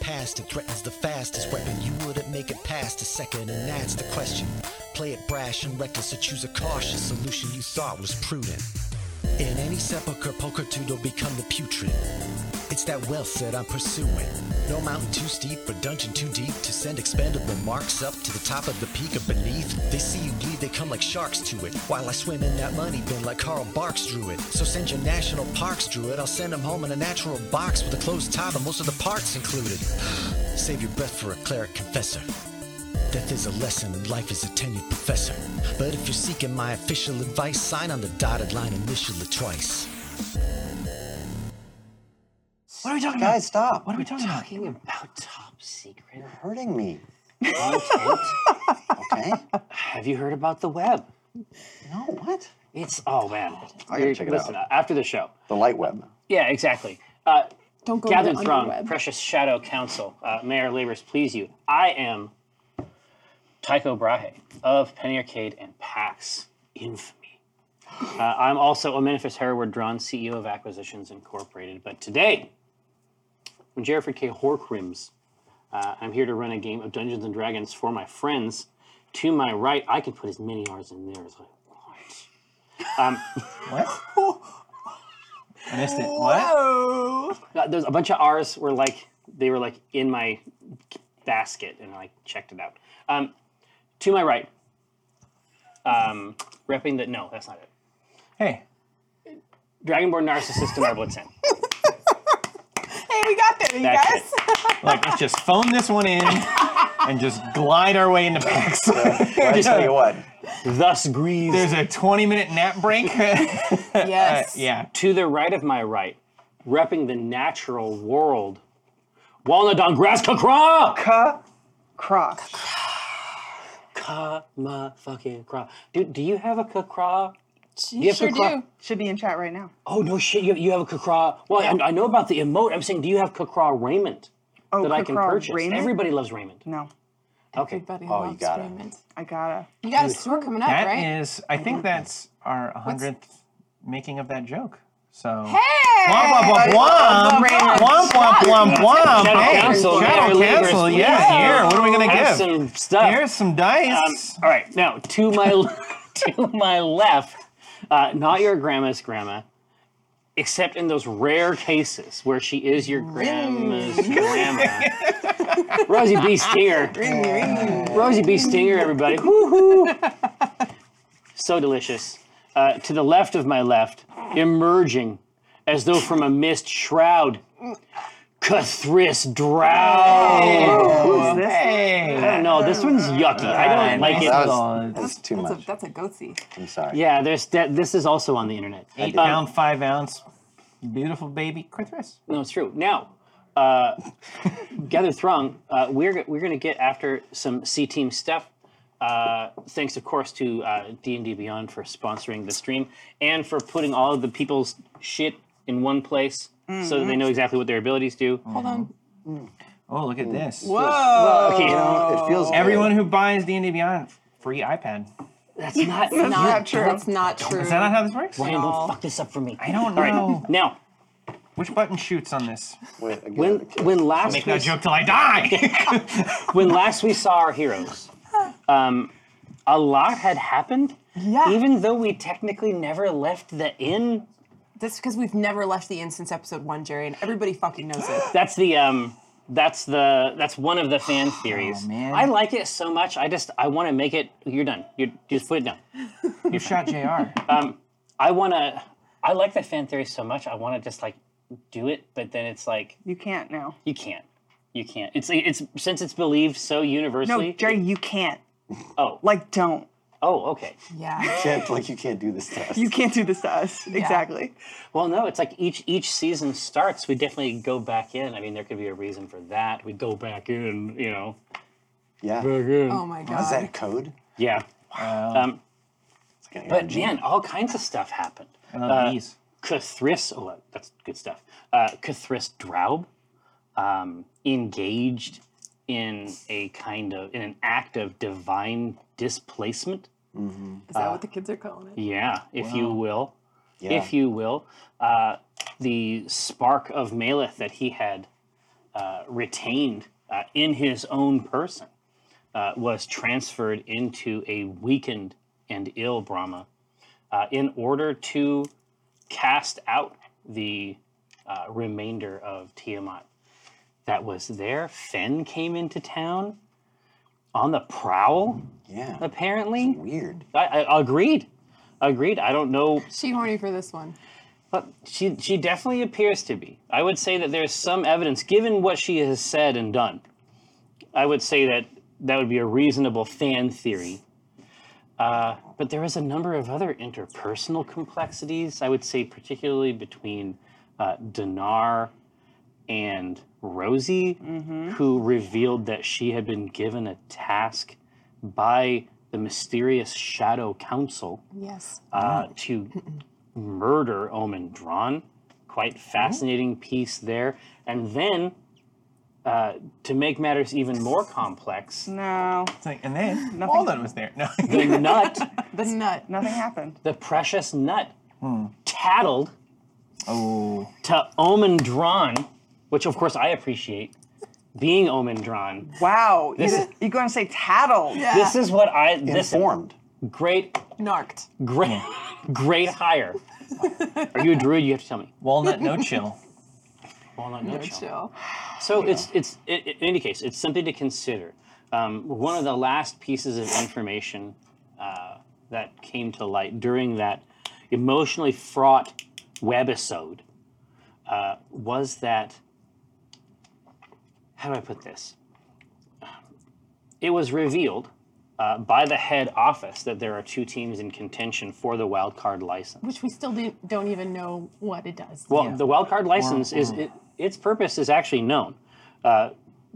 blasted. Threatens the fastest weapon. You wouldn't make it past a second, and that's the question. Play it brash and reckless, or choose a cautious solution you thought was prudent. In any sepulchre, pulchritude will become the putrid. It's that wealth that I'm pursuing. No mountain too steep or dungeon too deep to send expendable marks up to the top of the peak or beneath. They see you bleed, they come like sharks to it. While I swim in that money bin like Carl Barks drew it. So send your national parks drew it. I'll send them home in a natural box with a closed top and most of the parts included. Save your breath for a cleric confessor. Death is a lesson and life is a tenured professor. But if you're seeking my official advice, sign on the dotted line initial it twice. What are we talking Guys, stop. What are we talking about? talking about? Top secret. You're hurting me. Content. okay. Have you heard about the web? No, what? It's oh man. I gotta check it Listen, out. uh, after the show. The light web. Yeah, exactly. Uh, Don't go gathered to the throng, underweb. precious shadow council, uh, Mayor Labors, please you. I am Tycho Brahe of Penny Arcade and PAX Infamy. Uh, I'm also Omenifus Hereward Drawn, CEO of Acquisitions Incorporated. But today, I'm Jerford K. Horcrims. Uh, I'm here to run a game of Dungeons and Dragons for my friends. To my right, I can put as many R's in there as I want. I missed it. What? Uh, there's a bunch of R's were like they were like in my basket, and I like, checked it out. Um, to my right, um, repping that. No, that's not it. Hey, Dragonborn narcissist in our blitz end. Hey, we got there, you That's guys. like let's just phone this one in and just glide our way into PAX. Well, I tell you what. Thus grieves There's a 20 minute nap break. Uh, Yes. yeah. to the right of my right, repping the natural world. Walnut on grass kakra! Ka croc. Kakra, my fucking craw. Dude, do you have a kakra? You have to sure cro- do. Should be in chat right now. Oh no shit! You, you have a kakra. Well, I, I know about the emote. I'm saying, do you have kakra raiment Oh, that I can kakra purchase? raiment? Everybody loves raiment. No, Okay. Everybody you loves gotta. Raymond. I gotta. You got a store coming up, that is. right? I think that's our 100th making of that joke. So. Hey! Womp womp womp womp womp womp womp womp. Shadow Hey, Council, Shadow Mayor Libris, Council, please. yes, here. What are we gonna Have give? some stuff. Here's some Um, dice. all right, now to my to my left, uh, not your grandma's grandma, except in those rare cases where she is your grandma's grandma. Rosie B. Stinger. Rosie B. Stinger, everybody. Woo-hoo. So delicious. Uh, to the left of my left, emerging as though from a mist shroud, Cathris Drow. Who's this? Hey. No, this one's yucky. I don't like it. That Oh, was, that's too That's a, much. that's a goatsy. I'm sorry. Yeah, there's that. This is also on the internet. Eight pound, five ounce. Beautiful baby Christmas. No, it's true. Now, uh, gather throng. Uh, we're go- we're gonna get after some C team stuff. Uh, thanks, of course, to uh, D and D Beyond for sponsoring the stream and for putting all of the people's shit in one place so that they know exactly what their abilities do. Hold on. Oh, look at this. Whoa. Okay, It feels good. Everyone who buys D&D Beyond, free iPad. that's not. That's not not true. true. That's not true. Is that not how this works? Ryan, don't fuck this up for me. I don't know. All right, now Which button shoots on this? Wait, again, when okay. when last Make no we- joke till I die. when last we saw our heroes, um, a lot had happened. Yeah. Even though we technically never left the inn, That's because we've never left the inn since episode one, Jerry, and everybody fucking knows it. that's the um, that's the that's one of the fan theories. man. I like it so much. I just I want to make it. You're done. You just put it down. you shot JR. I want to. I like the fan theory so much. I want to just like do it, but then it's like you can't now. you can't. You can't. It's it's since it's believed so universally. No, Jerry, you can't. Oh. Like, don't. Oh, okay. Yeah. Can't, like, you can't do this to us. You can't do this to us. Exactly. Well, no, it's like each each season starts, we definitely go back in. I mean, there could be a reason for that. We go back in, you know. Yeah. Oh my Is that a god. code? Yeah. Um, It's like an but energy. man, all kinds of stuff happened. Uh, I love these. Cathris, oh, that- that's good stuff. Uh, Cathris Draub um, engaged in a kind of in an act of divine displacement. Is that what the kids are calling it? Yeah, if you will. Yeah. if you will, uh, the spark of Maleth that he had uh, retained uh, in his own person, uh, was transferred into a weakened and ill Brahma uh, in order to cast out the uh, remainder of Tiamat that was there. Fenn came into town on the prowl, Yeah. apparently. Weird. I, I agreed. Agreed. I don't know She horny for this one. but she she definitely appears to be. I would say that there's some evidence, given what she has said and done. I would say that that would be a reasonable fan theory. Uh, but there is a number of other interpersonal complexities. I would say, particularly between uh, Dinar and Rosie, who revealed that she had been given a task by the mysterious Shadow Council Yes. uh, to murder Omen Drawn. Quite fascinating piece there. And then, uh, to make matters even more complex, No, It's like, and then Walden was there. No, the nut, The nut. nothing happened. the precious nut, tattled oh, to Omen Drawn, which of course I appreciate, being Omen Drawn. Wow, This you, is- you're going to say tattle? Yeah. This is what I, this Informed. great, Narked. great, great hire. Are you a druid? You have to tell me. walnut, no chill. Walnut nut shell. Chill. So it's it's i- i- in any case, it's something to consider. Um, one of the last pieces of information uh, that came to light during that emotionally fraught webisode uh, was that. How do I put this? It was revealed uh, by the head office that there are two teams in contention for the wild card license. Which we still di- don't even know what it does. Well, the wildcard license is it, its purpose is actually known uh,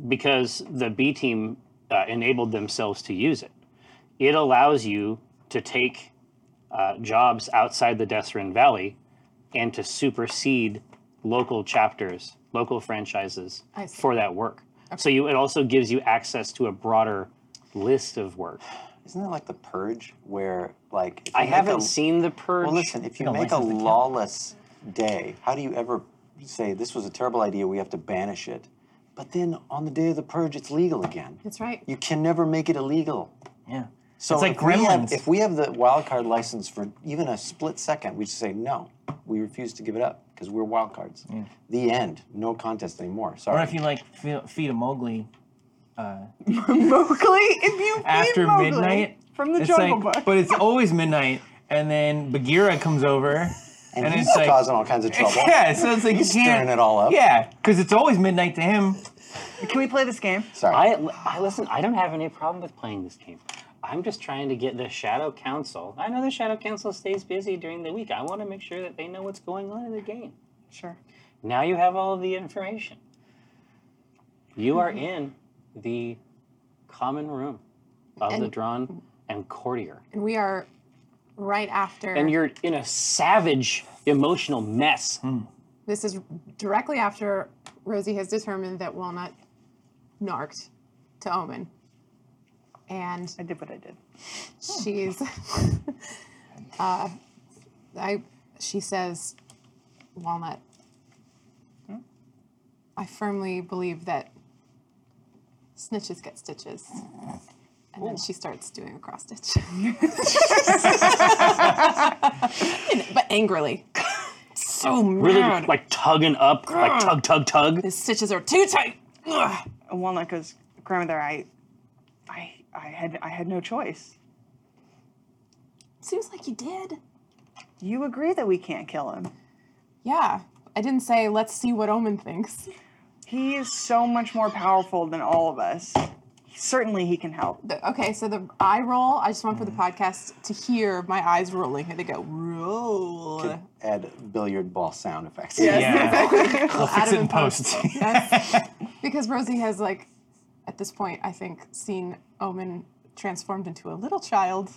because the B team uh, enabled themselves to use it. It allows you to take uh, jobs outside the Deseret Valley and to supersede local chapters, local franchises I see. for that work. So you, it also gives you access to a broader list of work. Isn't that like the purge where like if I you make haven't a- seen the purge. Well listen, if you No, make a license to kill. lawless day, how do you ever say this was a terrible idea, we have to banish it? But then on the day of the purge it's legal again. That's right. You can never make it illegal. Yeah. So it's like if we have- gremlins. if we have the wild card license for even a split second, we just say no. We refuse to give it up because we're wild cards. The end. No contest anymore. Sorry. or if you like fe- feed a Mowgli Mowgli, if you feed after Mowgli midnight from the it's Jungle like- Book. But it's always midnight, and then Bagheera comes over, and, and he's it's like- causing all kinds of trouble. yeah. So it's like He's you can't, stirring it all up. Yeah, because it's always midnight to him. Can we play this game? Sorry. I, I listen. I don't have any problem with playing this game. I'm just trying to get the Shadow Council. I know the Shadow Council stays busy during the week. I want to make sure that they know what's going on in the game. Sure. Now you have all of the information. You are Mm-hmm. in the common room of the And- drawn and courtier, And we are right after. and you're in a savage emotional mess. This is directly after Rosie has determined that Walnut narked to Omen. And I did what I did. she's, uh, I, she says, Walnut, Hmm? I firmly believe that snitches get stitches. And then she starts doing a cross stitch. but angrily. So mad. Really, like tugging up, like tug, tug, tug. His stitches are too tight. Ugh. And Walnut goes, Grandmother, I, I, I had, I had no choice. Seems like you did. You agree that we can't kill him. Yeah. I didn't say, let's see what Omen thinks. He is so much more powerful than all of us. Certainly, he can help. The- okay, so the eye roll, I just want for the podcast to hear my eyes rolling and they go, roll. Could add billiard ball sound effects. Yeah, we'll fix Adam it in and post. Because Rosie has, like, at this point, I think, seen Omen transformed into a little child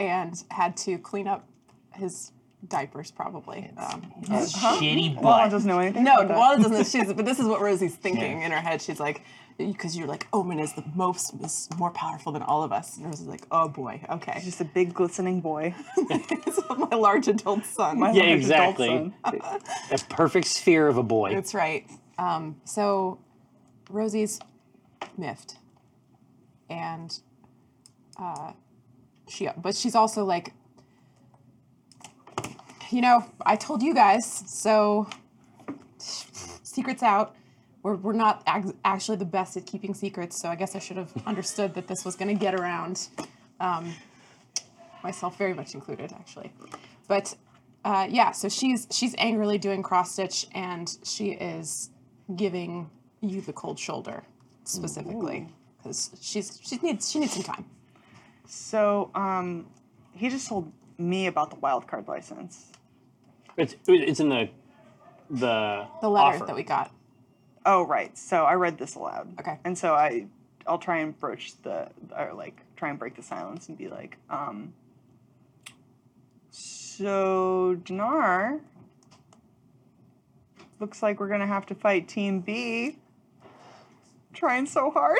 and had to clean up his diapers, probably. Um, Shitty Walnut butt. doesn't know anything. No, about that. Wanda doesn't. She's, but this is what Rosie's thinking in her head. She's like, because you're like, Omen is the most, is more powerful than all of us. And Rosie's like, oh boy, okay. Just a big glistening boy. He's my large adult son. My Yeah, large adult exactly. son. A perfect sphere of a boy. That's right. Um, so Rosie's miffed, and uh, she. But she's also like, you know, I told you guys, so secrets out. We're, we're not ac- actually the best at keeping secrets, so I guess I should have understood that this was going to get around, um, myself very much included, actually. But uh, yeah, so she's she's angrily doing cross stitch, and she is giving you the cold shoulder specifically because she's she needs she needs some time. So um, he just told me about the wild card license. It's it's in the the The letter offer. that we got. Oh right. So I read this aloud. Okay. And so I I'll try and broach the or like try and break the silence and be like, um So Dinar looks like we're gonna have to fight team B. Trying so hard.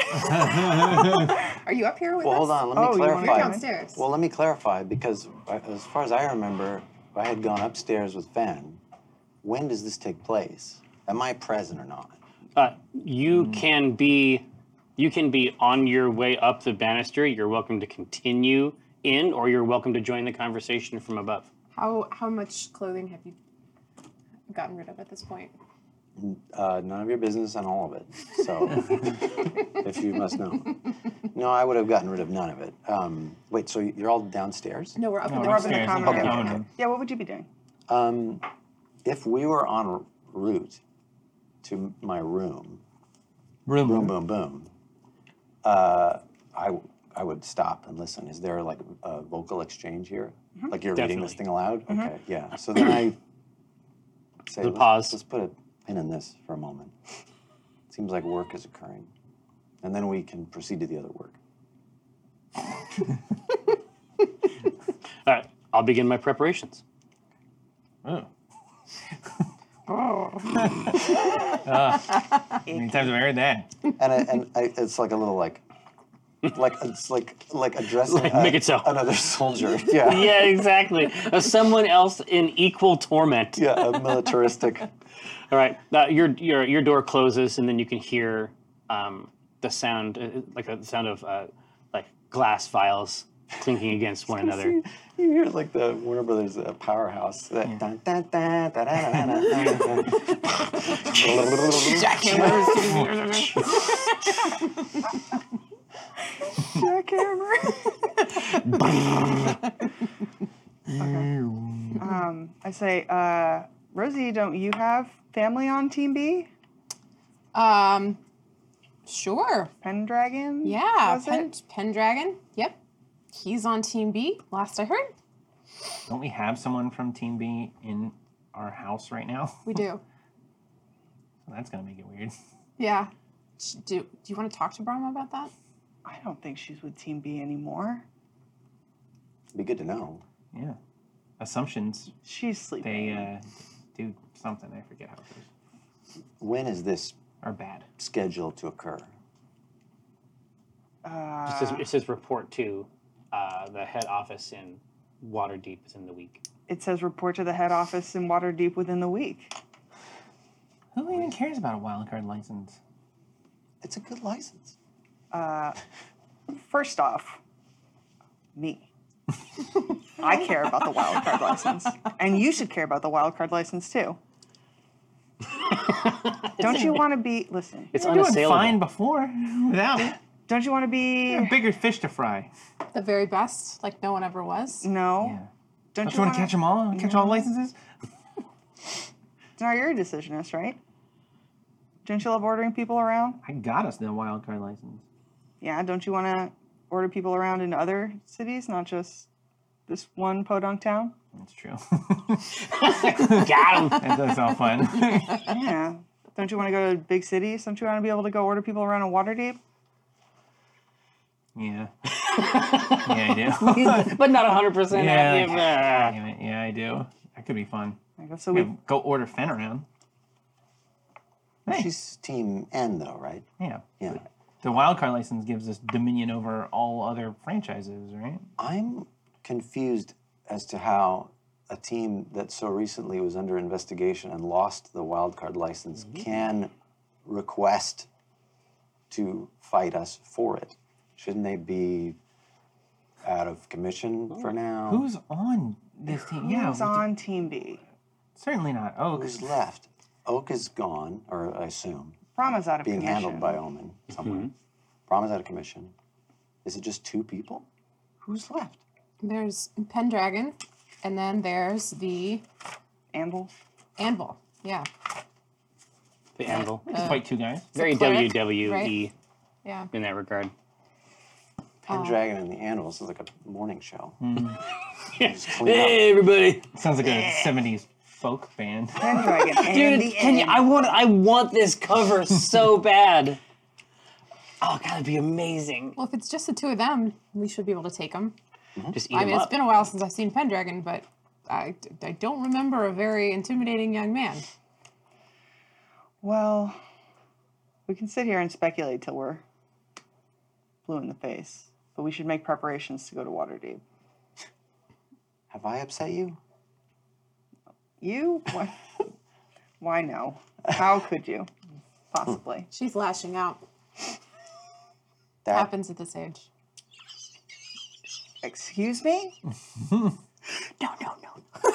Are you up here with Well, hold us? on. Let me Oh, you wanna clarify. go downstairs? Well, let me clarify because, I- as far as I remember, I had gone upstairs with Fenn. When does this take place? Am I present or not? Uh, you can be you can be on your way up the banister. You're welcome to continue in, or you're welcome to join the conversation from above. How how much clothing have you gotten rid of at this point? Uh, none of your business and all of it. So, if you must know, no, I would have gotten rid of none of it. Um, wait, so you're all downstairs? No, we're up in the We're up in the upstairs common in the room. common room. Yeah, what would you be doing? Um, if we were en route to my room, Room. boom, boom, boom, uh, I, w- I would stop and listen. Is there like a vocal exchange here? Like you're reading this Definitely. thing aloud? Okay, yeah. So then I say, The let's, pause. let's put a pin in this for a moment. Seems like work is occurring. And then we can proceed to the other work. All right, I'll begin my preparations. Oh. Many times I've heard that. And, I, and I, it's like a little like, like it's like like addressing a- make it so. another soldier. Yeah. Yeah, exactly. Of Uh, someone else in equal torment. Yeah, a militaristic. All right, uh, your your your door closes, and then you can hear um, the sound, uh, like a the sound of uh, like glass vials clinking against one another. you hear like the Warner Brothers uh, powerhouse. That dun, dun, dun, dun, dun, dun, dun, dun, dun. Jackhammer. okay. Um, I say, uh, Rosie, don't you have family on Team B? Um, sure. Pendragon? Yeah, was Pen, it? Pendragon. Yep, he's on Team B. Last I heard, Don't we have someone from Team B in our house right now? we do. That's gonna make it weird. Yeah. Sh- Do, do you want to talk to Brahma about that? I don't think she's with Team B anymore. Be good to know. Yeah. Assumptions. She's sleeping. They uh, do something. I forget how it goes. When is this Are bad. scheduled to occur? Uh, It says, it says report to uh, the head office in Waterdeep within the week. it says report to the head office in Waterdeep within the week. Who even cares about a wild card license? It's a good license. First off, me. I care about the wild card license, and you should care about the wild card license too. don't you want to be? Listen, It's I doing unassailable. fine before without it. don't you want to be? Bigger fish to fry. The very best, like no one ever was. No. Yeah. Don't Don't you you want to catch them all? Wanna Catch all the licenses? No, you're a decisionist, right? Don't you love ordering people around? I got us the wild card license. Yeah. Don't you want to order people around in other cities, not just this one podunk town? That's true. Got him. that does sound fun. Yeah. Don't you want to go to big cities? Don't you want to be able to go order people around in Waterdeep? yeah. Yeah, I do. but not 100% Yeah. happy. Yeah. Damn it. Yeah, I do. That could be fun. I go, so We we could go order Fen around. Hey. She's team N though, right? Yeah. Yeah. The wild card license gives us dominion over all other franchises, right? I'm confused as to how a team that so recently was under Mm-hmm. investigation and lost the wild card license can request to fight us for it. Shouldn't they be out of commission for now? Who's on this team? Yeah, Who's on Team B? certainly not Oh, Oak. Who's left? Oak is gone, or I assume, Brahma's out of being commission. handled Mm-hmm. by Omen somewhere. Brahma's out of commission. Is it just two people? Who's left? There's Pendragon, and then there's the Anvil. anvil. Yeah, The anvil. Just fight two guys. Very cleric, WWE right? yeah. in that regard. Pendragon and the Animals is like a morning show. Just clean up. Hey, everybody. Sounds like a '70s folk band. Pendragon. and Dude, the can you, end. I want I want this cover so bad. Oh god, it'd be amazing. Well, if it's just the two of them, we should be able to take them. Just eat I 'em mean, it's up. been a while since I've seen Pendragon, but I, I don't remember a very intimidating young man. Well, we can sit here and speculate till we're blue in the face, but we should make preparations to go to Waterdeep. Have I upset you? You? Why, why no? How could you? Possibly. She's lashing out. That Happens at this age. Excuse me? no, no, no.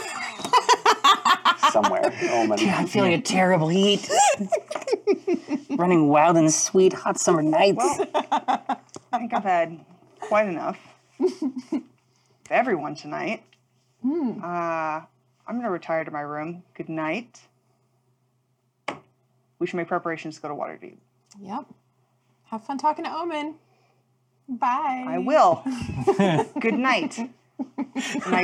somewhere. Oh, Omen. I'm feeling a terrible heat. Running wild in the sweet hot summer nights. I think I've had quite enough of everyone tonight. Hmm. Uh, I'm going to retire to my room. Good night. We should make preparations to go to Waterdeep. Yep. Have fun talking to Omen. Bye. I will. Good night. And I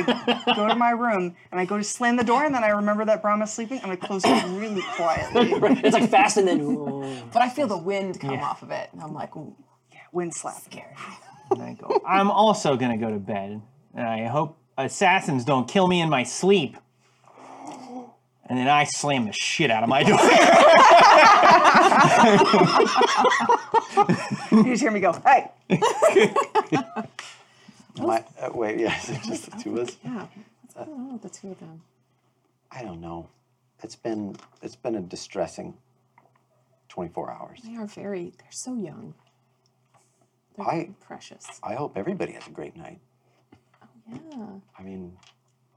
go to my room and I go to slam the door and then I remember that Brahma's sleeping and I close it really quietly. it's like fast and then oh, But I feel the wind come off of it, and I'm like, ooh, Wind slap. scared. And I go, I'm also gonna go to bed, and I hope assassins don't kill me in my sleep. And then I slam the shit out of my door. You just hear me go, hey. Am I- uh, wait, yeah, is it just the two of us? Yeah. What's going on with oh, the two of them? I don't know. It's been it's been a distressing 24 hours. They are very, they're so young. They're I- precious. I hope everybody has a great night. Yeah. I mean,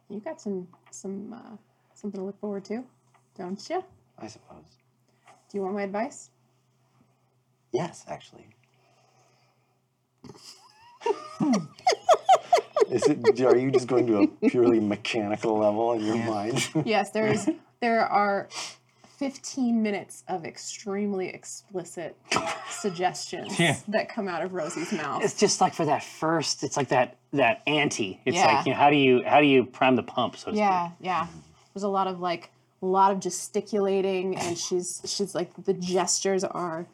You got some, some, uh, something to look forward to, don't you? I suppose. Do you want my advice? Yes, actually. Is it? Are you just going to a purely mechanical level in your mind? Yes, there is. there are 15 minutes of extremely explicit suggestions Yeah. that come out of Rosie's mouth. it's just like for that first, it's like that that ante. It's Yeah. like you know, how do you how do you prime the pump, so to Yeah, yeah. There's a lot of like, a lot of gesticulating, and she's she's like the gestures are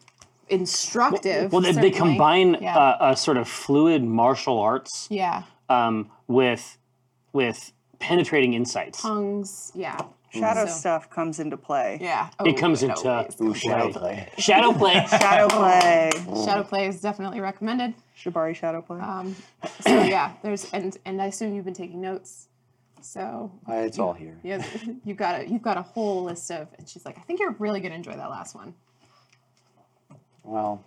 instructive. speak. Well, they, they certainly. combine Yeah. uh, a sort of fluid martial arts yeah, um, with with penetrating insights. tongues. Yeah, Shadow So- stuff comes into play. yeah. Oh, It comes it into always Ooh, shadow play. shadow play. Shadow play. Shadow play is definitely recommended. Shibari shadow play. Ah. So yeah, there's and and I assume you've been taking notes. So Uh, It's all here. Yeah, you got a you got a whole list of, and she's like, I think you're really gonna enjoy that last one. Well,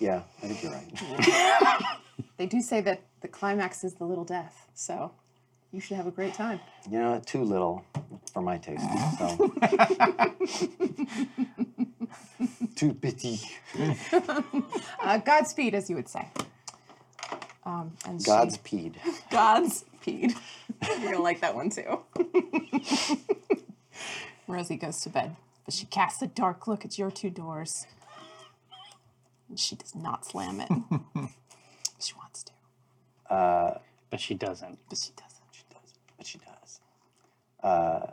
yeah, I think you're right. They do say that the climax is the little death, so you should have a great time. You know, too little for my taste. So. too petit. Uh, Godspeed, as you would say. Um, and she- Godspeed. Godspeed. you're gonna like that one too. Rosie goes to bed, but she casts a dark look at your two doors. And she does not slam it. she wants to, But she doesn't. but she doesn't. She does, but she does. Uh,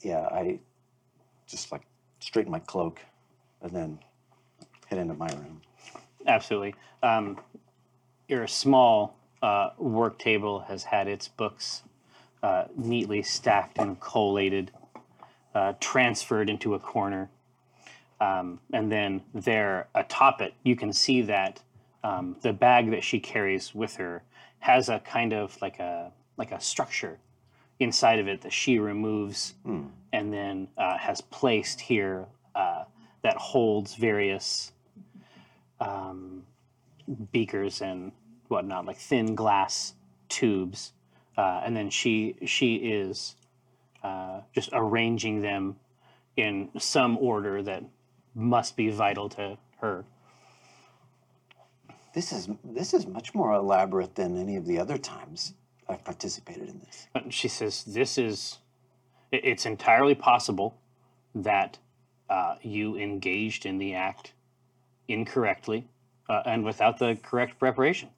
yeah, I just like straighten my cloak and then head into my room. Absolutely. Um, your small uh, work table has had its books uh, neatly stacked and collated, uh, transferred into a corner. Um, and then there atop it, you can see that um, the bag that she carries with her has a kind of like a like a structure inside of it that she removes and then uh, has placed here uh, that holds various um, beakers and whatnot, like thin glass tubes, uh, and then she she is uh, just arranging them in some order that must be vital to her. This is this is much more elaborate than any of the other times I've participated in this. And She says, "This is. i- It's entirely possible that uh, you engaged in the act incorrectly uh, and without the correct preparation."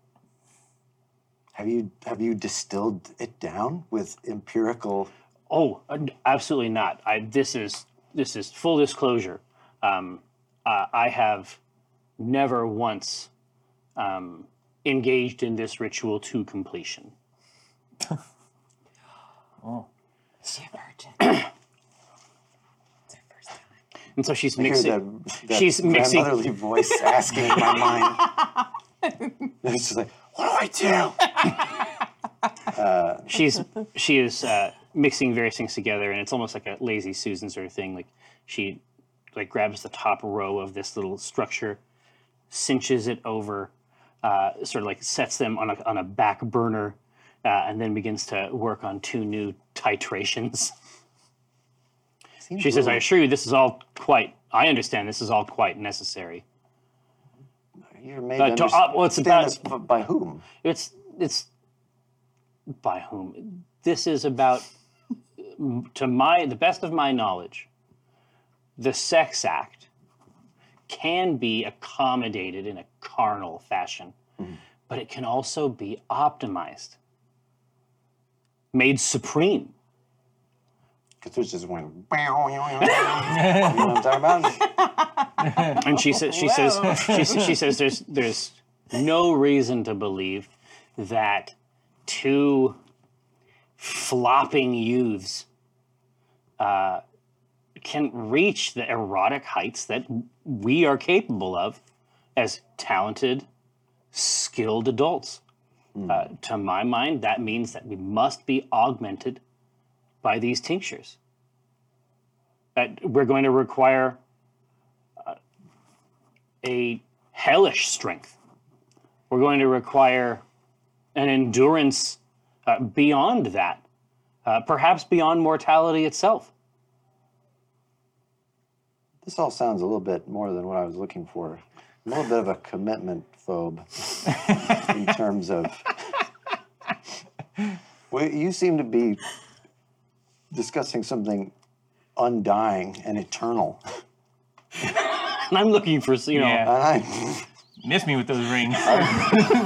Have you have you distilled it down with empirical? Oh, uh, n- absolutely not. I, this is this is full disclosure. Um, uh, I have never once um, engaged in this ritual to completion. Oh. And so she's I hear mixing. that, that she's mixing- grandmotherly voice asking in my mind. it's just like, what do I do? she's she is uh, mixing various things together, and it's almost like a lazy Susan sort of thing. Like she like grabs the top row of this little structure, cinches it over, uh, sort of like sets them on a on a back burner, uh, and then begins to work on two new titrations. Seems She says, "I really- assure you, this is all quite. I understand this is all quite necessary. You're made uh, to to- uh, well, it's understand about- this b- by whom? It's it's by whom? This is about, to my the best of my knowledge, the sex act can be accommodated in a carnal fashion, but it can also be optimized, made supreme. Because just went. you know what I'm talking about? and she says she says she, s- she says there's there's no reason to believe that two flopping youths uh, can reach the erotic heights that we are capable of as talented skilled adults uh, to my mind that means that we must be augmented by these tinctures that we're going to require a hellish strength. We're going to require an endurance uh, beyond that, uh, perhaps beyond mortality itself. This all sounds a little bit more than what I was looking for. I'm a little bit of a commitment phobe in terms of. Well, you seem to be discussing something undying and eternal. And I'm looking for, you know, Yeah. And I'm Miss me with those rings.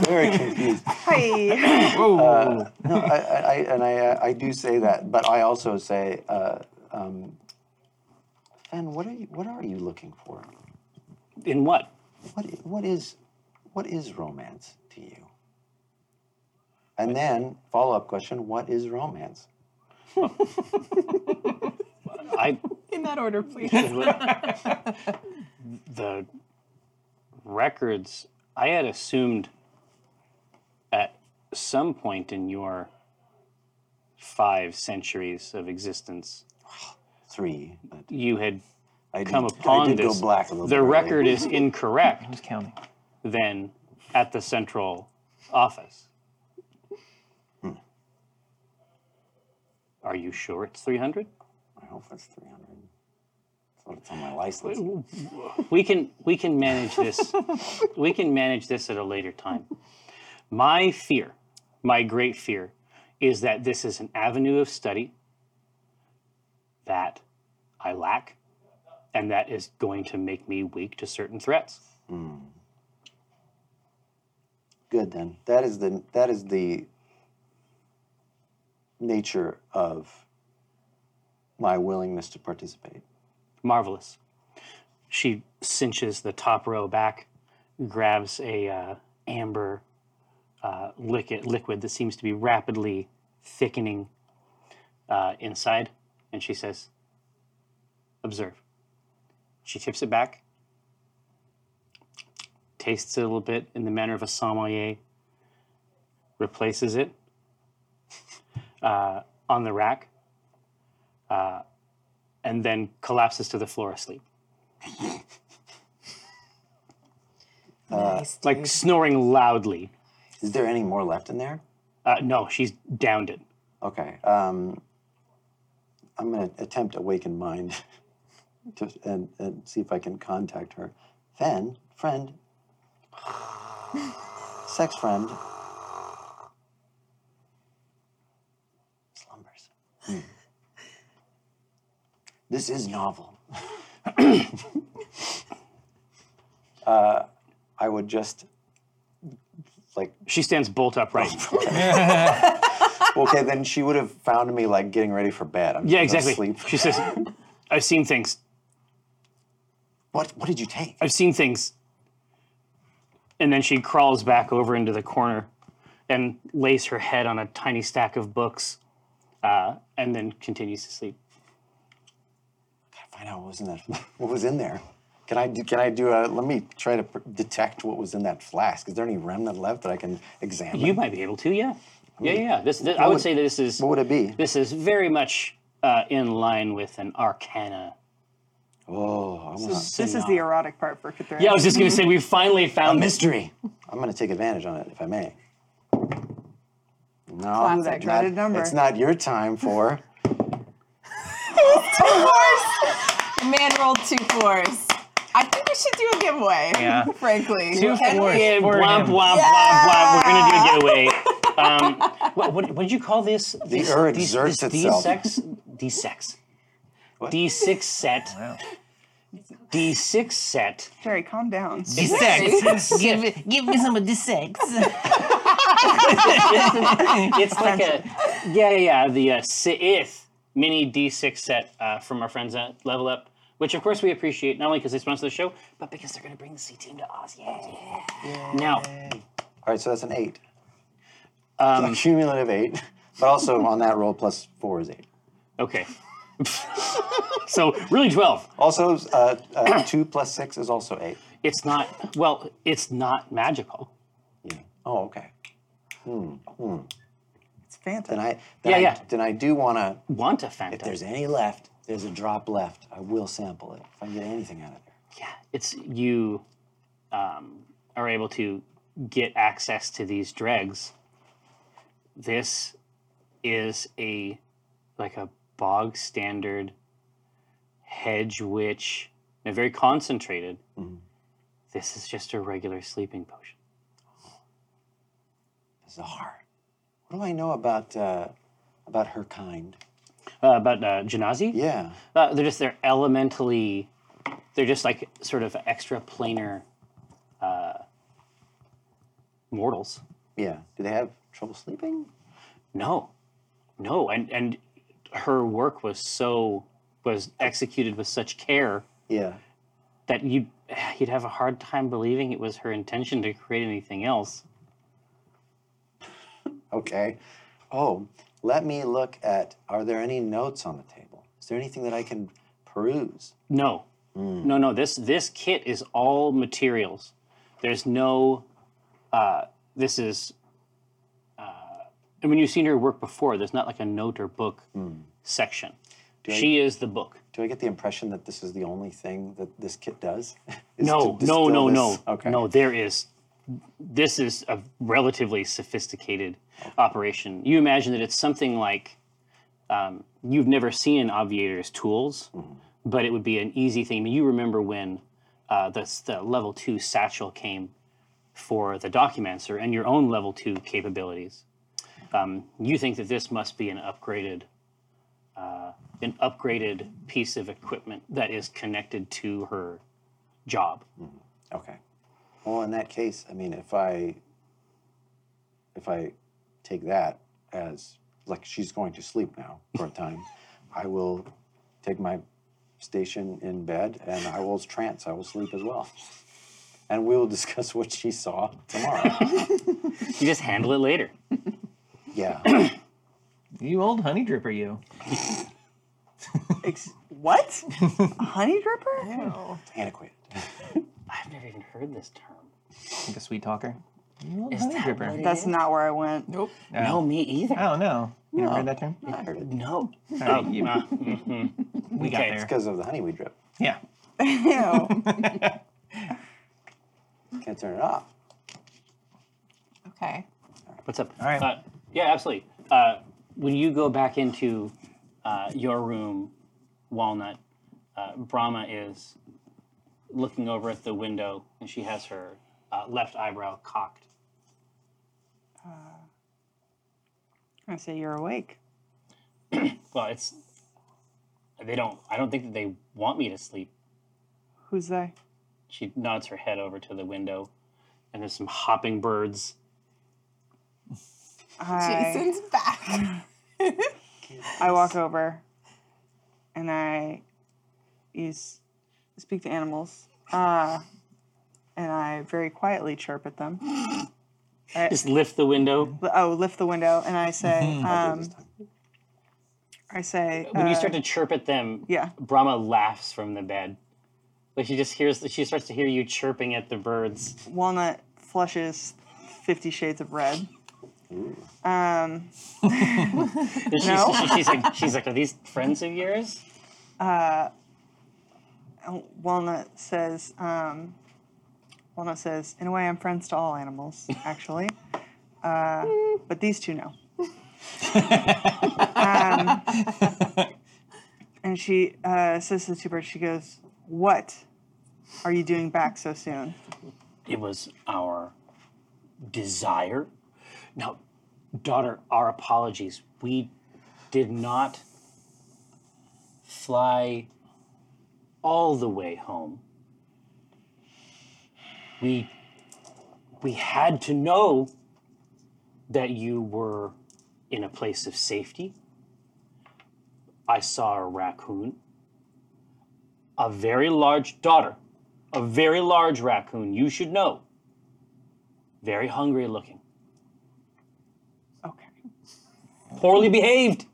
very confused. Hi. Whoa. No, I, I, I- and I, uh, I do say that, but I also say, uh, um, Fen, what are you, what are you looking for? in what? what i- what is what is romance to you? And then follow up question: What is romance? I In that order, please. the records I had assumed at some point in your five centuries of existence Three. But you had I come did, upon I did this. go black a little. bit the early. record is incorrect Just counting. than at the central office. Hmm. Are you sure it's 300? I hope it's Oh, three hundred. That's what it's on my license. We can we can manage this. we can manage this at a later time. My fear, my great fear is that this is an avenue of study that I lack and that is going to make me weak to certain threats. Good then. That is the that is the nature of my willingness to participate. Marvelous. She cinches the top row back, grabs a uh, amber uh, liquid, liquid that seems to be rapidly thickening uh, inside, and she says, "Observe." She tips it back, tastes it a little bit in the manner of a sommelier, replaces it uh, on the rack, and then collapses to the floor asleep. nice, Uh, like snoring loudly. Is there any more left in there? Uh, no, she's downed it. Okay. Um, I'm going to attempt awaken mind to, and, and see if I can contact her. Fan, friend, sex friend. Slumbers. Hmm. This is novel. uh, Uh, I would just like She stands bolt upright. okay, then she would have found me like getting ready for bed. I'm yeah, just gonna exactly. Sleep. She says, "I've seen things. What What did you take? I've seen things." And then she crawls back over into the corner, and lays her head on a tiny stack of books, uh, and then continues to sleep. Find out what was in that. What was in there? Can I do? Can I do? A, let me try to pr- detect what was in that flask. Is there any remnant left that I can examine? You might be able to, yeah, yeah, yeah. This, this I would say that this is what would it be? this is very much uh, in line with an Arcana. Oh, I want This is the erotic part for Cthulhu. Yeah, I was just gonna say we finally a found this. mystery. I'm going to take advantage on it if I may. No, Classic. not- Dreaded number. it's not your time for. Man rolled two fours. I think we should do a giveaway. Yeah. Frankly. Two Can fours. we- Yeah, for womp, him. womp, womp, womp. We're gonna do a giveaway. Um, what, what, what did you call this? The urge exerts itself. D6, D6, D6 set, Wow. D6 set. Jerry, calm down. Sex. give, give me some of the sex. It's like a yeah, yeah, yeah. The uh, Sith mini D6 set uh, from our friends at Level Up, which of course we appreciate not only because they sponsor the show, but because they're gonna bring the C team to Oz. Yeah. Now, All right, so that's an eight. Um, cumulative eight, but also on that roll plus four is eight. okay. so really twelve. Also, uh, uh, two plus six is also eight. It's not well. It's not magical. Yeah. Oh, okay. Hmm, It's fantastic. Then I then Yeah, I, yeah. Then I do want to. Want a Fanta? If there's any left, there's a drop left. I will sample it if I can get anything out of there. yeah, it's you um, are able to get access to these dregs. This is a like a bog standard hedge witch, and very concentrated. Mm-hmm. This is just a regular sleeping potion. Bizarre. What do I know about uh, about her kind? Uh, but uh, Janazi? Yeah. Uh, they're just they're elementally, they're just like sort of extra planar uh, mortals. Yeah. Do they have trouble sleeping? No, no, and and her work was so was executed with such care Yeah. that you you'd have a hard time believing it was her intention to create anything else. Okay. Oh, let me look at. Are there any notes on the table? Is there anything that I can peruse? No, no, no. This this kit is all materials. There's no. Uh, this is. Uh, and when you've seen her work before, there's not like a note or book section. She is the book. Do I get the impression that this is the only thing that this kit does? Is No, to no, no, distill no, this- Okay. no. There is. This is a relatively sophisticated Oh. operation. You imagine that it's something like um, you've never seen an obviator's tools, Mm-hmm. but it would be an easy thing. I mean, you remember when uh, the, s- the level two satchel came for the documancer and your own level two capabilities. Um, you think that this must be an upgraded, uh, an upgraded piece of equipment that is connected to her job. Okay. Well, in that case, I mean, if I if I take that as like she's going to sleep now for a time, I will take my station in bed and I will trance. I will sleep as well. And we will discuss what she saw tomorrow. You just handle it later. yeah. you old honey dripper, you. Ex- what? Honey dripper? Antiquated. I've never even heard this term. Like a sweet talker. You old honey dripper. That's not where I went. Nope. Oh, No, me either. I don't know. You never heard that term? I heard it. No. Alright, you- We got Okay. there. Because of the honeyweed drip. Yeah. Ew. Can't turn it off. Okay. What's up? All right. Uh, yeah, absolutely. Uh, when you go back into uh, your room, Walnut, uh, Brahma is looking over at the window, and she has her uh, left eyebrow cocked. I say you're awake. Well, it's they don't. I don't think that they want me to sleep. Who's they? She nods her head over to the window, and there's some hopping birds. I, Jason's back. I walk over and I use speak to animals. Uh, and I very quietly chirp at them. Just lift the window. L- Oh, lift the window and I say, um, I say, When uh, you start to chirp at them, yeah. Brahma laughs from the bed. Like she just hears, she starts to hear you chirping at the birds. Walnut flushes Fifty Shades of Red. Um, And she's, No. she- she's like, she's like, are these friends of yours? and Walnut says, um, Walnut says, in a way, I'm friends to all animals, actually. Uh, but these two know. um, and she uh, says to the two birds, she goes, What are you doing back so soon? It was our desire. Now, daughter, our apologies. We did not fly all the way home. We we had to know that you were in a place of safety. I saw a raccoon, a very large daughter, a very large raccoon, you should know. Very hungry looking, Okay. poorly behaved.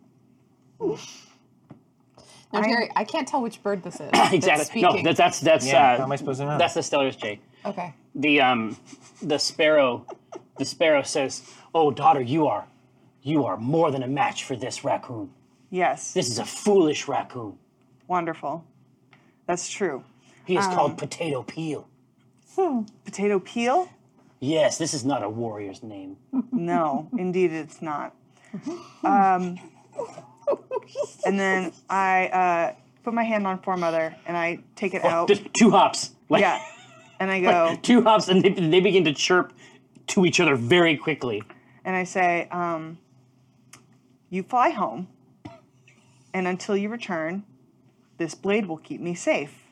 Now, Jerry, I can't tell which bird this is. exactly. No, speaking. that, that's that's Yeah, uh, how am I supposed to know? that's the Stellar's Jay. Okay. The um, the sparrow, the sparrow says, "Oh daughter, you are, you are more than a match for this raccoon. Yes. This is a foolish raccoon. Wonderful. That's true. He Ah. is called Potato Peel. Potato peel? Yes, this is not a warrior's name. No, indeed it's not. Um, and then I uh, put my hand on Formother and I take it out. Just two hops, like Yeah. And I go, two hops, and they, they begin to chirp to each other very quickly. and I say, um, You fly home, and until you return, this blade will keep me safe.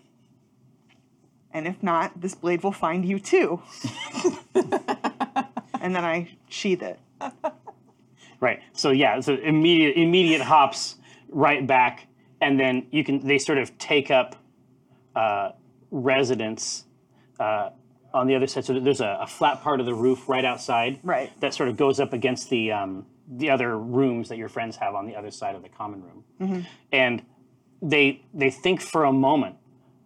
And if not, this blade will find you too. and then I sheathe it. Right. So yeah, so immediate immediate hops right back, and then you can they sort of take up uh, residence uh, on the other side. So there's a, a flat part of the roof right outside, Right. That sort of goes up against the um, the other rooms that your friends have on the other side of the common room, and they they think for a moment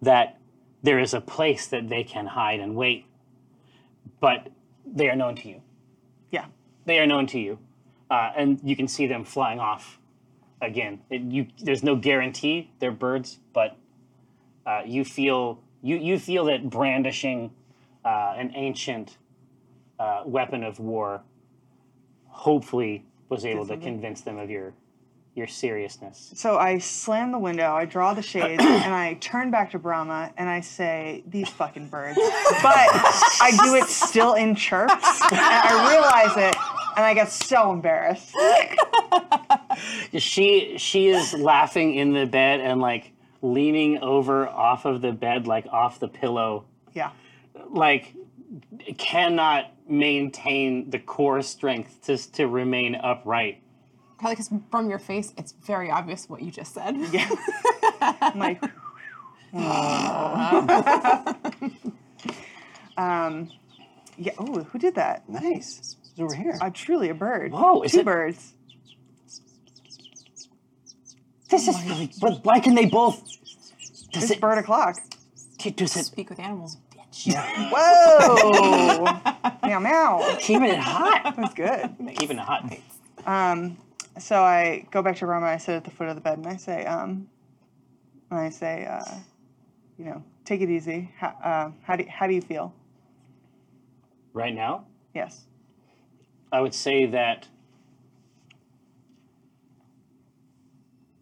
that there is a place that they can hide and wait, but they are known to you Yeah. they are known to you, uh, and you can see them flying off again. It, you, there's no guarantee they're birds, but uh, you feel you, you feel that brandishing uh, an ancient uh, weapon of war hopefully was able to convince them of your your seriousness. So I slam the window, I draw the shades, and I turn back to Brahma and I say, These fucking birds. But I do it still in chirps, and I realize it, and I get so embarrassed. She she is laughing in the bed and like leaning over off of the bed like off the pillow Yeah. like cannot maintain the core strength to to remain upright. Probably because from your face, it's very obvious what you just said. Yeah. I'm like, um, yeah. Oh, who did that? Nice. It's over Oh here. Uh, truly a bird. Whoa, is two it- birds. This is really. But why can they both? Does It's it? bird o'clock. Does it? Speak with animals, bitch. Whoa! meow meow. Keeping it hot. That's good. Um, Keeping it hot. So I go back to Roma. I sit at the foot of the bed and I say, um, and I say, uh, you know, take it easy. How, uh, how do how do you feel? Right now, Yes. I would say that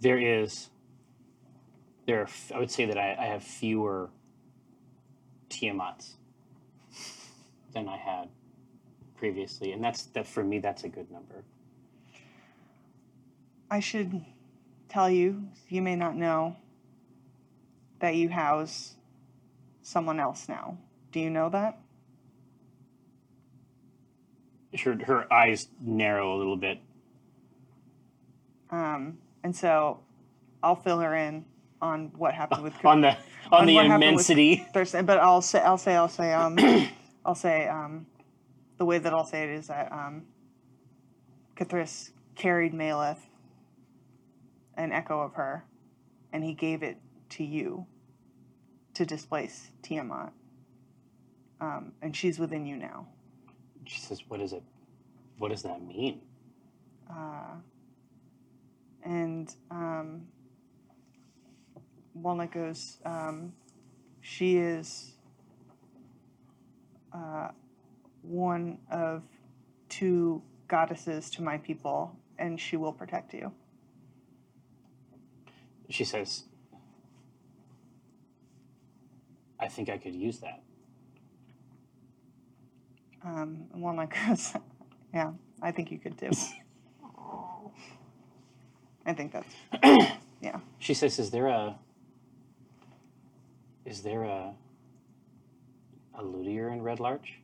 there is there. Are, f- I would say that I, I have fewer Tiamats than I had previously, and that's that for me. That's a good number. I should tell you, you may not know, that you house someone else now. Do you know that? Her her eyes narrow a little bit. Um, and so I'll fill her in on what happened with on the on, the what happened with immensity. Thursday, but I'll say I'll say I'll say um I'll say um the way that I'll say it is that um Cathris carried Maleth an echo of her and he gave it to you to displace Tiamat. Um, and she's within you now. She says, "What is it? What does that mean?" uh, and um, Walnut goes, um, she is uh, one of two goddesses to my people, and she will protect you. She says, "I think I could use that." Um, and Walnut goes, yeah, I think you could too. I think that's, yeah. She says, "Is there a is there a a luthier in Red Larch?"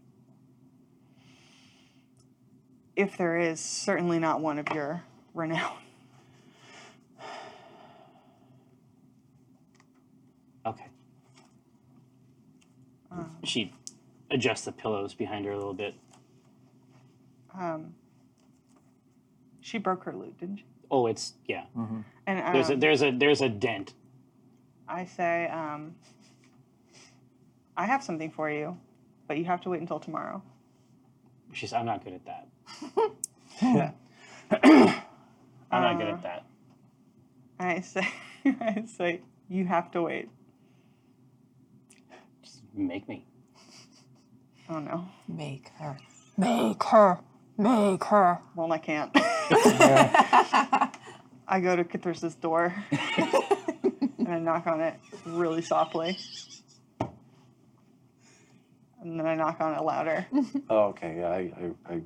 If there is, certainly not one of your renown. Okay. she adjusts the pillows behind her a little bit. Um, she broke her lute, didn't she? Oh, it's yeah. And um, There's a there's a there's a dent. I say, um, I have something for you, but you have to wait until tomorrow. She says, "I'm not good at that." I'm not good at that. And I say, I say, you have to wait. Just make me. Oh no, Make her. Make her. Make her. well I can't. I go to Cathris's door and I knock on it really softly, and then I knock on it louder. Oh, okay. Yeah, I, I, I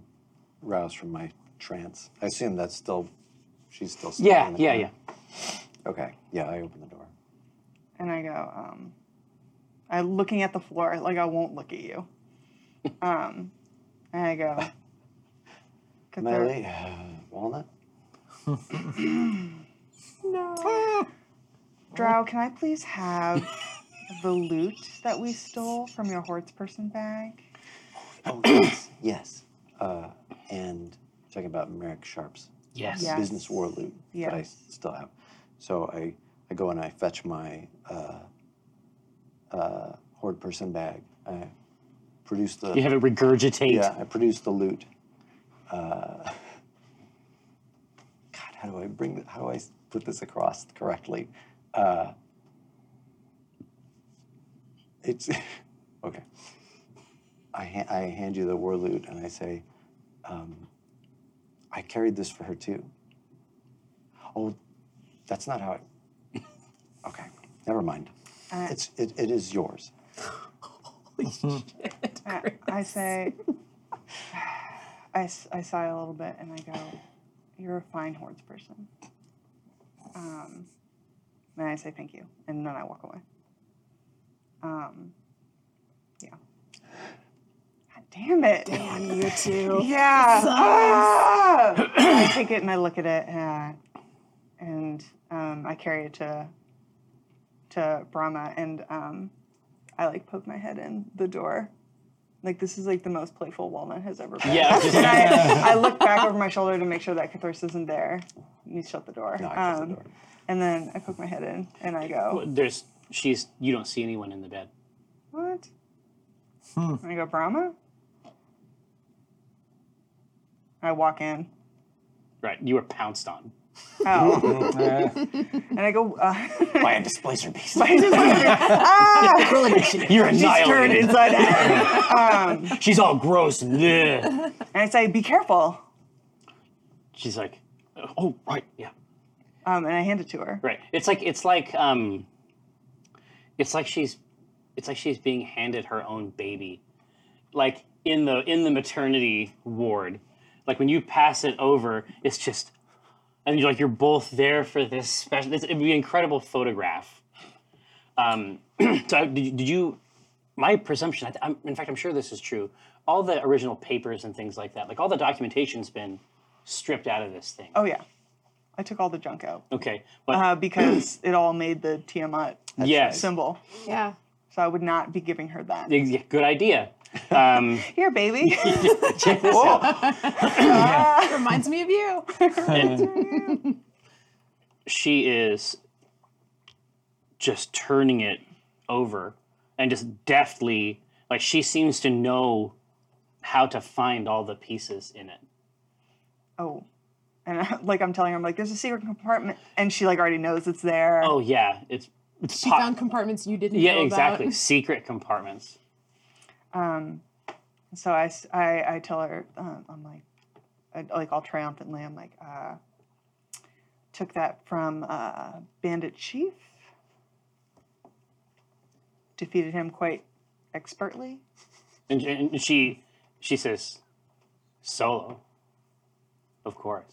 roused from my trance. I assume that's still, she's still. stuck Yeah, in the yeah, car. yeah. Okay. Yeah, I open the door. and I go, um, I'm looking at the floor, like I won't look at you. Um, and I go, Am I Cthulhu, late? Walnut? Drow, can I please have the loot that we stole from your hordes person bag? Oh, yes. yes. Uh, and talking about Merrick Sharp's Yes. Yeah. business war loot that I Yes. still have. So I, I go and I fetch my uh, uh, horde person bag. I produce the You have it regurgitate. yeah. I produce the loot. Uh, God, how do I bring this? How do I s- put this across correctly? Uh, it's okay. I, ha- I hand you the war loot and I say, um, I carried this for her too. Oh, that's not how it. Okay, never mind. Uh, It's it, it is yours. I, I say, I, s- I sigh a little bit and I go, You're a fine hordes person. Um, and I say thank you. And then I walk away. Um, yeah. God damn it. Damn you too. Yeah. Ah! I take it and I look at it uh, and um, I carry it to to Brahma and um, I like poke my head in the door. Like this is like the most playful walnut has ever been. Yeah, I was just- And I, I look back over my shoulder to make sure that Cathars isn't there. You shut the door. No, I closed the Um, door. And then I poke my head in and I go, There's she's you don't see anyone in the bed. What? Hmm. And I go, Brahma? I walk in. Right. You were pounced on. Oh. and I go, uh, By a displacer beast. I just ah, You're she's turned annihilated. inside out. She's all gross. bleh. And I say, be careful. She's like, oh right, yeah, Um, and I hand it to her. right. It's like it's like um, it's like she's, it's like she's being handed her own baby, like in the in the maternity ward. Like when you pass it over, it's just, and you're like you're both there for this special. This, it'd be an incredible photograph. Um, so I- did, you- did you? My presumption, I th- I'm, in fact, I'm sure this is true. All the original papers and things like that, like all the documentation's been stripped out of this thing. Oh, yeah. I took all the junk out Okay, but uh, because it all made the Tiamat yes, symbol. Yeah. So I would not be giving her that. Ex- yeah, good idea. Um, Here, baby. check this out. Reminds me of you. She is just turning it over and just deftly, like she seems to know how to find all the pieces in it. oh. And I, like I'm telling her, I'm like, there's a secret compartment. And she like already knows it's there. Oh yeah, it's it's She po- found compartments you didn't yeah know exactly about. secret compartments. Um, so I, s- I- I tell her, uh, I'm like, I, like all triumphantly, I'm like, uh, took that from uh, Bandit Chief, defeated him quite expertly. And, and she she says, "Solo, of course."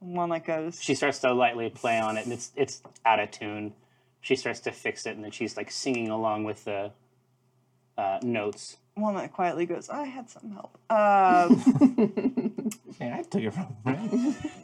And one that goes, she starts to lightly play on it and it's it's out of tune she starts to fix it and then she's like singing along with the uh, notes one that quietly goes, I had some help. Uh, Yeah, I took it from right?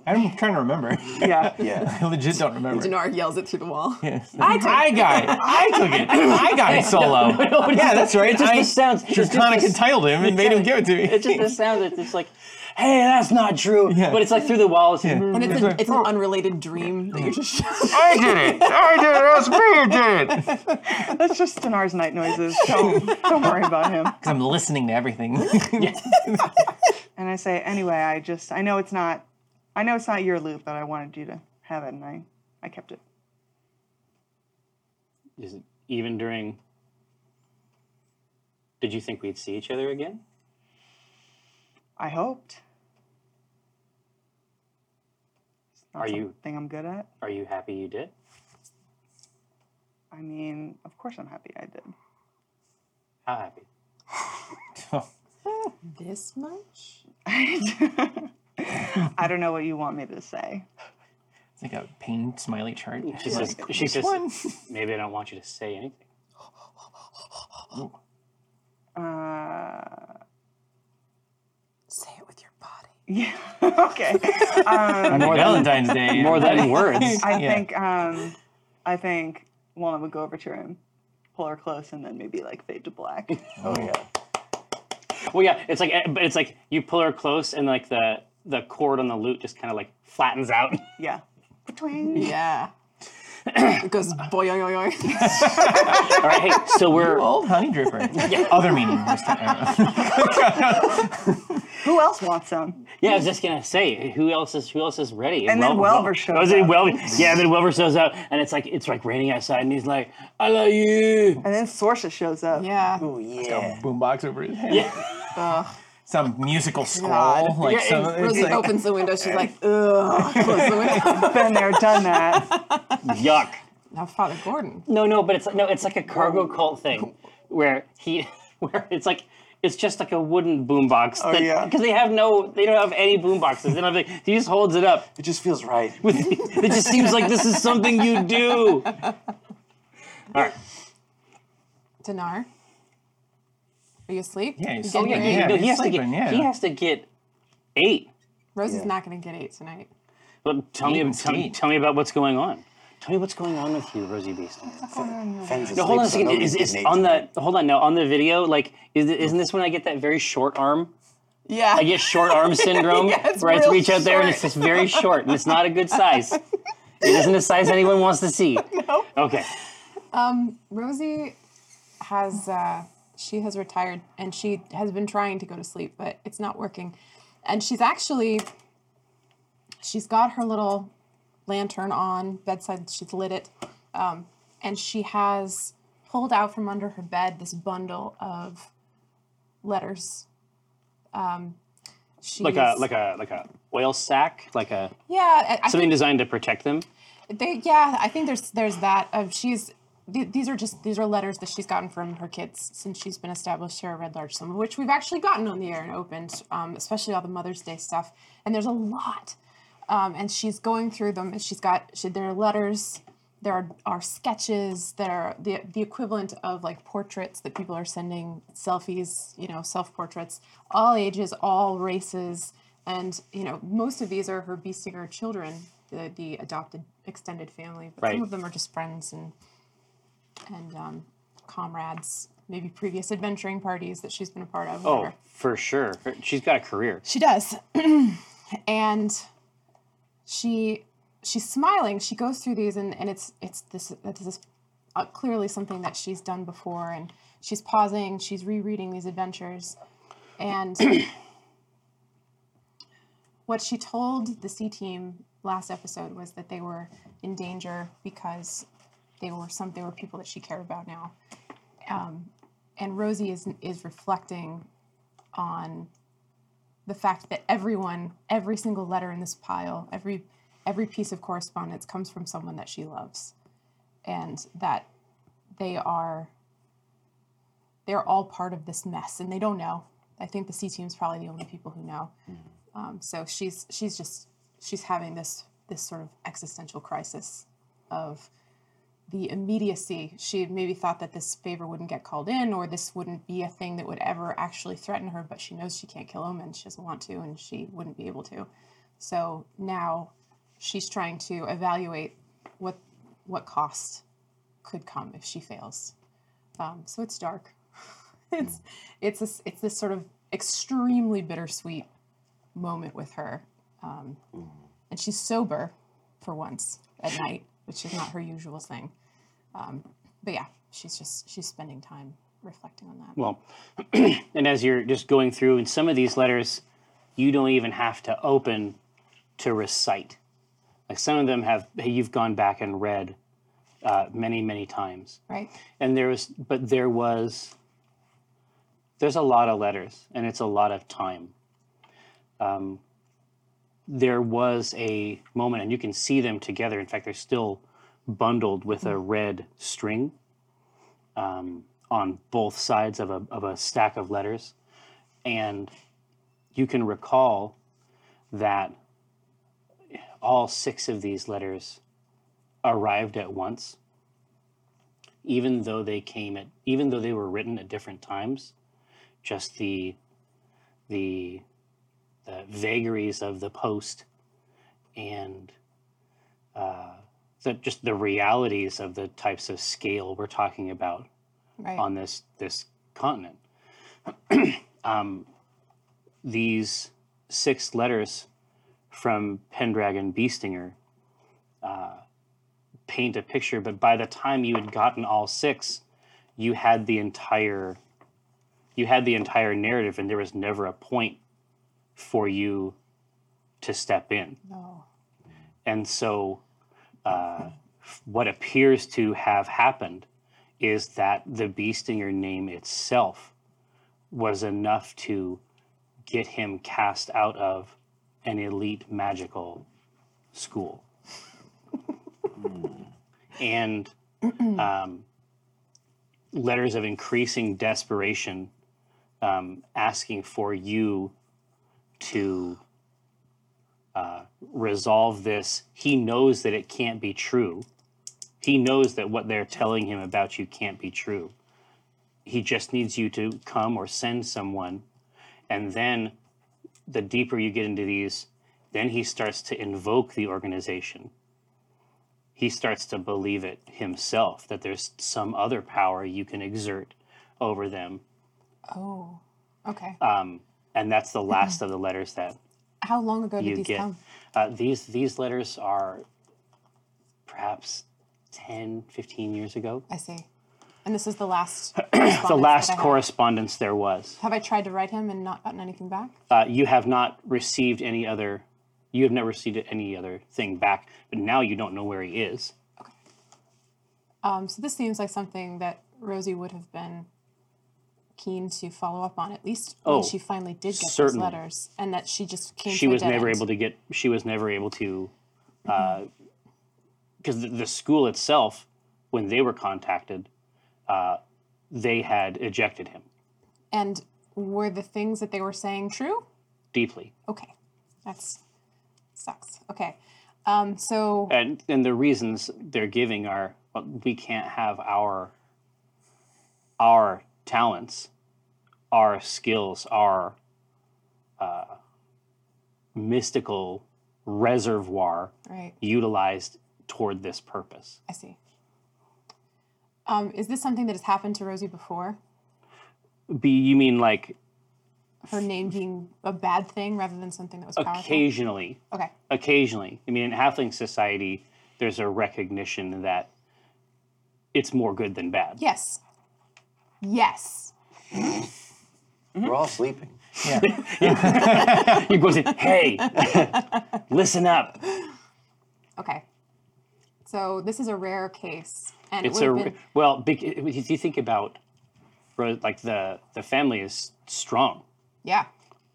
I'm trying to remember. yeah. Yeah. I legit don't remember. Denard yells it through the wall. I, got it. I took it. I got it solo. yeah, that's right. just I the sounds. It's just Draconic the- entitled him and made him give it to me. it's just the sound that it's like hey that's not true Yeah. but it's like through the wall it's like, And it's, a, it's an unrelated dream that you're just. I did it. I did it. That's me who did it. That's just Stenar's night noises. Don't, don't worry about him. Because I'm listening to everything. And I say, anyway, I just, I know it's not, I know it's not your loot, but I wanted you to have it, and I, I kept it. is it- even during did you think we'd see each other again I hoped. It's not Are you- something I'm good at? are you happy you did I mean, of course I'm happy I did. how happy this much? I don't know what you want me to say. It's like a pain smiley chart. she says she says one? maybe i don't want you to say anything Uh, Say it with your body. yeah. okay. Um, More Valentine's Day. more than words I Yeah. think um, I think Lana would go over to him, pull her close, and then maybe like fade to black. Oh yeah. Well, yeah, it's like, but it's like you pull her close, and like the the chord on the lute just kind of like flattens out. yeah. Twang. Yeah. it goes boing, boing, All right, hey, so we're Old honey dripper. Other meaning. this time. I don't know. Who else wants some? yeah. I was just gonna say, who else is who else is ready? And then Wel- Welver shows Oh, is it up. Welver? Yeah, then Welver shows up, and it's like it's like raining outside, and he's like, "I love you." And then Sorsha shows up. boing. Yeah. Oh yeah. Boombox over his head. Yeah, Some musical scroll. Like Yeah, some, and it's Rosie like, opens the window. She's like, ugh. Close the window. Been there, done that. yuck. now, Father Gordon. No, no, but it's no, it's like a cargo cult thing where he, where it's like. It's just like a wooden boombox. Oh yeah. Because they have no, they don't have any boomboxes. They don't have. any- He just holds it up. It just feels right. with it just seems like this is something you do. All right. Dinar. Are you asleep? Oh, Yeah, he's You asleep. getting your Yeah, eight? yeah. No, he's he has to get sleeping, yeah. he has to get eight. Rosie's Yeah. not going to get eight tonight. Well, tell me Eight and tell, me eight. tell me about what's going on. Tell me what's going on with you, Rosie Beast. Fenn's Oh, No, hold on a asleep, so second. Is, nobody's is getting on eight the hold on no on the video like is, isn't this when I get that very short arm? Yeah. I get short arm syndrome Yeah, it's where I have to real reach out there and it's short. just very short and it's not a good size. It isn't a size anyone wants to see. No. Okay. Rosie has uh, she has retired and she has been trying to go to sleep, but it's not working. And she's actually She's got her little lantern on, bedside, she's lit it. Um, and she has pulled out from under her bed this bundle of letters. Um, she's, Like a like a like a oil sack, like a yeah, I, I something designed to protect them. They, yeah, I think there's there's that. Um, she's th- these are just these are letters that she's gotten from her kids since she's been established here at Red Large, some of which we've actually gotten on the air and opened, um, especially all the Mother's Day stuff. And there's a lot, um, and she's going through them. And she's got she, there are letters, there are, are sketches, there are the the equivalent of like portraits that people are sending, selfies, you know, self portraits, all ages, all races and you know most of these are her bee singer children the, the adopted extended family but Right. some of them are just friends and and um, comrades maybe previous adventuring parties that she's been a part of Oh, whatever. for sure. She's got a career. she does and she she's smiling she goes through these and, and it's it's this this is uh, clearly something that she's done before and she's pausing she's rereading these adventures and what she told the C team last episode was that they were in danger because they were some they were people that she cared about now. Um, and Rosie is is reflecting on the fact that everyone, every single letter in this pile, every every piece of correspondence comes from someone that she loves, and that they are they're all part of this mess, and they don't know. I think the C team's probably the only people who know. Um, so she's she's just she's having this this sort of existential crisis of the immediacy. She had maybe thought that this favor wouldn't get called in, or this wouldn't be a thing that would ever actually threaten her. But she knows she can't kill him, and she doesn't want to, and she wouldn't be able to. So now she's trying to evaluate what what cost could come if she fails. Um, so it's dark. it's it's this it's this sort of extremely bittersweet moment with her. Um, and she's sober for once at night, which is not her usual thing. Um, but yeah, she's just she's spending time reflecting on that. Well, and as you're just going through, in some of these letters, you don't even have to open to recite. Like some of them have, you've gone back and read uh, many, many times. Right? and there was but there was there's a lot of letters and it's a lot of time um, there was a moment and you can see them together in fact they're still bundled with a red string um, on both sides of a, of a stack of letters and you can recall that all six of these letters arrived at once even though they came at even though they were written at different times just the the the vagaries of the post and uh, the, just the realities of the types of scale we're talking about Right. on this this continent. um, these six letters from Pendragon Beestinger uh, paint a picture, but by the time you had gotten all six, you had the entire you had the entire narrative, and there was never a point for you to step in no. and so uh, what appears to have happened is that the bee stinger name itself was enough to get him cast out of an elite magical school and um, letters of increasing desperation um, asking for you to uh, resolve this. He knows that it can't be true. He knows that what they're telling him about you can't be true. He just needs you to come or send someone. And then the deeper you get into these, then he starts to invoke the organization. He starts to believe it himself that there's some other power you can exert over them. Oh. Okay. Um, and that's the last of the letters that How long ago did you Mm-hmm. these get. come? Uh, these these letters are perhaps 10, 15 years ago. I see. And this is the last The last correspondence. correspondence there was. that I Have Have I tried to write him and not gotten anything back? Uh, you have not received any other You have never seen any other thing back, but now you don't know where he is. Um, so this seems like something that Rosie would have been keen to follow up on, at least Oh, when she finally did get those certainly. letters, and that she just came. she to a was dead never end. able to get she was never able to because the, the school itself when they were contacted uh, they had ejected him And were the things that they were saying true? deeply Okay, that's sucks. Okay, um, so and and the reasons they're giving are well, we can't have our our talents our skills our uh, mystical reservoir right, utilized toward this purpose I see. Um, is this something that has happened to Rosie before? be you mean like Her name being a bad thing rather than something that was powerful. occasionally Okay, occasionally. I mean, in halfling society, there's a recognition that it's more good than bad. yes, yes. We're all sleeping. You go say, "Hey, listen up." Okay. So this is a rare case, and It's it a would have been well. Big, if you think about, ro- like the the family is strong, yeah,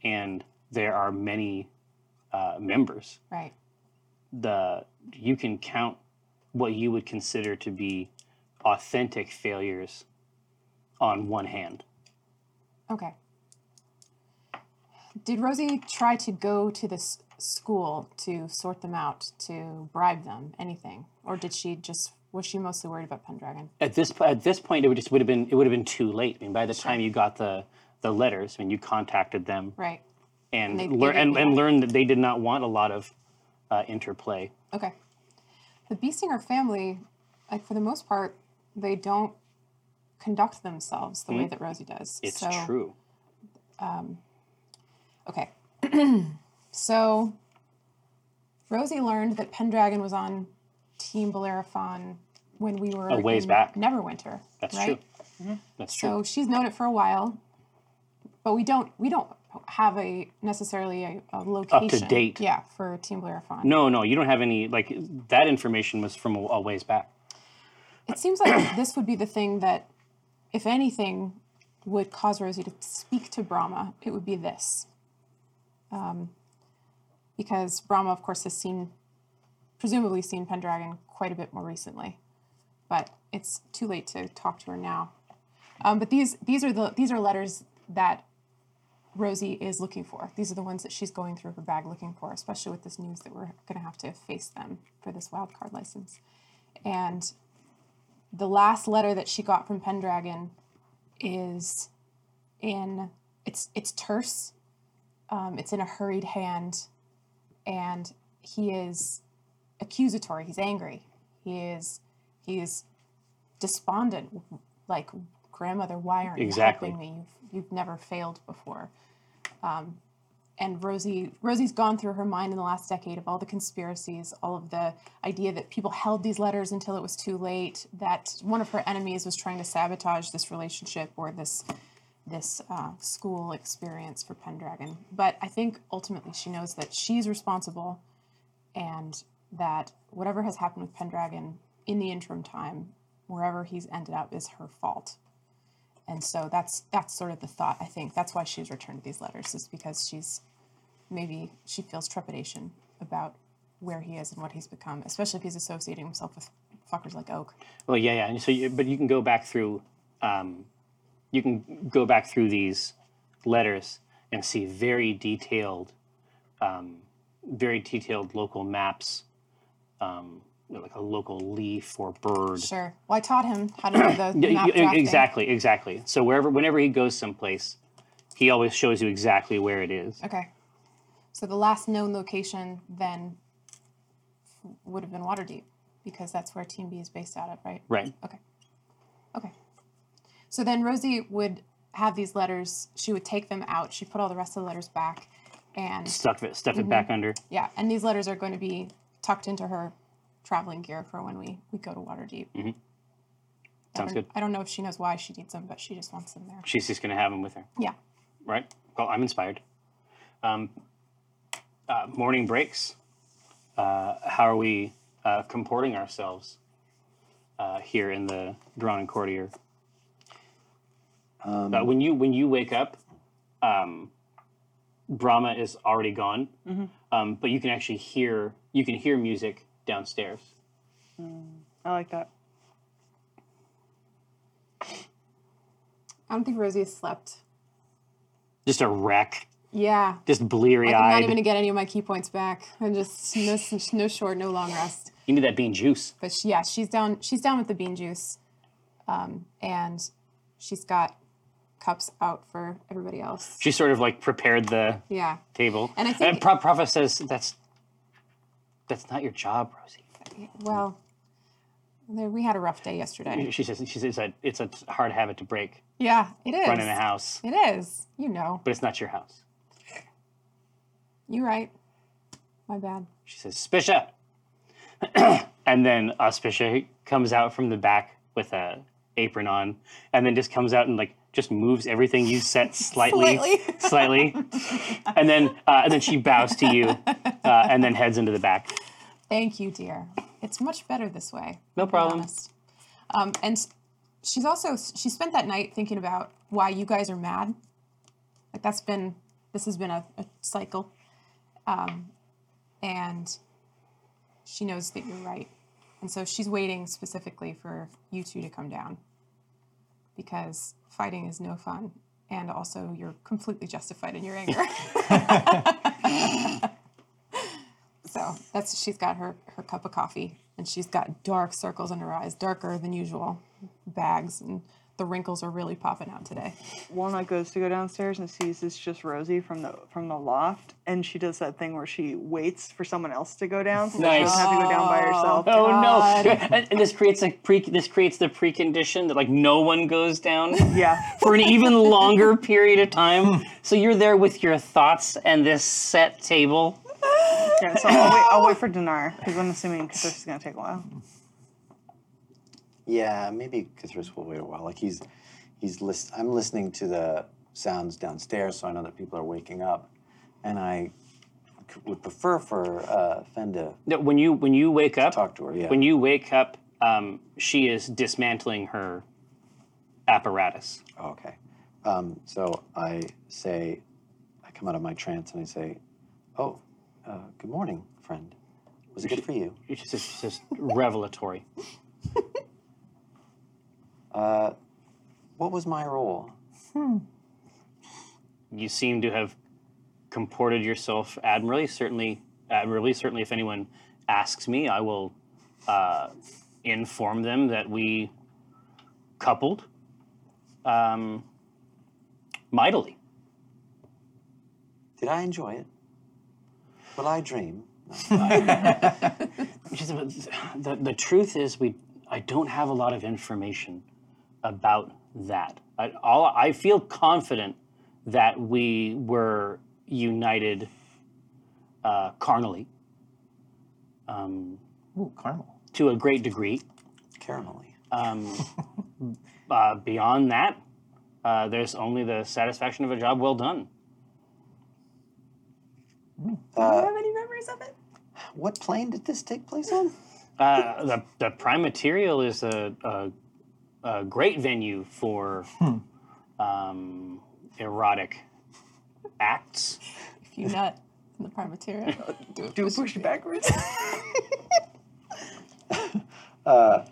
and there are many uh, members. right, The you can count what you would consider to be authentic failures on one hand. okay. Did Rosie try to go to this school to sort them out, to bribe them, anything, or did she just was she mostly worried about Pendragon? at this po- at this point, it would just would have been it would have been too late. I mean, by the time you got the the letters, I mean, you contacted them Right. and they- and, they lear- didn't and, and want it. learned that they did not want a lot of uh, interplay. Okay. The Beastinger family, like for the most part, they don't conduct themselves the way that Rosie does. Hmm? It's so, true. Okay. so Rosie learned that Pendragon was on Team Bellerophon when we were A ways in back. Neverwinter. That's right? true. That's true. So she's known it for a while, but we don't we don't have a necessarily a, a location date. Yeah, for Team Bellerophon. no, no, you don't have any like that information was from a, a ways back. It seems like this would be the thing that, if anything, would cause Rosie to speak to Brahma. It would be this. Um, because Brahma, of course, has seen, presumably seen Pendragon quite a bit more recently. But it's too late to talk to her now. Um, but these these are the these are letters that Rosie is looking for. These are the ones that she's going through her bag looking for, especially with this news that we're going to have to face them for this wild card license. And the last letter that she got from Pendragon is in it's it's terse. Um, it's in a hurried hand, and he is accusatory. He's angry. He is he is despondent. Like grandmother, why aren't Exactly. you helping me? You've, you've never failed before. Um, and Rosie Rosie's gone through her mind in the last decade of all the conspiracies, all of the idea that people held these letters until it was too late. That one of her enemies was trying to sabotage this relationship or this this uh, school experience for Pendragon. But I think ultimately she knows that she's responsible and that whatever has happened with Pendragon in the interim time, wherever he's ended up, is her fault. And so that's that's sort of the thought. I think that's why she's returned these letters is because she's maybe she feels trepidation about where he is and what he's become, especially if he's associating himself with fuckers like Oak. Well, yeah, yeah. and So, you, but you can go back through, um, you can go back through these letters and see very detailed, um, very detailed local maps, um, like a local leaf or bird. Sure. Well, I taught him how to do the Yeah, map y- y- drafting. exactly, exactly. So wherever, whenever he goes someplace, he always shows you exactly where it is. Okay. So the last known location then would have been Waterdeep because that's where Team B is based out of, right? Right. Okay. Okay. So then Rosie would have these letters. She would take them out. She put all the rest of the letters back. And Stuff it, stuff it Mm-hmm. back under. yeah, and these letters are going to be tucked into her traveling gear for when we, we go to Waterdeep. I Sounds don't, Mm-hmm, good. I don't know if she knows why she needs them, but she just wants them there. She's just gonna have him with her, Yeah. right? Well, I'm inspired. Um, uh, morning breaks. Uh, how are we uh, comporting ourselves uh, here in the Drone and Courtier? Um, Uh, when you when you wake up, um, Brahma is already gone, Mm-hmm. um, but you can actually hear you can hear music downstairs. I like that. I don't think Rosie has slept. Just a wreck, Yeah. just Like, bleary I'm not eyed. even gonna get any of my key points back. I'm just no, s- no short, no long rest. you need that bean juice. But she, yeah, she's down. She's down with the bean juice, um, and she's got cups out for everybody else. She sort of like prepared the Yeah, table, And I think- Pro- Prophet says that's that's not your job, Rosie. Well, there- we had a rough day yesterday. She says she says that it's a hard habit to break Yeah, it is. running a house, It is. You know. but it's not your house. You're right. My bad. She says, Spisha. and then Auspicia comes out from the back with a apron on, and then just comes out and like just moves everything you set slightly, slightly, and then uh, and then she bows to you, uh, and then heads into the back. Thank you, dear. It's much better this way. No to be problem. honest. Um, and she's also she spent that night thinking about why you guys are mad. Like that's been this has been a, a cycle, um, and she knows that you're right, and so she's waiting specifically for you two to come down because fighting is no fun, and also you're completely justified in your anger. So that's she's got her her cup of coffee and she's got dark circles under her eyes, darker than usual, bags and the wrinkles are really popping out today. Walnut goes to go downstairs and sees it's just Rosie from the from the loft, and she does that thing where she waits for someone else to go down, so she Nice. doesn't have to go down by herself. Oh no! And, and this creates a pre. This creates the precondition that like no one goes down Yeah, for an even longer period of time. So you're there with your thoughts and this set table. yeah. So I'll wait. I'll wait for Dinar because I'm assuming this is gonna take a while. Yeah, maybe Cthulhu will wait a while. Like he's he's list. I'm listening to the sounds downstairs, so I know that people are waking up, and I c- would prefer for uh, Fen to No, when you when you wake up, talk to her. Yeah, when you wake up, um, she is dismantling her apparatus. Oh, okay. Um, so I say, I come out of my trance and I say, "Oh, uh, good morning, friend. Was it good for you?" It's just, it's just revelatory. What was my role? You seem to have comported yourself admirably. Certainly, admirably. Certainly, if anyone asks me, I will uh, inform them that we coupled um, mightily. Did I enjoy it? Will I dream? She said, "But the, the truth is we I don't have a lot of information about that. I, all I feel confident that we were united uh, carnally um, Ooh, caramel. to a great degree. Caramelly. Um, uh, beyond that, uh, there's only the satisfaction of a job well done. Uh, have any memories of it? what plane did this take place on? Uh, the, the prime material is a, a, a great venue for um, erotic acts. If you nut in the prime material, do it. Do push backwards. Uh,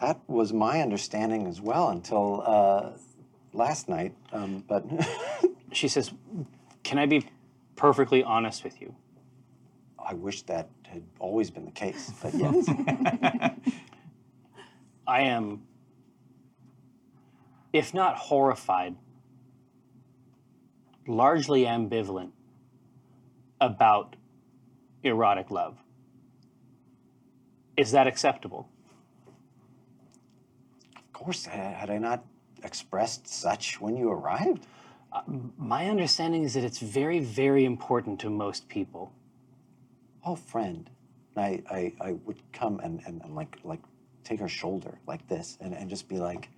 That was my understanding as well until uh, last night. Um, but She says, Can I be perfectly honest with you? I wish that had always been the case. But yes, I am, if not horrified, largely ambivalent about erotic love. Is that acceptable? of course, had had I not expressed such when you arrived? My understanding is that it's very, very important to most people. Oh, friend. And I, I, I would come and, and, and like, like take her shoulder like this and, and just be like,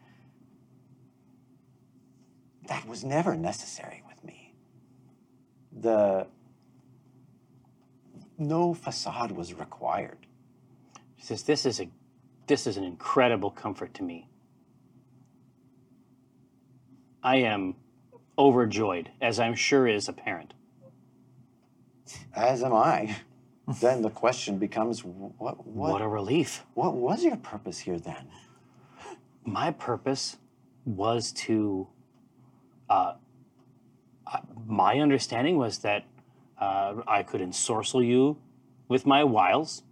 that was never necessary with me. The no facade was required. She says, "This is a, this is an incredible comfort to me. I am overjoyed, as I'm sure is apparent. As am I. then the question becomes, wh- what What, what a relief! what was your purpose here then? My purpose was to. Uh, I- my understanding was that uh, I could ensorcel you with my wiles,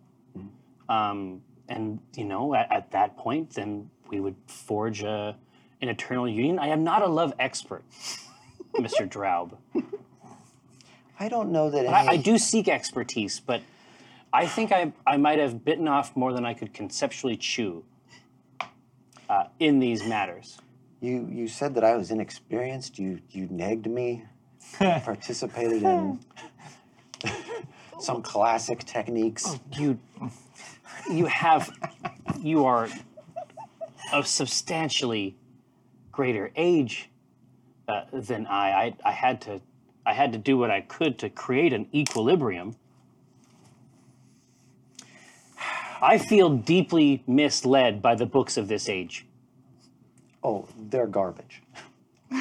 um, and you know, at, at that point, then we would forge a, an eternal union. I am not a love expert, Mister Draub. I don't know that. I, I any- do seek expertise, but I think I, I might have bitten off more than I could conceptually chew uh, in these matters. You you said that I was inexperienced. You you negged me. You participated in some classic techniques. You, you have, you are of substantially greater age uh, than I. I. I had to, I had to do what I could to create an equilibrium. I feel deeply misled by the books of this age. Oh, they're garbage.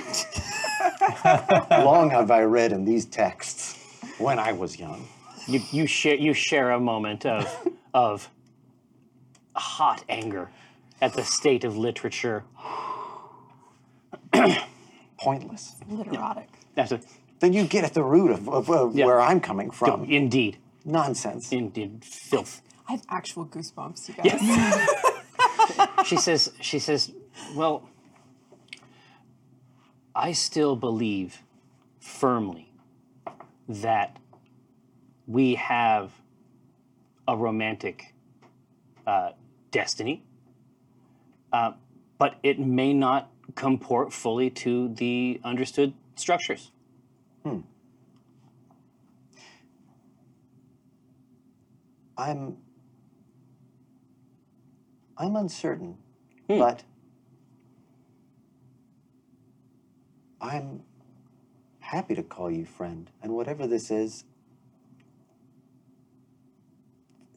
Long have I read in these texts when I was young. you, you share you share a moment of of hot anger at the state of literature. Pointless. Literotic. That's a, Then you get at the root of, of, of where I'm coming from. indeed, Nonsense. indeed, filth. I have actual goosebumps, you guys. She says. She says. Well, I still believe firmly that we have a romantic uh, destiny, uh, but it may not comport fully to the understood structures. I'm I'm uncertain, but I'm happy to call you friend. And whatever this is,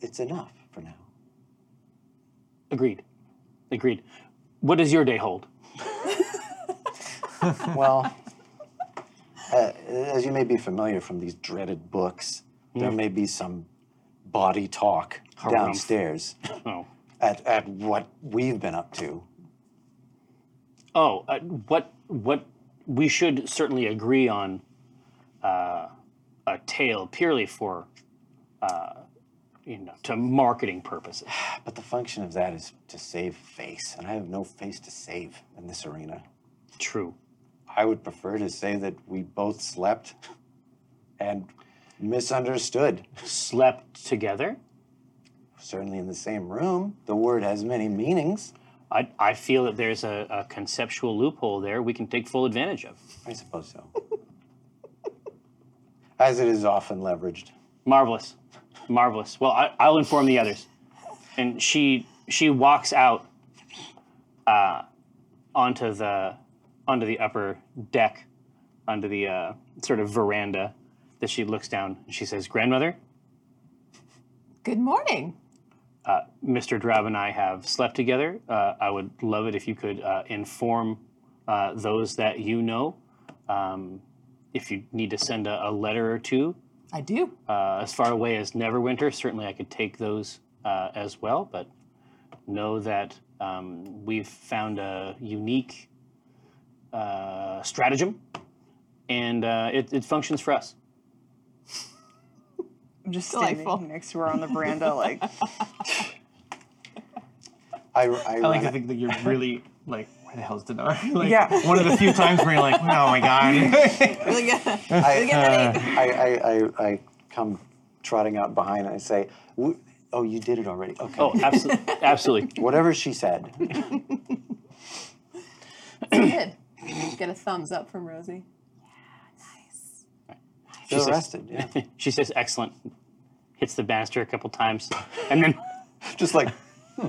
it's enough for now. Agreed. Agreed. What does your day hold? Well, uh, as you may be familiar from these dreaded books, there may be some body talk downstairs Oh, at, at what we've been up to. oh, uh, what what we should certainly agree on uh, a tale purely for uh, you know to marketing purposes. But the function of that is to save face, and I have no face to save in this arena. True. I would prefer to say that we both slept and misunderstood. Slept together. Certainly in the same room, the word has many meanings. I, I feel that there's a, a conceptual loophole there we can take full advantage of. I suppose so. As it is often leveraged. Marvelous, marvelous. Well, I, I'll inform the others. And she she walks out uh, onto the onto the upper deck, onto the uh, sort of veranda that she looks down. and She says, "Grandmother, Good morning. Mr. Drab uh, and I have slept together. Uh, I would love it if you could uh, inform uh, those that you know." Um, if you need to send a, a letter or two I do. uh, as far away as Neverwinter, certainly I could take those uh, as well, but know that um, we've found a unique uh, stratagem and uh, it, it functions for us. I'm just Delightful. standing next to her on the veranda, like I, I, I like to think that you're really like, where the hell's Dinar? like, Yeah. One of the few times where you're like, oh my god. I, I, I, I come trotting out behind and I say, "W- Oh, you did it already. Okay. Oh, absolutely. absolutely. Whatever she said. Good. Get a thumbs up from Rosie. You're says- arrested. Yeah. She says, excellent. Hits the banister a couple times and then Just like, all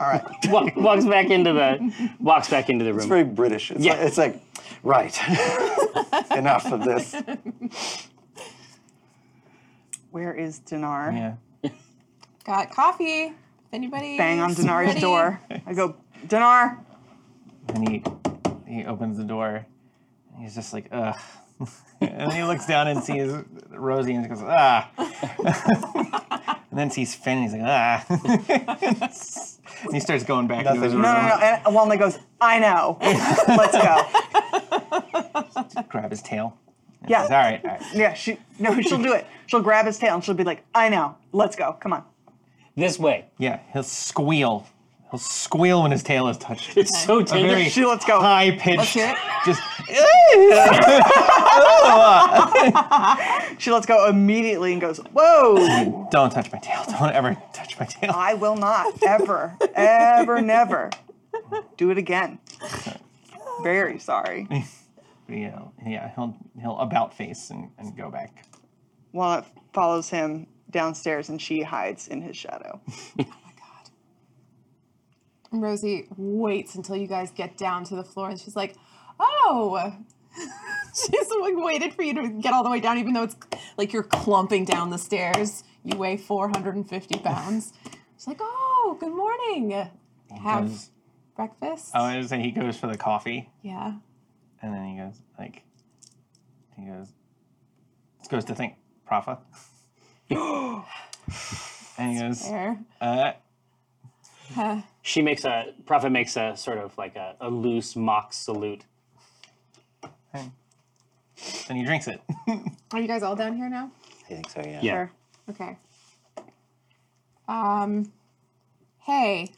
right. wa- walks back into the walks back into the room. It's very British. It's, Yeah. like, it's like, right, enough of this. Where is Dinar? Yeah. Got coffee. If anybody Bang on Dinar's door. I go, Dinar, And he he opens the door. And he's just like, ugh. and he looks down and sees Rosie and goes, ah. and then sees Finn and he's like, ah. and he starts going back into his Nothing. room. No, no, no. And Walnut goes, I know. Let's go. Grab his tail. He's all Yeah. right, all right. Yeah, she no, she'll do it. She'll grab his tail and she'll be like, I know. Let's go. Come on. This way. Yeah, he'll squeal. He'll squeal when his tail is touched. It's so tender. very- She let's go. High pitched. hear it. Just She lets go immediately and goes, Whoa, don't touch my tail. Don't ever touch my tail. I will not. Ever. Ever never. Do it again. Very sorry. Yeah, yeah. He'll he'll about face and, and go back. Walnut follows him downstairs and she hides in his shadow. And Rosie waits until you guys get down to the floor, and she's like, "Oh." She's like waited for you to get all the way down, even though it's like you're clumping down the stairs. You weigh 450 pounds. She's like, "Oh, good morning. Have goes- breakfast." I was gonna say Oh, he goes for the coffee, yeah. and then he goes like, he goes, goes to think, Profa. and he goes, There. uh, She makes a prophet makes a sort of like a, a loose mock salute. and he drinks it. Are you guys all down here now? I think so, yeah. Yeah. Okay. Um, hey.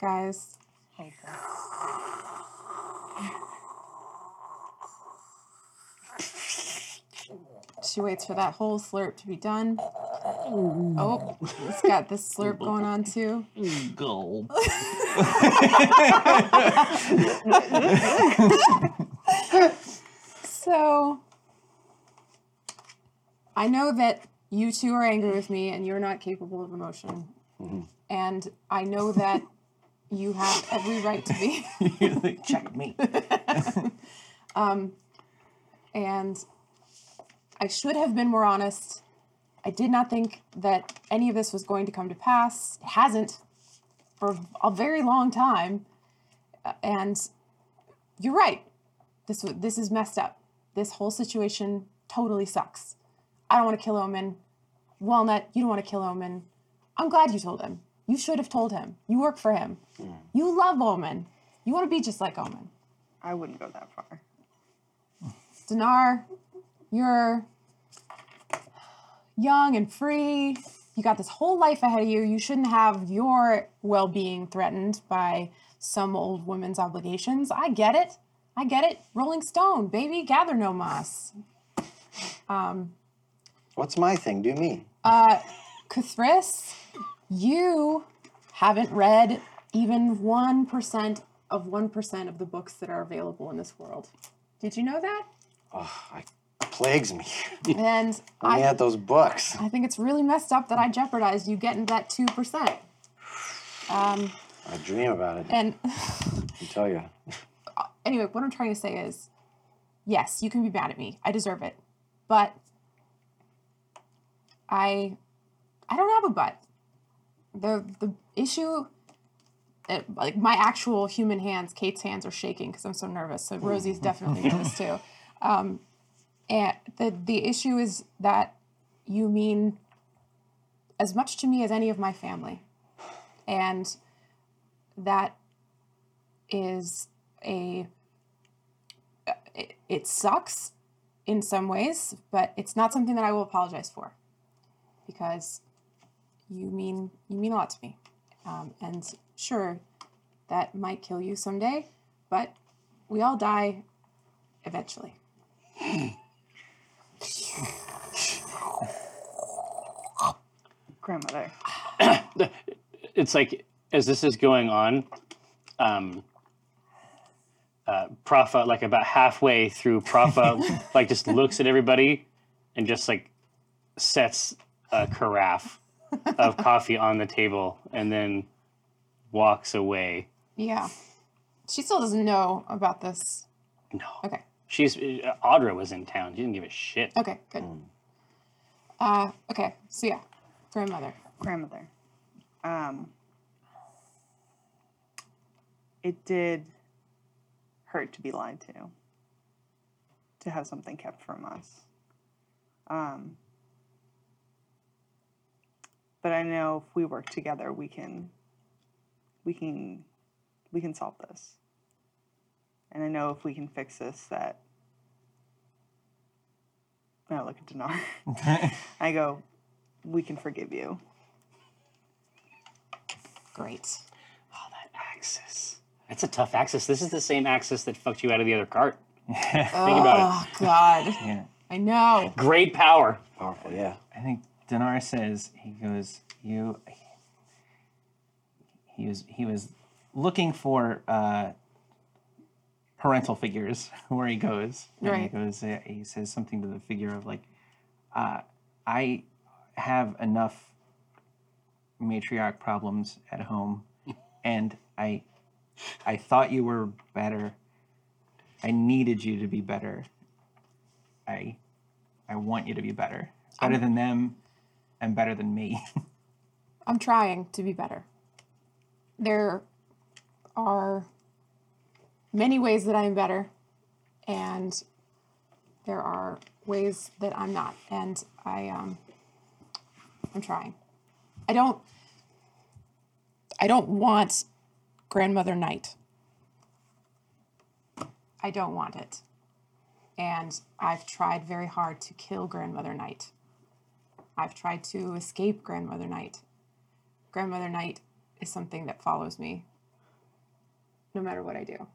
Guys. She waits for that whole slurp to be done. Oh, it's got this slurp going on too. Gulp. So, I know that you two are angry with me and you're not capable of emotion. And I know that you have every right to be. Check me. And I should have been more honest. I did not think that any of this was going to come to pass. It hasn't for a very long time. Uh, And you're right. This wa- this is messed up. This whole situation totally sucks. I don't want to kill Omen. Walnut, you don't want to kill Omen. I'm glad you told him. You should have told him. You work for him. You love Omen. You want to be just like Omen. I wouldn't go that far. Dinar, you're young and free. You got this whole life ahead of you. You shouldn't have your well being threatened by some old woman's obligations. I get it. I get it. Rolling Stone, baby, gather no moss. What's my thing? Do me. Kathris, you haven't read even 1% of 1% of the books that are available in this world. Did you know that? I, plagues me. And I I had those books. I think it's really messed up that I jeopardized you getting that 2%. I dream about it. I And can tell you. anyway, what I'm trying to say is yes, you can be mad at me. I deserve it. But I I don't have a but. The the issue it, like my actual human hands, Kate's hands are shaking because I'm so nervous. So Rosie's definitely nervous too. Um, and the the issue is that you mean as much to me as any of my family, and that is a it, it sucks in some ways, but it's not something that I will apologize for because you mean you mean a lot to me. Um, and sure, that might kill you someday, but we all die eventually. Grandmother. It's like as this is going on, um uh Prophet like about halfway through Prophet like just looks at everybody and just like sets a carafe of coffee on the table and then walks away. Yeah. She still doesn't know about this. No. Okay. She's uh, Audra was in town. She didn't give a shit. Okay, good. Uh, okay, so yeah, grandmother. grandmother. Um, it did hurt to be lied to, to have something kept from us. Um, but I know if we work together, we can, we can, we can solve this. And I know if we can fix this, that. I look at Dinar. I go, we can forgive you. Great. Axis. That's a tough axis. This is the same axis that fucked you out of the other cart. Think about Oh God, Yeah. I know. Great power. Powerful, yeah. I think Dinar says he goes you. He was he was looking for uh, parental figures where he goes. And He Right. goes. uh, He says something to the figure of like, uh, I have enough matriarch problems at home, and I I thought you were better. I needed you to be better. I I want you to be better. Better than them and better than me. I'm trying to be better. There are many ways that I'm better, and there are ways that I'm not. And I, um, I'm trying. I don't. I don't want grandmother night. I don't want it. And I've tried very hard to kill grandmother night. I've tried to escape grandmother night grandmother night is something that follows me no matter what I do.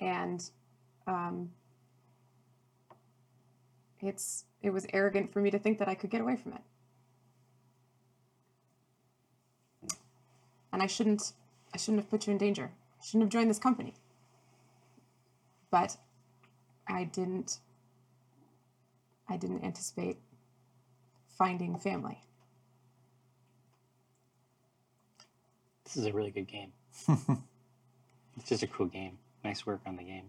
And um, it's it was arrogant for me to think that I could get away from it. And I shouldn't I shouldn't have put you in danger. I shouldn't have joined this company. But I didn't I didn't anticipate finding family. This is a really good game. it's just a cool game. Nice work on the game.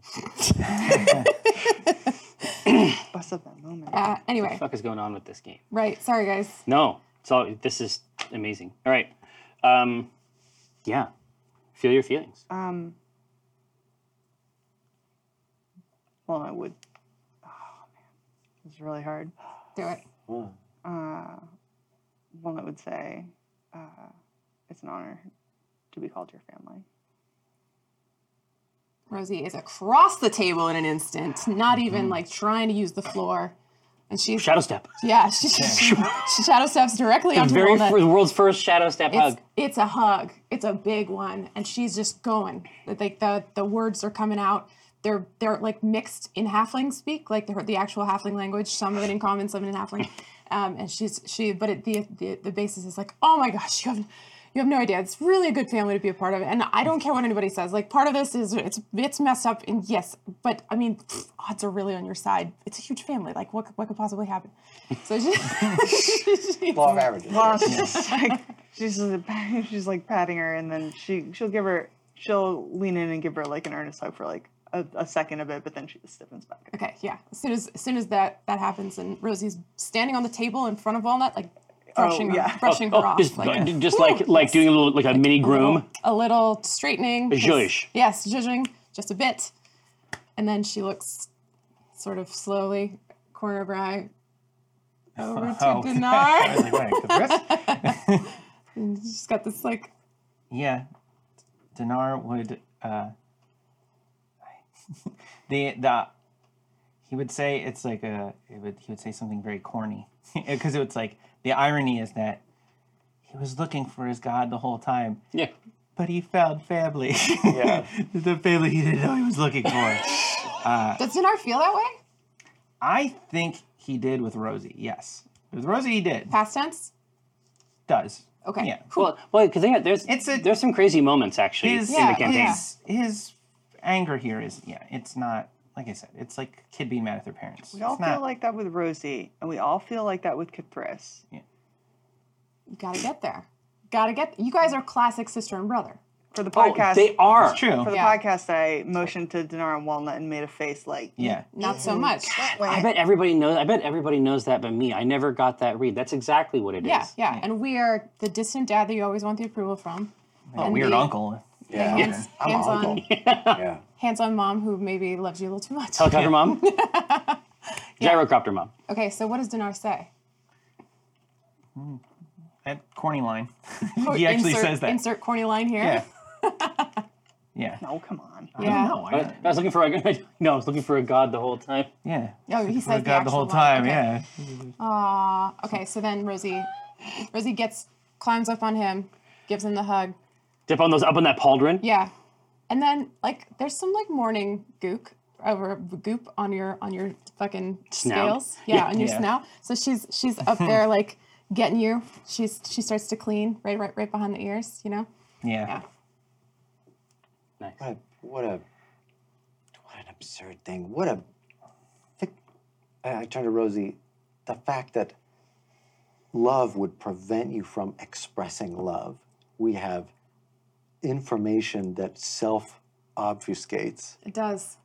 What Bust up that moment. Uh, the anyway, fuck is going on with this game? right, sorry guys. No, it's all. This is amazing. All right, um, yeah, feel your feelings. Uh, Um. Well, I would. Oh man, it's really hard. Do it. Huh. Uh, Walnut would say, uh, "It's an honor to be called your family." Rosie is across the table in an instant, not even like trying to use the floor. And she's, Mm-hmm. Shadow step. yeah, she, she, she shadow steps directly The onto very Walnut. fir- the world's first shadow step it's, hug. it's a hug. It's a big one, and she's just going. Like the the words are coming out. They're they're like mixed in halfling speak, like the the actual halfling language. Some of it in common, some of it in halfling. Um, and she's she, but it, the, the the basis is like, oh my gosh, you have you have no idea. It's really a good family to be a part of, and I don't care what anybody says. Like part of this is it's it's messed up, and yes, but I mean, pfft, odds are really on your side. It's a huge family. Like what could- what could possibly happen? So she, she's- Law of averages. Well, she's just like she's just- she's like patting her, and then she she'll give her she'll lean in and give her like an earnest hug for like a, a second of it, but then she just stiffens back. Okay, yeah. As soon as as soon as that that happens, and Rosie's standing on the table in front of Walnut, like brushing Oh, yeah. her, brushing Oh, her off, Oh, just like like, just like like doing a little like a mini groom. a little straightening. 'cause- zhuzh. Yes, judging just a bit, and then she looks sort of slowly, corner of her eye, over Oh. to Dinar. Like, wait, 'cause Chris- and she's got this like Yeah, Dinar would. Uh, the the he would say it's like a it would, he would say something very corny because it was like the irony is that he was looking for his god the whole time, Yeah, but he found family. Yeah. the family he didn't know he was looking for. does Dinar feel that way? I think he did with Rosie. Yes, with Rosie he did. Past tense. Does Okay. yeah. well, well, because yeah, there's It's a- there's some crazy moments actually his, in Yeah, the campaign. yeah. his his anger here is yeah, it's not like I said, it's like a kid being mad at their parents. We all it's feel not, like that with Rosie, and we all feel like that with Caprice. You gotta get there. Gotta get. You guys are classic sister and brother. for the Oh, podcast. they are. It's true. For the Yeah. podcast, I motioned to Dinara and Walnut and made a face like, Yeah. Not so much. I bet everybody knows. I bet everybody knows that, but me. I never got that read. That's exactly what it is. Yeah, yeah. And we are the distant dad that you always want the approval from. A And Oh, weird the- uncle. Yeah. Hands, I'm hands an on, uncle. yeah. hands on mom who maybe loves you a little too much. Helicopter mom. Gyrocopter mom. Okay, so what does Dinar say? That corny line. Cor- he actually insert, says that. Insert corny line here. Yeah. yeah. oh, come on. Yeah. No, I, I, I was looking for a. No, I was looking for a god the whole time. yeah. Oh, he With says God the whole actual line. time. Okay. Yeah. Aw, okay, so then Rosie, Rosie gets climbs up on him, gives him the hug. Dip on those up on that pauldron. Yeah, and then like there's some like morning gook over goop on your on your fucking Snout. scales. Yeah, on your Yeah. snout. So she's she's up there like getting you. She's she starts to clean right right right behind the ears. You know. Yeah. What a, what a what an absurd thing. What a the, I I turned to Rosie. The fact that love would prevent you from expressing love. We have information that self obfuscates. It does.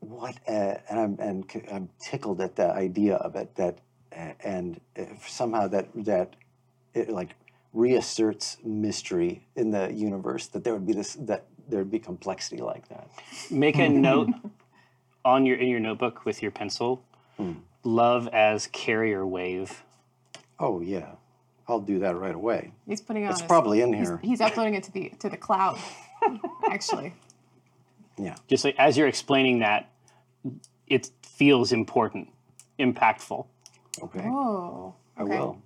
What a, and I'm and c- I'm tickled at the idea of it. That a- and if somehow that that it like reasserts mystery in the universe. That there would be this that there would be complexity like that. Make a note on your in your notebook with your pencil. Hmm. Love as carrier wave. Oh yeah, I'll do that right away. He's putting on. It's his- probably in here. He's uploading it to the to the cloud. Actually, Yeah. Just like as you're explaining that, it feels important, impactful. Okay. oh, I will.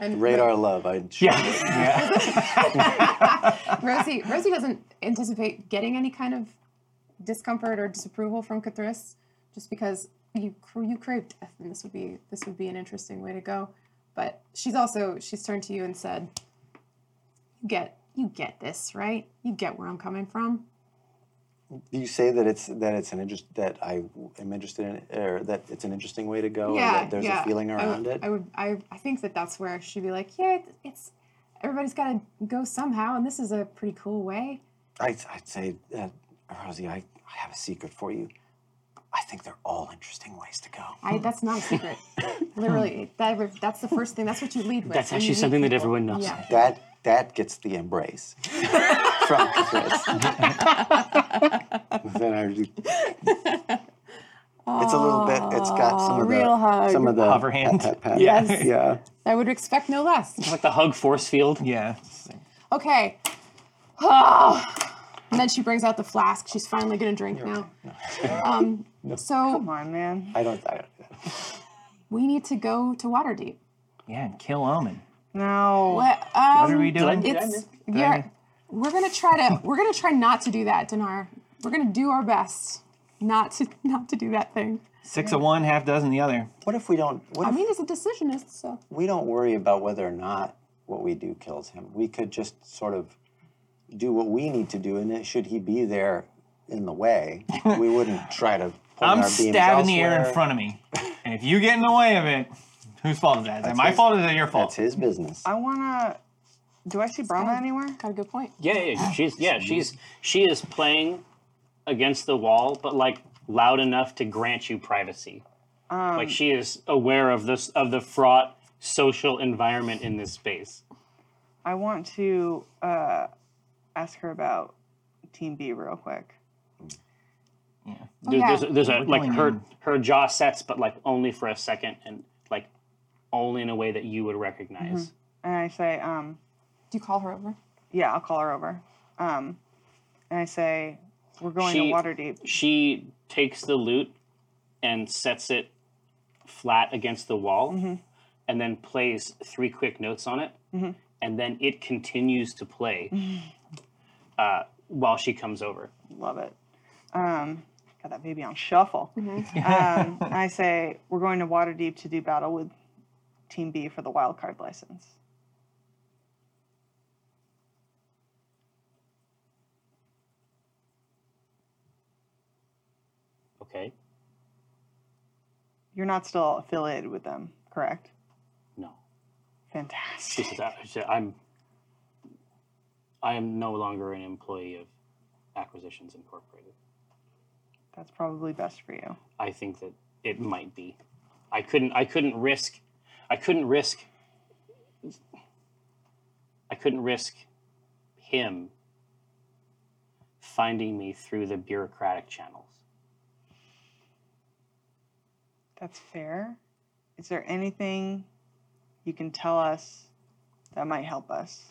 and Radar love. I Yeah. Rosie, Rosie doesn't anticipate getting any kind of discomfort or disapproval from Cathris, just because you cr- you crave death, and this would be this would be an interesting way to go. But she's also she's turned to you and said, "You get you get this right. You get where I'm coming from. You say that it's that it's an interest that I am interested in, it, or that it's an interesting way to go. or that Oh, there's a feeling I would- around it. I would I I think that that's where she'd be like, yeah, it- it's everybody's got to go somehow, and this is a pretty cool way. I'd, I'd say, uh, Rosie, I, I have a secret for you. I think they're all interesting ways to go. Hmm. I, that's not a secret. Literally, that, that's the first thing. That's what you lead with. That's when actually you meet something that people. everyone knows. Yeah. That that gets the embrace from Chris. then I re- it's a little bit. It's got some of real the hug. some of the Hover hand. pat, pat, pat. Yes. yeah. I would expect no less. Like the hug force field. Yeah. Okay. Oh. And then she brings out the flask. She's finally gonna drink now. Um, Come So on, man. I don't. I don't we need to go to Waterdeep. Yeah. And kill Omen. No. What, um, What are we doing? It's yeah. We're gonna try to. We're gonna try not to do that, Dinar. We're gonna do our best not to not to do that thing. Six of one, half dozen the other. what if we don't? What I if mean, he's a decisionist, so we don't worry about whether or not what we do kills him? We could just sort of do what we need to do, and it, should he be there in the way, we wouldn't try to. Point I'm our beams stabbing the air in elsewhere. front of me. And if you get in the way of it, whose fault is that? Is that my his- fault or is that your That's fault? his business. I wanna. Do I see Brahma anywhere? got a good point. Yeah, yeah, yeah. She's yeah, she's she is playing against the wall, but like loud enough to grant you privacy. like she is aware of this of the fraught social environment in this space. I want to uh, ask her about Team B real quick. There- yeah. There's, there's a, like going her in. her jaw sets, but like only for a second, and like only in a way that you would recognize. And I say, um, Do you call her over? yeah, I'll call her over. Um, and I say, we're going She- to Waterdeep. She takes the lute and sets it flat against the wall, and then plays three quick notes on it, and then it continues to play uh, while she comes over. Love it. Um, got that baby on shuffle. Um, and I say, we're going to Waterdeep to do battle with Team B for the wild card license. Okay, You're not still affiliated with them, correct? no, Fantastic. she says, I, she said, "I'm I am no longer an employee of Acquisitions Incorporated. That's probably best for you. I think that it might be. I couldn't. I couldn't risk. I couldn't risk. I couldn't risk him finding me through the bureaucratic channels. That's fair. Is there anything you can tell us that might help us?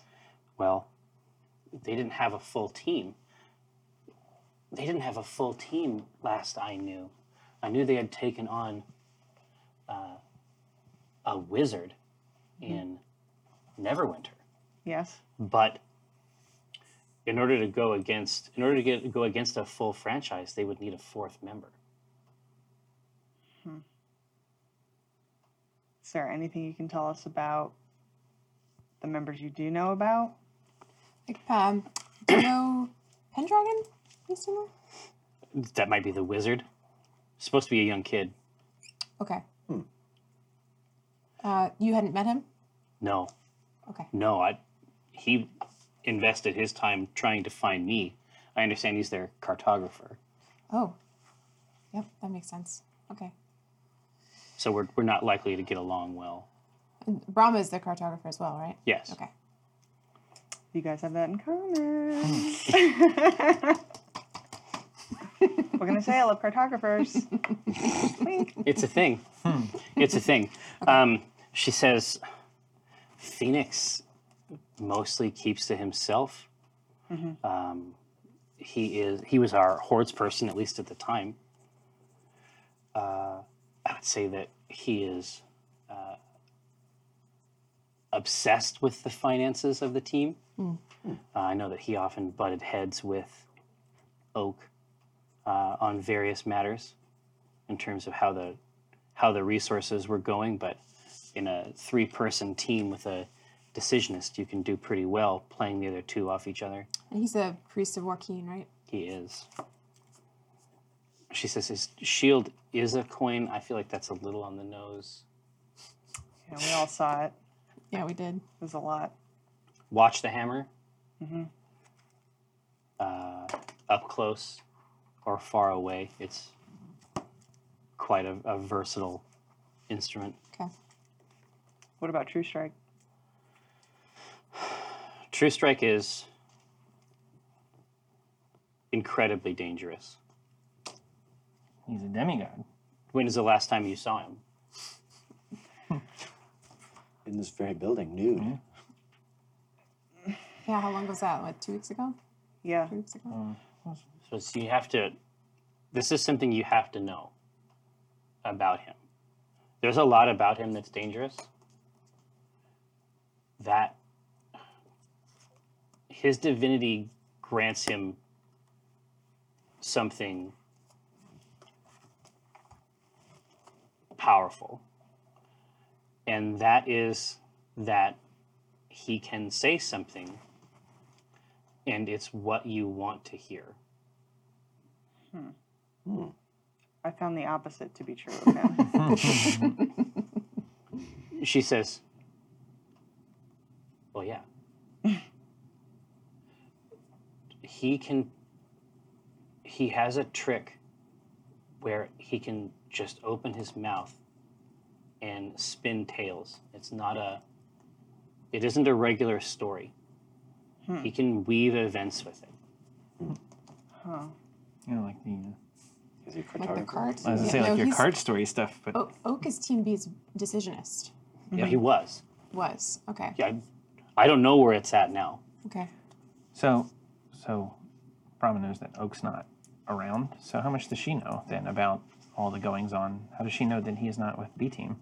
Well, they didn't have a full team. They didn't have a full team last I knew. I knew they had taken on uh, a wizard in Neverwinter, Yes. but in order to go against in order to get go against a full franchise, they would need a fourth member. Is there anything you can tell us about the members you do know about? Like, um, do you know Pendragon? Mr. Moore? That might be the wizard. Supposed to be a young kid. Okay. Hmm. Uh, you hadn't met him? No, Okay. no. I he invested his time trying to find me. I understand he's their cartographer. Oh. Yep, that makes sense. Okay. so we're, we're not likely to get along well. Brahma is the cartographer as well, right? Yes. Okay. You guys have that in common. We're gonna say I love cartographers. It's a thing. It's a thing. Um, she says, Phoenix mostly keeps to himself. Um, he is he was our hordes person at least at the time. Uh, I would say that he is uh, obsessed with the finances of the team. Uh, I know that he often butted heads with Oak uh, on various matters. in terms of how the how the resources were going, but in a three person team with a decisionist, you can do pretty well playing the other two off each other. And he's a priest of Joaquin, right? He is. She says his shield is a coin. I feel like that's a little on the nose. Yeah, we all saw it. It Yeah, we did. was a lot. Watch the hammer. Uh, up close or far away. It's quite a, a versatile instrument. Okay. What about True Strike? True Strike is incredibly dangerous. He's a demigod. When is the last time you saw him? in this very building, nude. Mm-hmm. Yeah, how long was that? Like two weeks ago? Yeah. Three weeks ago? Uh, So it's- you have to. This is something you have to know about him. There's a lot about him that's dangerous. That his divinity grants him something powerful. And that is that he can say something, and it's what you want to hear. I found the opposite to be true of him. she says, Well, yeah. he can, he has a trick where he can just open his mouth and spin tales. It's not a, it isn't a regular story. He can weave events with it. You know, like the Is he Like the cartographer? cart? uh, I was gonna say like no, your he's- Oh. card story stuff, but O- Oak is Team B's decisionist. Yeah, he was. Was. Okay. Yeah, I, I don't know where it's at now. Okay. so so Brahma knows that Oak's not around. So how much does she know then about all the goings on? How does she know that he's not with B team?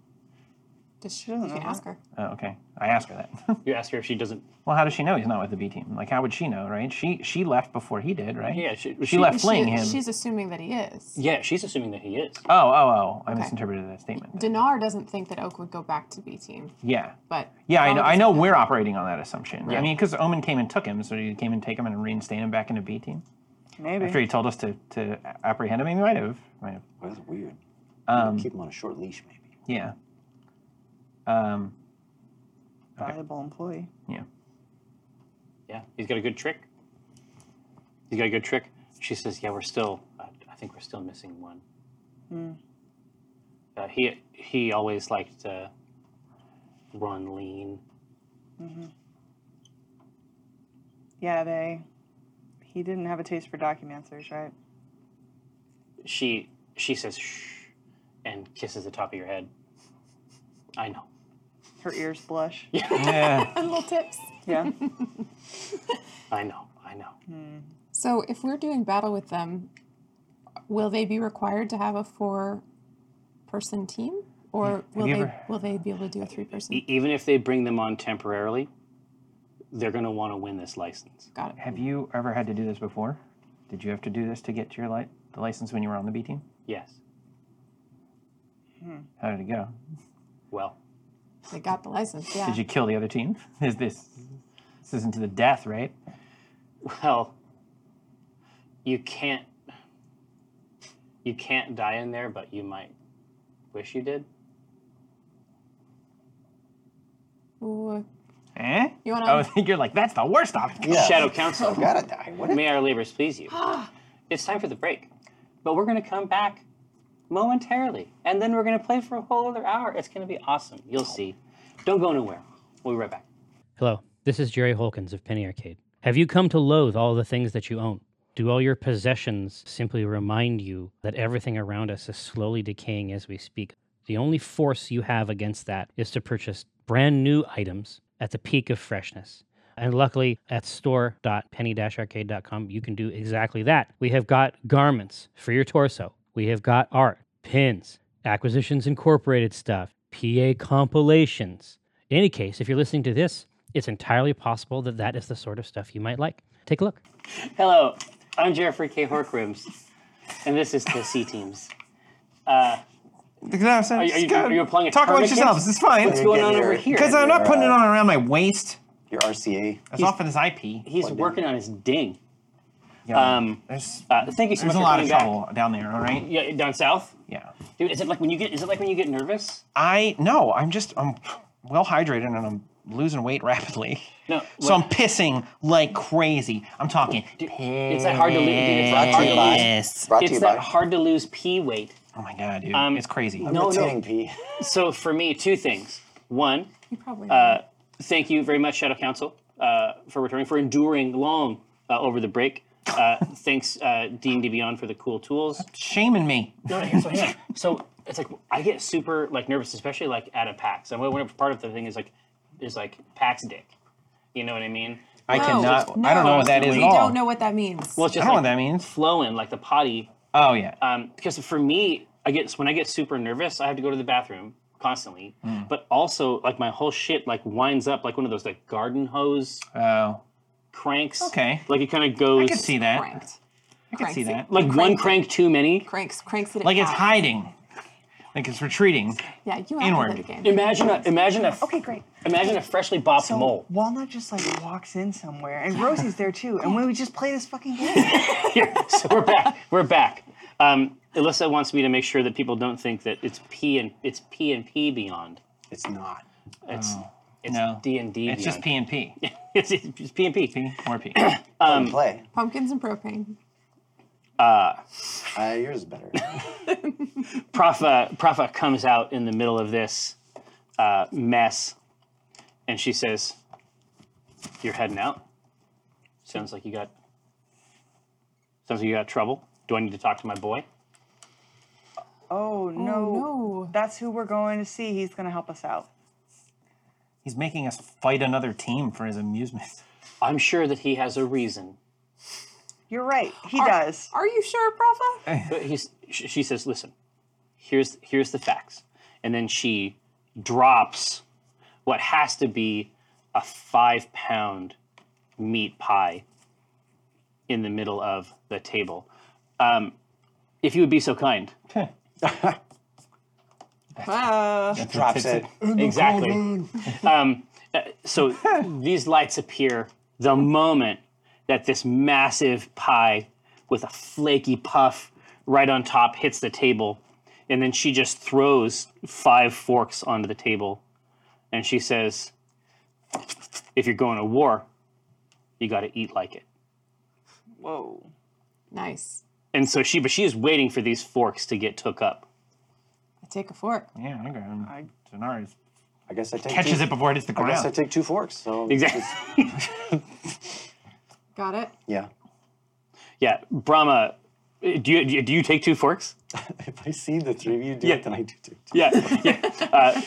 Does she, you can ask her. Oh, okay. I asked her that. You ask her if she doesn't. well, how does she know he's not with the B team? Like how would she know, right? She she left before he did, right? Yeah, she, She left fling She- him. She's assuming that he is. Yeah, she's assuming that he is. Oh, oh, oh. I misinterpreted that statement. Dinar doesn't think that Oak would go back to B team, yeah. but Yeah, I know, Brahma I know doesn't. we're operating on that assumption. I Yeah. mean, because Omen came and took him, so he came and take him and reinstate him back into B team. Maybe. After he told us to, to apprehend him, he might have. Might have. Well, that's weird. Um, Keep him on a short leash, maybe. Yeah. Um, Valuable employee. yeah. Yeah, he's got a good trick. He's got a good trick. She says, "Yeah, we're still. I, I think we're still missing one." Uh, he he always liked to run lean. Yeah, they. He didn't have a taste for documenters, right? She she says, "Shh," and kisses the top of your head. I know. Her ears blush. Yeah. And little tips. Yeah. I know. I know. So if we're doing battle with them, will they be required to have a four-person team, or will you they ever- will they be able to do a three-person? E- even if they bring them on temporarily, they're going to want to win this license. Got it. Have you ever had to do this before? Did you have to do this to get to your li- the license when you were on the B team? Yes. How did it go? Well, They got the license. Yeah. Did you kill the other team? Is this this isn't to the death, right? well, you can't. You can't die in there, but you might wish you did. Ooh, Eh? You wanna- I would think you're like that's the worst option. Shadow Council, Gotta die. What may our labors please you. it's time for the break, but we're going to come back momentarily, and then we're going to play for a whole other hour. It's going to be awesome. You'll see. Don't go nowhere. We'll be right back. Hello, this is Jerry Holkins of Penny Arcade. Have you come to loathe all the things that you own? Do all your possessions simply remind you that everything around us is slowly decaying as we speak? The only force you have against that is to purchase brand new items at the peak of freshness. And luckily, at store.penny arcade.com, you can do exactly that. We have got garments for your torso, we have got art, pins, Acquisitions Incorporated stuff, PA compilations. In any case, if you're listening to this, it's entirely possible that that is the sort of stuff you might like. Take a look. Hello, I'm Jeffrey K. Horcrims, and this is the C Teams. Are you- are you- are you applying a Talk about tourniquet? yourselves. It's fine. What's going on getting over your- here? Because I'm not putting it on around my waist Your RCA. as often as I pee. He's working on his ding. Yeah. Um, there's uh, thank you so there's a much. for lot of coming back. trouble down there. All right. Yeah, down south, Yeah. dude. Is it like when you get? Is it like when you get nervous? I no. I'm just I'm well hydrated and I'm losing weight rapidly. No. So I'm pissing like crazy. I'm talking. Mm, it's that hard to lose. It's that hard to lose. Piss. Brought to It's you that by hard to lose pee weight. Oh my god, dude. Um, it's crazy. No, no. Retaining P. So for me, two things. One, you probably. uh, thank you very much, Shadow Council, uh, for returning, for enduring long uh, over the break. Uh, thanks, uh, D&D Beyond, for the cool tools. Shaming me. No, no, so, hang on. so it's like I get super like nervous, especially like at a PAX. And whenever part of the thing is like is like PAX dick. You know what I mean? I cannot. I don't know what that is We at all. don't know what that means. Well, it's just I don't know like what that means. flowing like the potty. Oh yeah. Um, because for me, I get when I get super nervous, I have to go to the bathroom constantly. Mm. But also, like my whole shit like winds up like one of those like garden hose Oh. cranks. Okay. Like it kind of I goes. could see that. cranked. I could see Cranks it. that. Like one crank too many. Cranks. Cranks it. Like it's out. hiding. Like it's retreating. Yeah, you inward. have to play the game. Imagine a imagine a Okay, great. imagine a freshly bopped So mole. Walnut just like walks in somewhere, and Rosie's there too, and we would just play this fucking game. so we're back. We're back. Um, Alyssa wants me to make sure that people don't think that it's P and it's P and P beyond. It's not. It's it's No. D and D. It's just P and P. it's, it's P and P. P or P. play. Pumpkins and propane. Uh, yours is better. Profa Profa uh, comes out in the middle of this uh, mess, and she says, "You're heading out. Sounds like you got. Sounds like you got trouble. Do I need to talk to my boy? Oh no, no. that's who we're going to see. He's gonna help us out. He's making us fight another team for his amusement. I'm sure that he has a reason." You're right. He does. Are you sure, Profa? But he's, sh- she says, "Listen, here's here's the facts," and then she drops what has to be a five pound meat pie in the middle of the table. Um, if you would be so kind, Uh, Drops it. exactly. Um, uh, so these lights appear the moment that this massive pie with a flaky puff right on top hits the table. And then she just throws five forks onto the table. And she says, If you're going to war, You got to eat like it. Whoa. Nice. And so she, but she is waiting for these forks to get took up. I take a fork. Yeah, I grab I- him. Denarius I guess I take catches two, it before it hits the I guess I ground. take two forks. So Exactly. Got it. yeah. Yeah, Brahma, uh, do you do you take two forks? If I see the three of you do Yeah. it, then I do too. Yeah, yeah. Uh,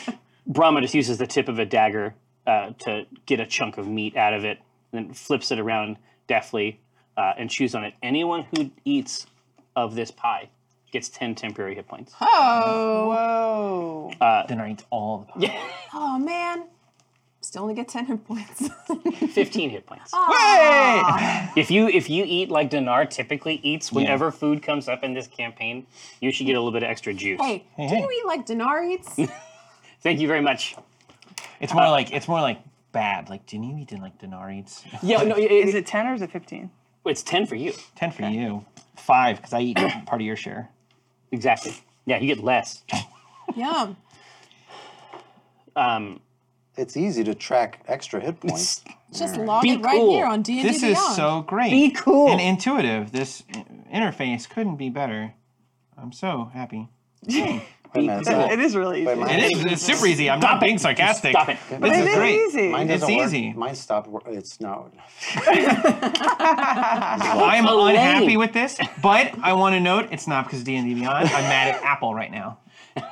Brahma just uses the tip of a dagger uh, to get a chunk of meat out of it, and then flips it around deftly uh, and chews on it. Anyone who eats of this pie gets ten temporary hit points. Oh. Whoa. Denarius eats all the pie. Oh man. Still only get ten hit points. Fifteen hit points. Ah. Hey! If you if you eat like Dinar typically eats whenever food comes up in this campaign, you should get a little bit of extra juice. hey, do you eat like Dinar eats? Thank you very much. It's more like it's more like bad. Like, do you need to like Denarius? Yeah, no, it- Is it 10 or is it 15? it's ten for you. Ten for you, five because I eat part of your share. Exactly. Yeah, you get less. Yum. Um, It's easy to track extra hit points. Just log Be it right cool. here on D and D This Beyond. is so great. Be cool. and intuitive. This i- interface couldn't be better. I'm so happy. Wait a minute, it's not- It is really easy. wait, mine, It is. It's super easy. I'm not being sarcastic. stop it. This It is is great. easy. mine it's doesn't work. easy. Mine stopped. wor- It's not. I'm Elaine. unhappy with this, but I want to note it's not because D and D Beyond. I'm mad at Apple right now. D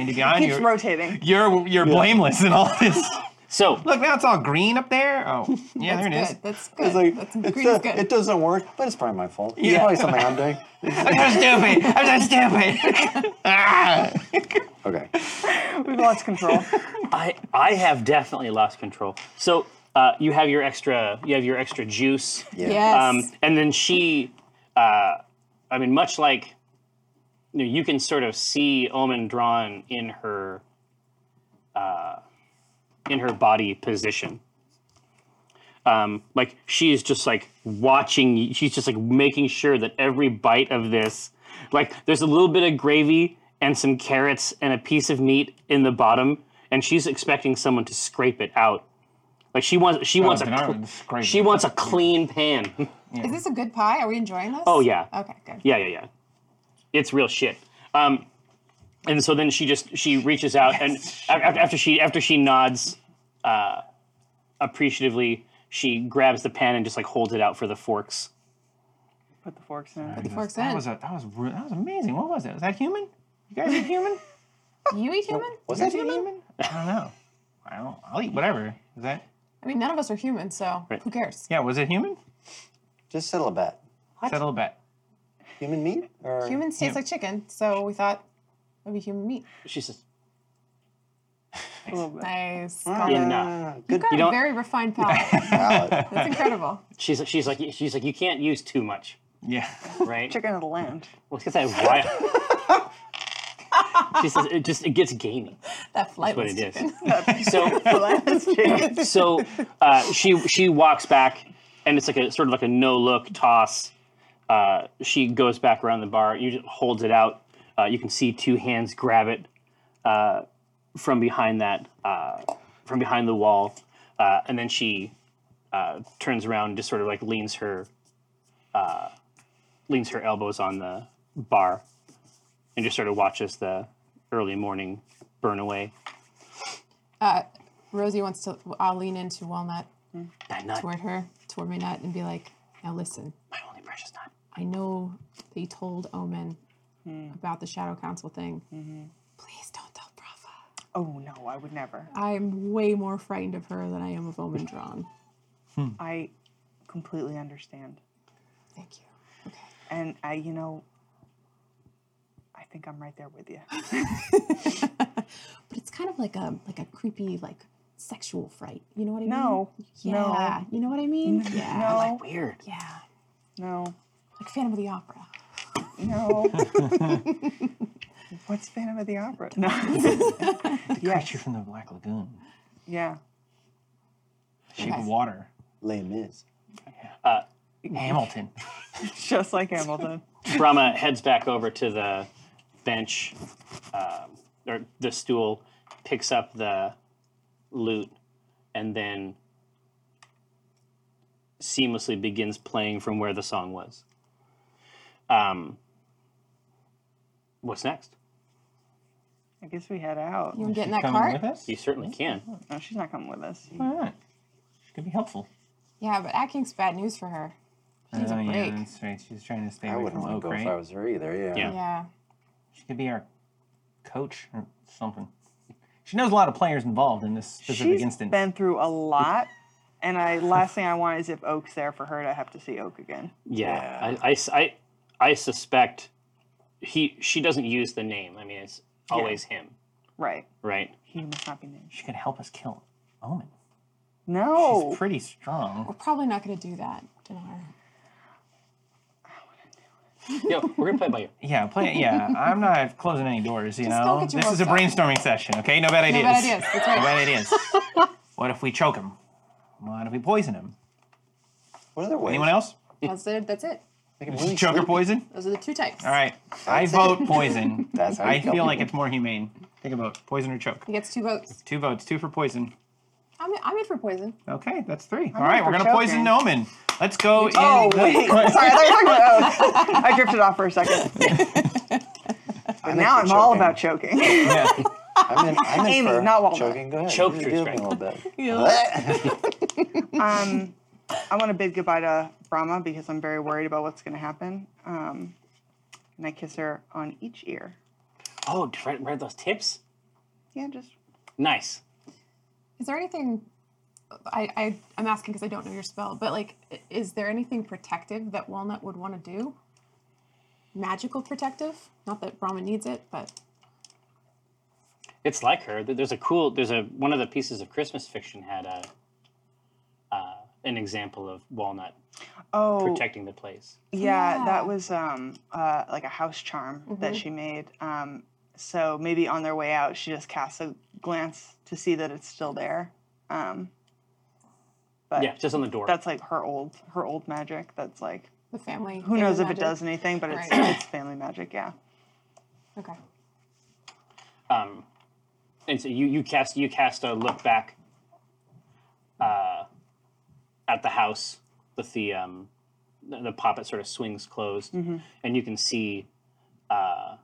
and D Beyond, Keeps you're, rotating. you're you're blameless in all this. So Look, now it's all green up there. Oh, yeah, there it is. Good. That's good. That's it green do- is good. it doesn't work, but it's probably my fault. It's probably something I'm doing. I'm so stupid. I'm so stupid. ah. Okay. We've lost control. I I have definitely lost control. So uh, you have your extra you have your extra juice. Yeah. yes. Um, and then she, uh, I mean, much like you, know, you can sort of see Omen drawn in her, uh, in her body position. Um, like she is just like watching. She's just like making sure that every bite of this, like there's a little bit of gravy and some carrots and a piece of meat in the bottom, and she's expecting someone to scrape it out. Like she wants, she wants a, then I cl- would scrape she it. wants a clean pan. is this a good pie? Are we enjoying this? Oh yeah. Okay. Good. Yeah, yeah, yeah. It's real shit. Um, and so then she just she reaches out and after, after she after she nods uh, appreciatively, she grabs the pan and just like holds it out for the forks. Put the forks in. Forks That in. was a, that was ru- that was amazing. What was it? Was that human? You guys eat human? you eat human? Was that Is that human? human? I don't know. I don't, I'll eat whatever. Is that? I mean, none of us are human, so who cares? Yeah. Was it human? Just settle a bet. Settle a bet. Human meat or Human tastes like chicken, so we thought it would be human meat. She says, A little bit. Nice. uh, "Enough." You've got You a don't- very refined palate. palate? That's incredible. She's she's like she's like you can't use too much, Yeah. right? Chicken of the land. Let's get that right. she says it just it gets gamey. That flight What was it chicken. is. so Chicken. so uh, she she walks back, and it's like a sort of like a no look toss. Uh, she goes back around the bar. You just holds it out. Uh, you can see two hands grab it uh, from behind that uh, from behind the wall, uh, and then she uh, turns around, and just sort of like leans her uh, leans her elbows on the bar, and just sort of watches the early morning burn away. Rosie wants to. I'll lean into Walnut That nut, toward her, toward my nut, and be like, "Now listen, my only precious nut. I know that you told Omen Hmm. about the Shadow Council thing. Mm-hmm. Please don't tell Brava. Oh no, I would never. I'm way more frightened of her than I am of Omen Drawn. I completely understand. Thank you. And I, you know, I think I'm right there with you. But it's kind of like a like a creepy like sexual fright. You know what I No. Mm-hmm. mean? Yeah. You know what I mean? Yeah. No. Weird. Yeah. No. Like Phantom of the Opera. No. What's Phantom of the Opera? No. yes. Creature from the Black Lagoon. Yeah. Shape of water. Les Mis. Hamilton. Just like Hamilton. Brahma heads back over to the bench um, or the stool, picks up the loot, and then seamlessly begins playing from where the song was. Um, what's next? I guess we head out. You getting that Coming cart? with us? You certainly can. No, she's not coming with us. Why not? She could be helpful. Yeah, but acting's bad news for her. She needs oh, a yeah, break. that's right. She's trying to stay I away wouldn't from want to Oak, go right? if I was her either. Yeah. Yeah. yeah. She could be our coach or something. She knows a lot of players involved in this specific She's instance. been through a lot, and I last thing I want is if Oak's there for her to have to see Oak again. Yeah, I- I, s- I- I suspect he she doesn't use the name. I mean, it's always him, Right. right? He must not be named. she could help us kill Omen. Oh. No. She's pretty strong. We're probably not going to do that, Dinar. No, we're gonna play by you. Yeah, play it. Yeah, I'm not closing any doors. You Just know, don't get your this is a hopes brainstorming session. Okay, no bad No ideas. bad ideas. That's No right. bad ideas. what if we choke him? What if we poison him? What other way? Anyone else? That's it. That's it. Just choke or poison? Those are the two types. All right, I That's it. vote poison. That's how you I kill feel like people. it's more humane. Take a vote. Poison or choke. He gets two votes. Two votes. Two for poison. I'm, I'm in for poison. Okay, that's three. All right, for we're gonna poison choking. Noman. Let's go. in Oh the- wait, sorry, I thought you were talking about Oak. I drifted off for a second. But I'm in now for I'm all choking. about choking. Yeah. I'm in, I'm in Amy, for not Walnut. choking. Go ahead. Choke you your do me strength. a little bit. um, I want to bid goodbye to Brahma because I'm very worried about what's going to happen. Um, and I kiss her on each ear. Oh, did I read those tips? Yeah, just Nice. Is there anything? I, I I'm asking because I don't know your spell, but like, i- is there anything protective that Walnut would want to do? Magical protective? Not that Brahma needs it, but It's like her. There- There's a cool. There's a one of the pieces of Christmas fiction had a uh, an example of Walnut oh protecting the place. Yeah, Yeah. Mm-hmm. that was um uh like a house charm that she made. Um, so maybe on their way out, she just casts a glance to see that it's still there. Um, but Yeah, just on the door. that's like her old her old magic. That's like the family. who knows if magic. it does anything, but it's Right. it's family magic. Yeah. Okay. Um, and so you you cast you cast a look back uh, at the house with the um, the, the poppet sort of swings closed, Mm-hmm. and you can see uh,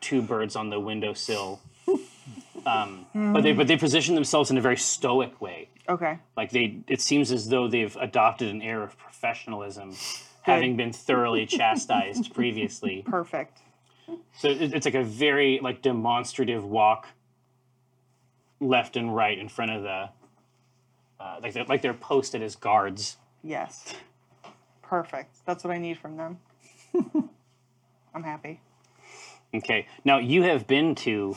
two birds on the windowsill. um, But they but they position themselves in a very stoic way. Okay. Like they, it seems as though they've adopted an air of professionalism, having been thoroughly chastised previously. Perfect. So it, it's like a very like demonstrative walk, left and right in front of the, uh, like they're, like they're posted as guards. Yes. Perfect. That's what I need from them. I'm happy. Okay, now you have been to,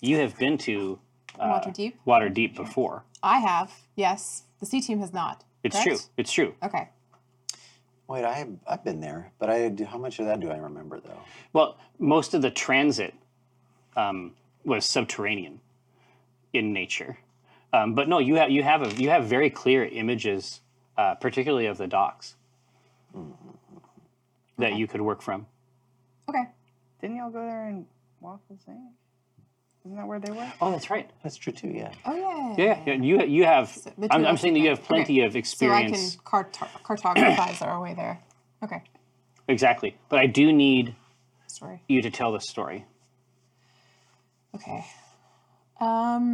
you have been to Water deep. Water Deep before. I have. Yes. The C team has not. It's correct? true. It's true. Okay. Wait, I I've been there, but I how much of that do I remember though? Well, most of the transit um, was subterranean in nature, um, but no, you have you have a, you have very clear images, uh, particularly of the docks, that you could work from. Okay. Didn't y'all go there and walk the same? Isn't that where they were? Oh, that's right. That's true too. Yeah. Oh yeah. Yeah, yeah, you you have. the two I'm, of I'm us saying that you can- have plenty of So I can experience. cart- cartographize our way there. Okay. Exactly, but I do need Story. you to tell the story. Okay. Um,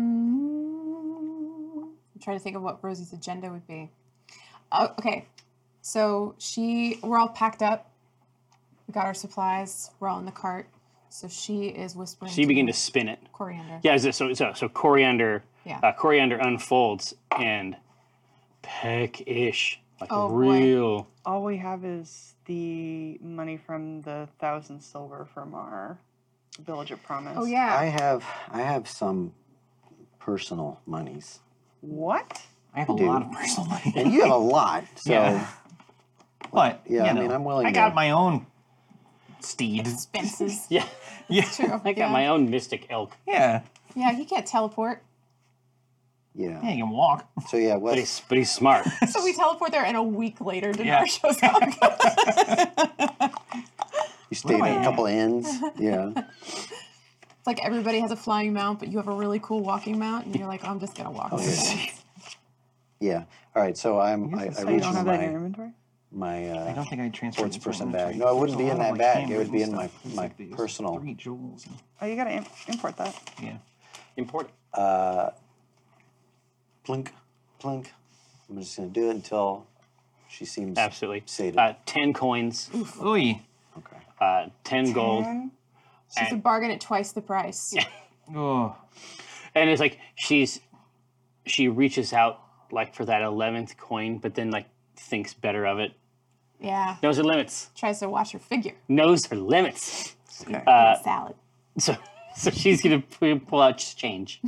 I'm trying to think of what Rosie's agenda would be. Oh, okay. So she, we're all packed up. We got our supplies. We're all in the cart. So she is whispering. So you begin to spin it. coriander. Yeah, so so so, so coriander. Yeah. Uh, coriander unfolds and peck-ish, like Oh, boy. real. All we have is the money from the thousand silver from our village of promise. Oh yeah. I have I have some personal monies, What? I have a Dude. lot of personal money, and you have a lot. So yeah, Yeah. but I you know, mean I'm willing. I got to, my own steed. Expenses. Yeah, Yeah. I got my own mystic elk. Yeah. Yeah, he can't teleport. Yeah, Yeah. you can walk. So yeah, But what? he's but he's smart. So we teleport there, and a week later, Yeah. Dinar shows up. You stayed at a couple inns. Yeah. It's like "Oh, everybody has a flying mount, but you have a really cool walking mount, and you're like, I'm just gonna walk. Yeah. All right. So I'm. I, Yes, I so You reach don't for have that in your my inventory? my I uh, don't think I transferred sports it to person inventory. bag. No, it wouldn't There's be a in lot that of, like, bag. It would handwritten be in stuff. my It's my like these personal. Three jewels. Oh, you gotta im- import that. Yeah. Important. Uh, plink, plink. I'm just gonna do it until she seems Absolutely. sated. Uh, 10 coins, Ooh. okay. uh, 10 gold. And She's a bargain at twice the price. Oh. and it's like she's she reaches out like for that 11th coin but then like thinks better of it Yeah. knows her limits Tries to watch her figure. knows her limits Uh, salad. so so she's gonna pu- pull out just change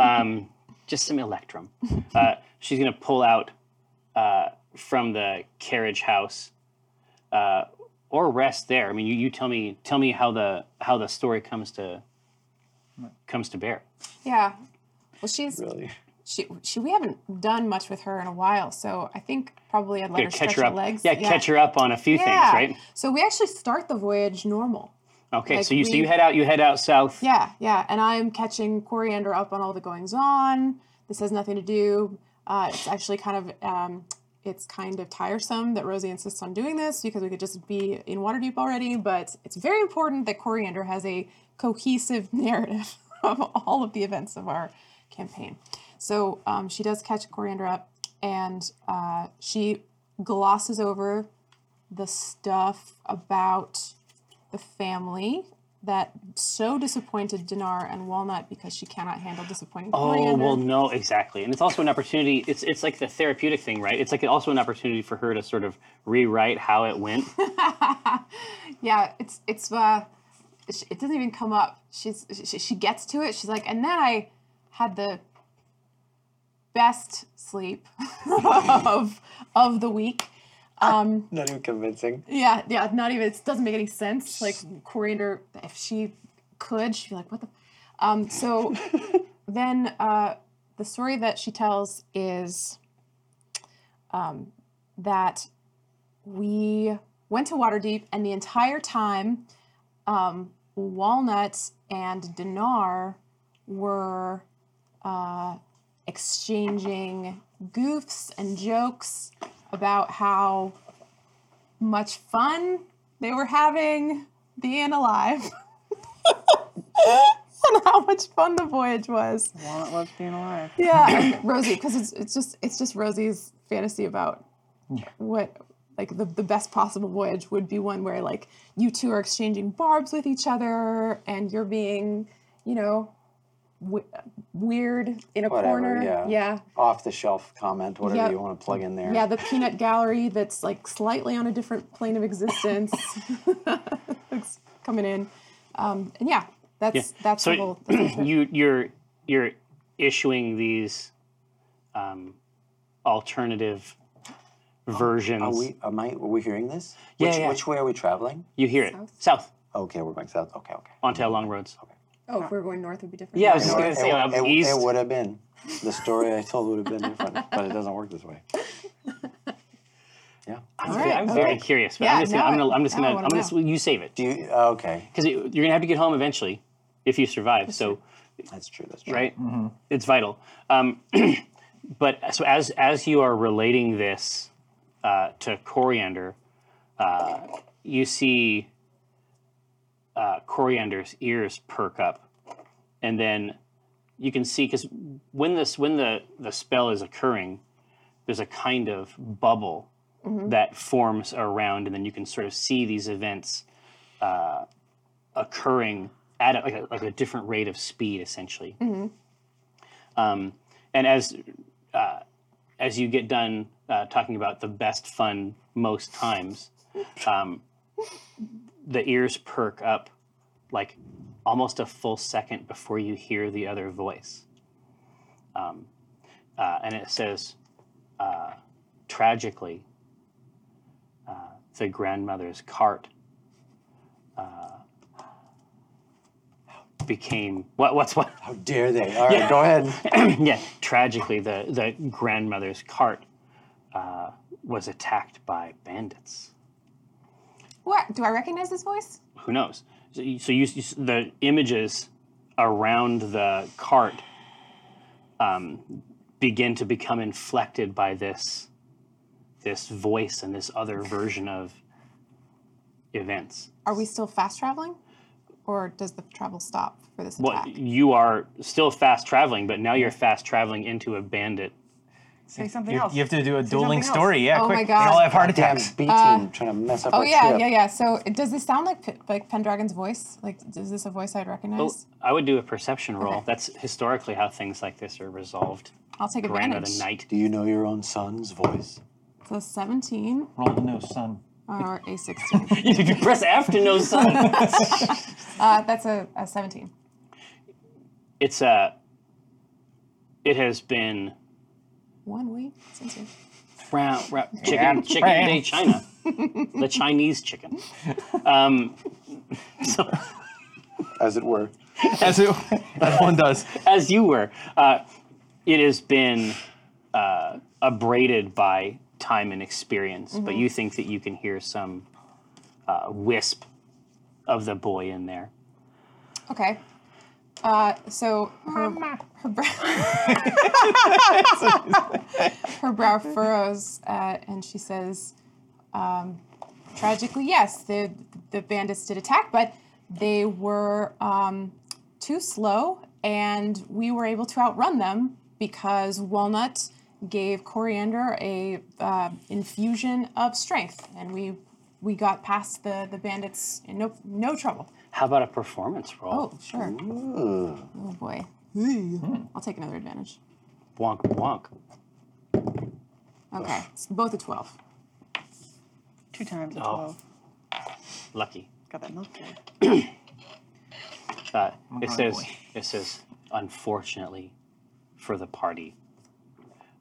um, just some electrum uh, she's gonna pull out uh, from the carriage house uh, or rest there i mean you, you tell me tell me how the how the story comes to comes to bear Yeah. Well, she's Really. she, she we haven't done much with her in a while, so I think probably I'd let her Gonna catch stretch her her, up legs. yeah catch her up on a few Yeah. things right So we actually start the voyage normal. Okay, Like so you so we- you head out. You head out south. Yeah, yeah. And I'm catching Coriander up on all the goings on. This has nothing to do. Uh, it's actually kind of um, it's kind of tiresome that Rosie insists on doing this because we could just be in Waterdeep already. But it's very important that Coriander has a cohesive narrative of all of the events of our campaign. So um, she does catch Coriander up, and uh, she glosses over the stuff about the family that so disappointed Dinar and Walnut because she cannot handle disappointing Oh Coriander. well, no, exactly, and it's also an opportunity. It's it's like the therapeutic thing, right? It's like also an opportunity for her to sort of rewrite how it went. yeah, it's it's uh, sh- it doesn't even come up. She's she, she gets to it. She's like, and then I had the best sleep of of the week. Not even convincing. Yeah, yeah, not even it doesn't make any sense. Like Coriander, if she could, she'd be like, "What the?" Um, so then uh, the story that she tells is um, that we went to Waterdeep, and the entire time, um, Walnut and Dinar were uh, exchanging goofs and jokes about how much fun they were having being alive and how much fun the voyage was Walnut loves being alive. yeah rosie because it's, it's just it's just rosie's fantasy about what like the, the best possible voyage would be one where like you two are exchanging barbs with each other and you're being you know w- weird in a Whatever, corner yeah. yeah Off the shelf comment, whatever Yep. you want to plug in there. yeah the peanut gallery that's like slightly on a different plane of existence It's coming in um, and yeah that's that's the so whole you you're you're issuing these um, alternative versions. Are we? Am I? Are we hearing this? Yeah, Which, yeah. which way are we traveling? you hear it south, Okay, we're going south. Okay, okay. onto long roads. oh if we were going north it would be different Yeah, I was just It- gonna say it- um, it, east. would have been the story I told would have been different, but it doesn't work this way. Yeah. I'm, All right, I'm very okay. curious, but Yeah, I'm just gonna, now I'm gonna, I- I'm just now I gonna, I'm wanna gonna, you save it Do you? uh, Okay, because you're gonna have to get home eventually if you survive. So. that's true. That's true. right? Mm-hmm. It's vital. Um, but so as as you are relating this uh, to Coriander, uh, you see uh, Coriander's ears perk up, and then you can see because when this when the the spell is occurring, there's a kind of bubble that forms around, and then you can sort of see these events uh, occurring at a, like, a, like a different rate of speed, essentially. Um, and as uh, as you get done uh, talking about the best fun most times, um, the ears perk up like almost a full second before you hear the other voice. Um, uh, and it says, uh, tragically, uh, the grandmother's cart uh, became what? What's what? How dare they? All right, go ahead. yeah, tragically, the, the grandmother's cart uh, was attacked by bandits. what do i recognize this voice Who knows? So, you, so you, you, s- the images around the cart um, begin to become inflected by this this voice and this other version of events. Are we still fast traveling, or does the travel stop for this Well, attack? you are still fast traveling, but now you're fast traveling into a bandit. Say something You, else. you have to do a dueling something else. story. Yeah, Oh quick. my They all God. have heart Damn attacks. B team trying to mess up Oh our yeah, trip. yeah, yeah. So it- does this sound like P- like Pendragon's voice? Like, is this a voice I'd Oh, recognize? I would do a perception roll. Okay. That's historically how things like this are resolved. I'll take Grand of advantage. the night. Do you know your own son's voice? So seventeen Roll the no son. or a sixteen. if you press F to know something, uh, that's a, a seventeen. it's a. It has been One week since you. round, round chicken, chicken day China, the Chinese chicken. Um, so, As it were. As, it, as one does. as you were, uh, it has been uh, abraded by time and experience, but you think that you can hear some uh, wisp of the boy in there. Okay. Uh, so her, her, brow her brow furrows uh, and she says, um, tragically, yes, the, the bandits did attack, but they were um, too slow and we were able to outrun them because Walnut gave Coriander a uh, infusion of strength and we we got past the, the bandits in no, no trouble. How about a performance roll? Oh, sure. Oh boy. Hmm. I'll take another advantage. Wonk wonk. Okay. It's both a 12. Two times a Oh. 12. Lucky. Got that milk today. Uh, it Oh, says boy. it says unfortunately for the party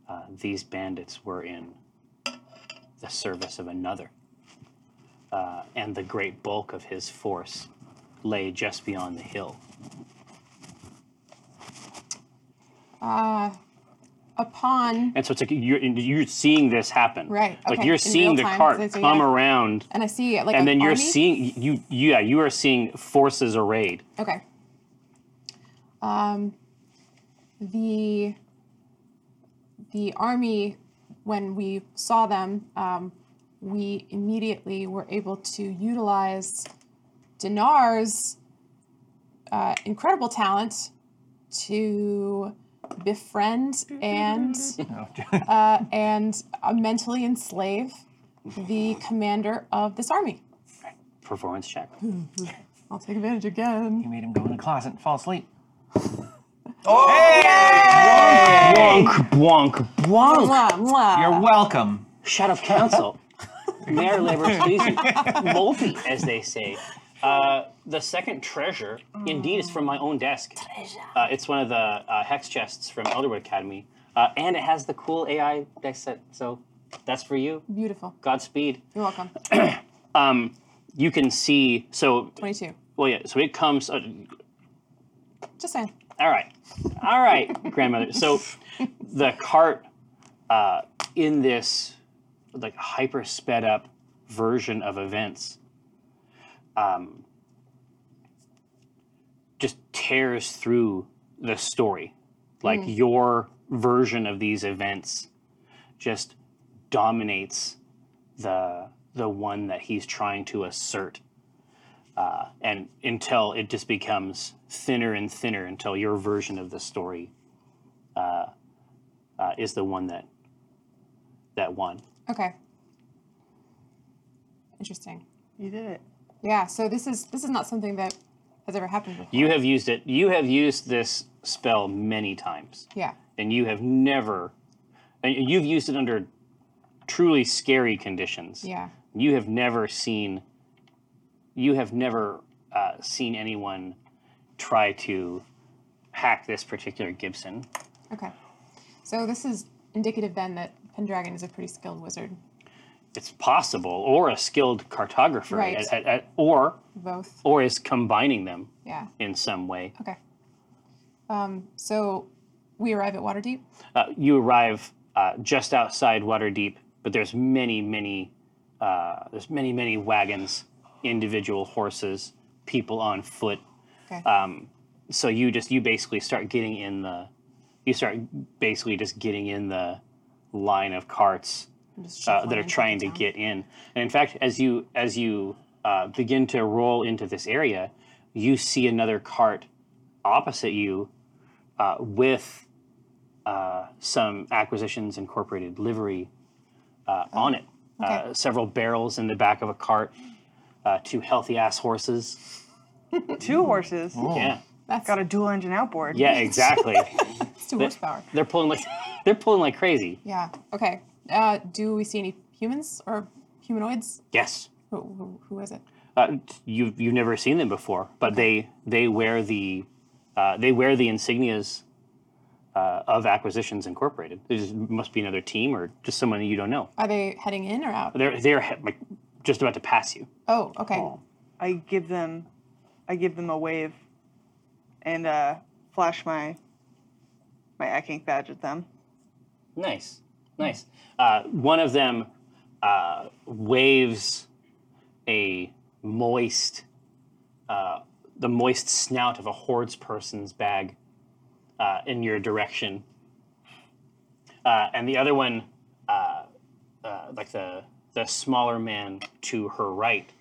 uh, these bandits were in the service of another uh, and the great bulk of his force lay just beyond the hill Upon, and so it's like you're, you're seeing this happen Right, like okay, you're in seeing real the time, cart so it's a- come yeah. around and I see like and an then you're army? seeing you yeah you are seeing forces arrayed Okay. Um, the the army, when we saw them, um, we immediately were able to utilize Dinar's uh, incredible talent to befriend and uh, and uh, mentally enslave the commander of this army. performance check I'll take advantage again. You made him go in the closet and fall asleep. wonk wonk wonk Mwah, mwah. You're welcome. Shut up, council. Mayor labor please multi, as they say. Uh, the second treasure, indeed, is from my own desk. Uh, it's one of the uh, hex chests from Elderwood Academy, uh, and it has the cool AI dice set. So that's for you. Beautiful. Godspeed. You're welcome. Um, you can see. So 22. well, yeah. So it comes. Uh, Just saying. all right, all right, grandmother. So the cart uh, in this like hyper sped up version of events um, just tears through the story. Like your version of these events just dominates the the one that he's trying to assert. Uh, and until it just becomes thinner and thinner until your version of the story uh, uh, is the one that that won. Okay. Interesting. You did it. Yeah, so this is this is not something that has ever happened before. You have used it. You have used this spell many times, Yeah. and you have never. And you've used it under truly scary conditions. Yeah. You have never seen. You have never uh, seen anyone try to hack this particular Gibson. Okay. So this is indicative then that Pendragon is a pretty skilled wizard. It's possible, or a skilled cartographer, Right. at- at- at- or Both. or is combining them Yeah. in some way. Okay. Um, so we arrive at Waterdeep. uh, you arrive uh, just outside Waterdeep, but there's many, many, uh, there's many, many wagons, individual horses, people on foot. Okay. Um, so you just you basically start getting in the you start basically just getting in the line of carts uh, that are trying to get in. And in fact, as you as you uh, begin to roll into this area, you see another cart opposite you uh, with uh, some Acquisitions Incorporated livery uh, on it. Uh, several barrels in the back of a cart, uh, two healthy ass horses. Two horses. Oh. Yeah, That's Got a dual engine outboard. yeah, exactly. it's two horsepower. they're pulling like they're pulling like crazy. Yeah. Okay. Uh, do we see any humans or humanoids? Yes. Who, who, who is it? Uh, you've you've never seen them before, but they they wear the uh, they wear the insignias uh, of Acquisitions Incorporated. There just must be another team or just someone you don't know. Are they heading in or out? They're they're he- like just about to pass you. Oh, okay. I give them, I give them a wave, and uh, flash my, my acting badge at them. Nice, nice. Uh, one of them uh, waves a moist, uh, the moist snout of a hordes person's bag uh, in your direction, uh, and the other one, uh, uh, like the the smaller man to her right,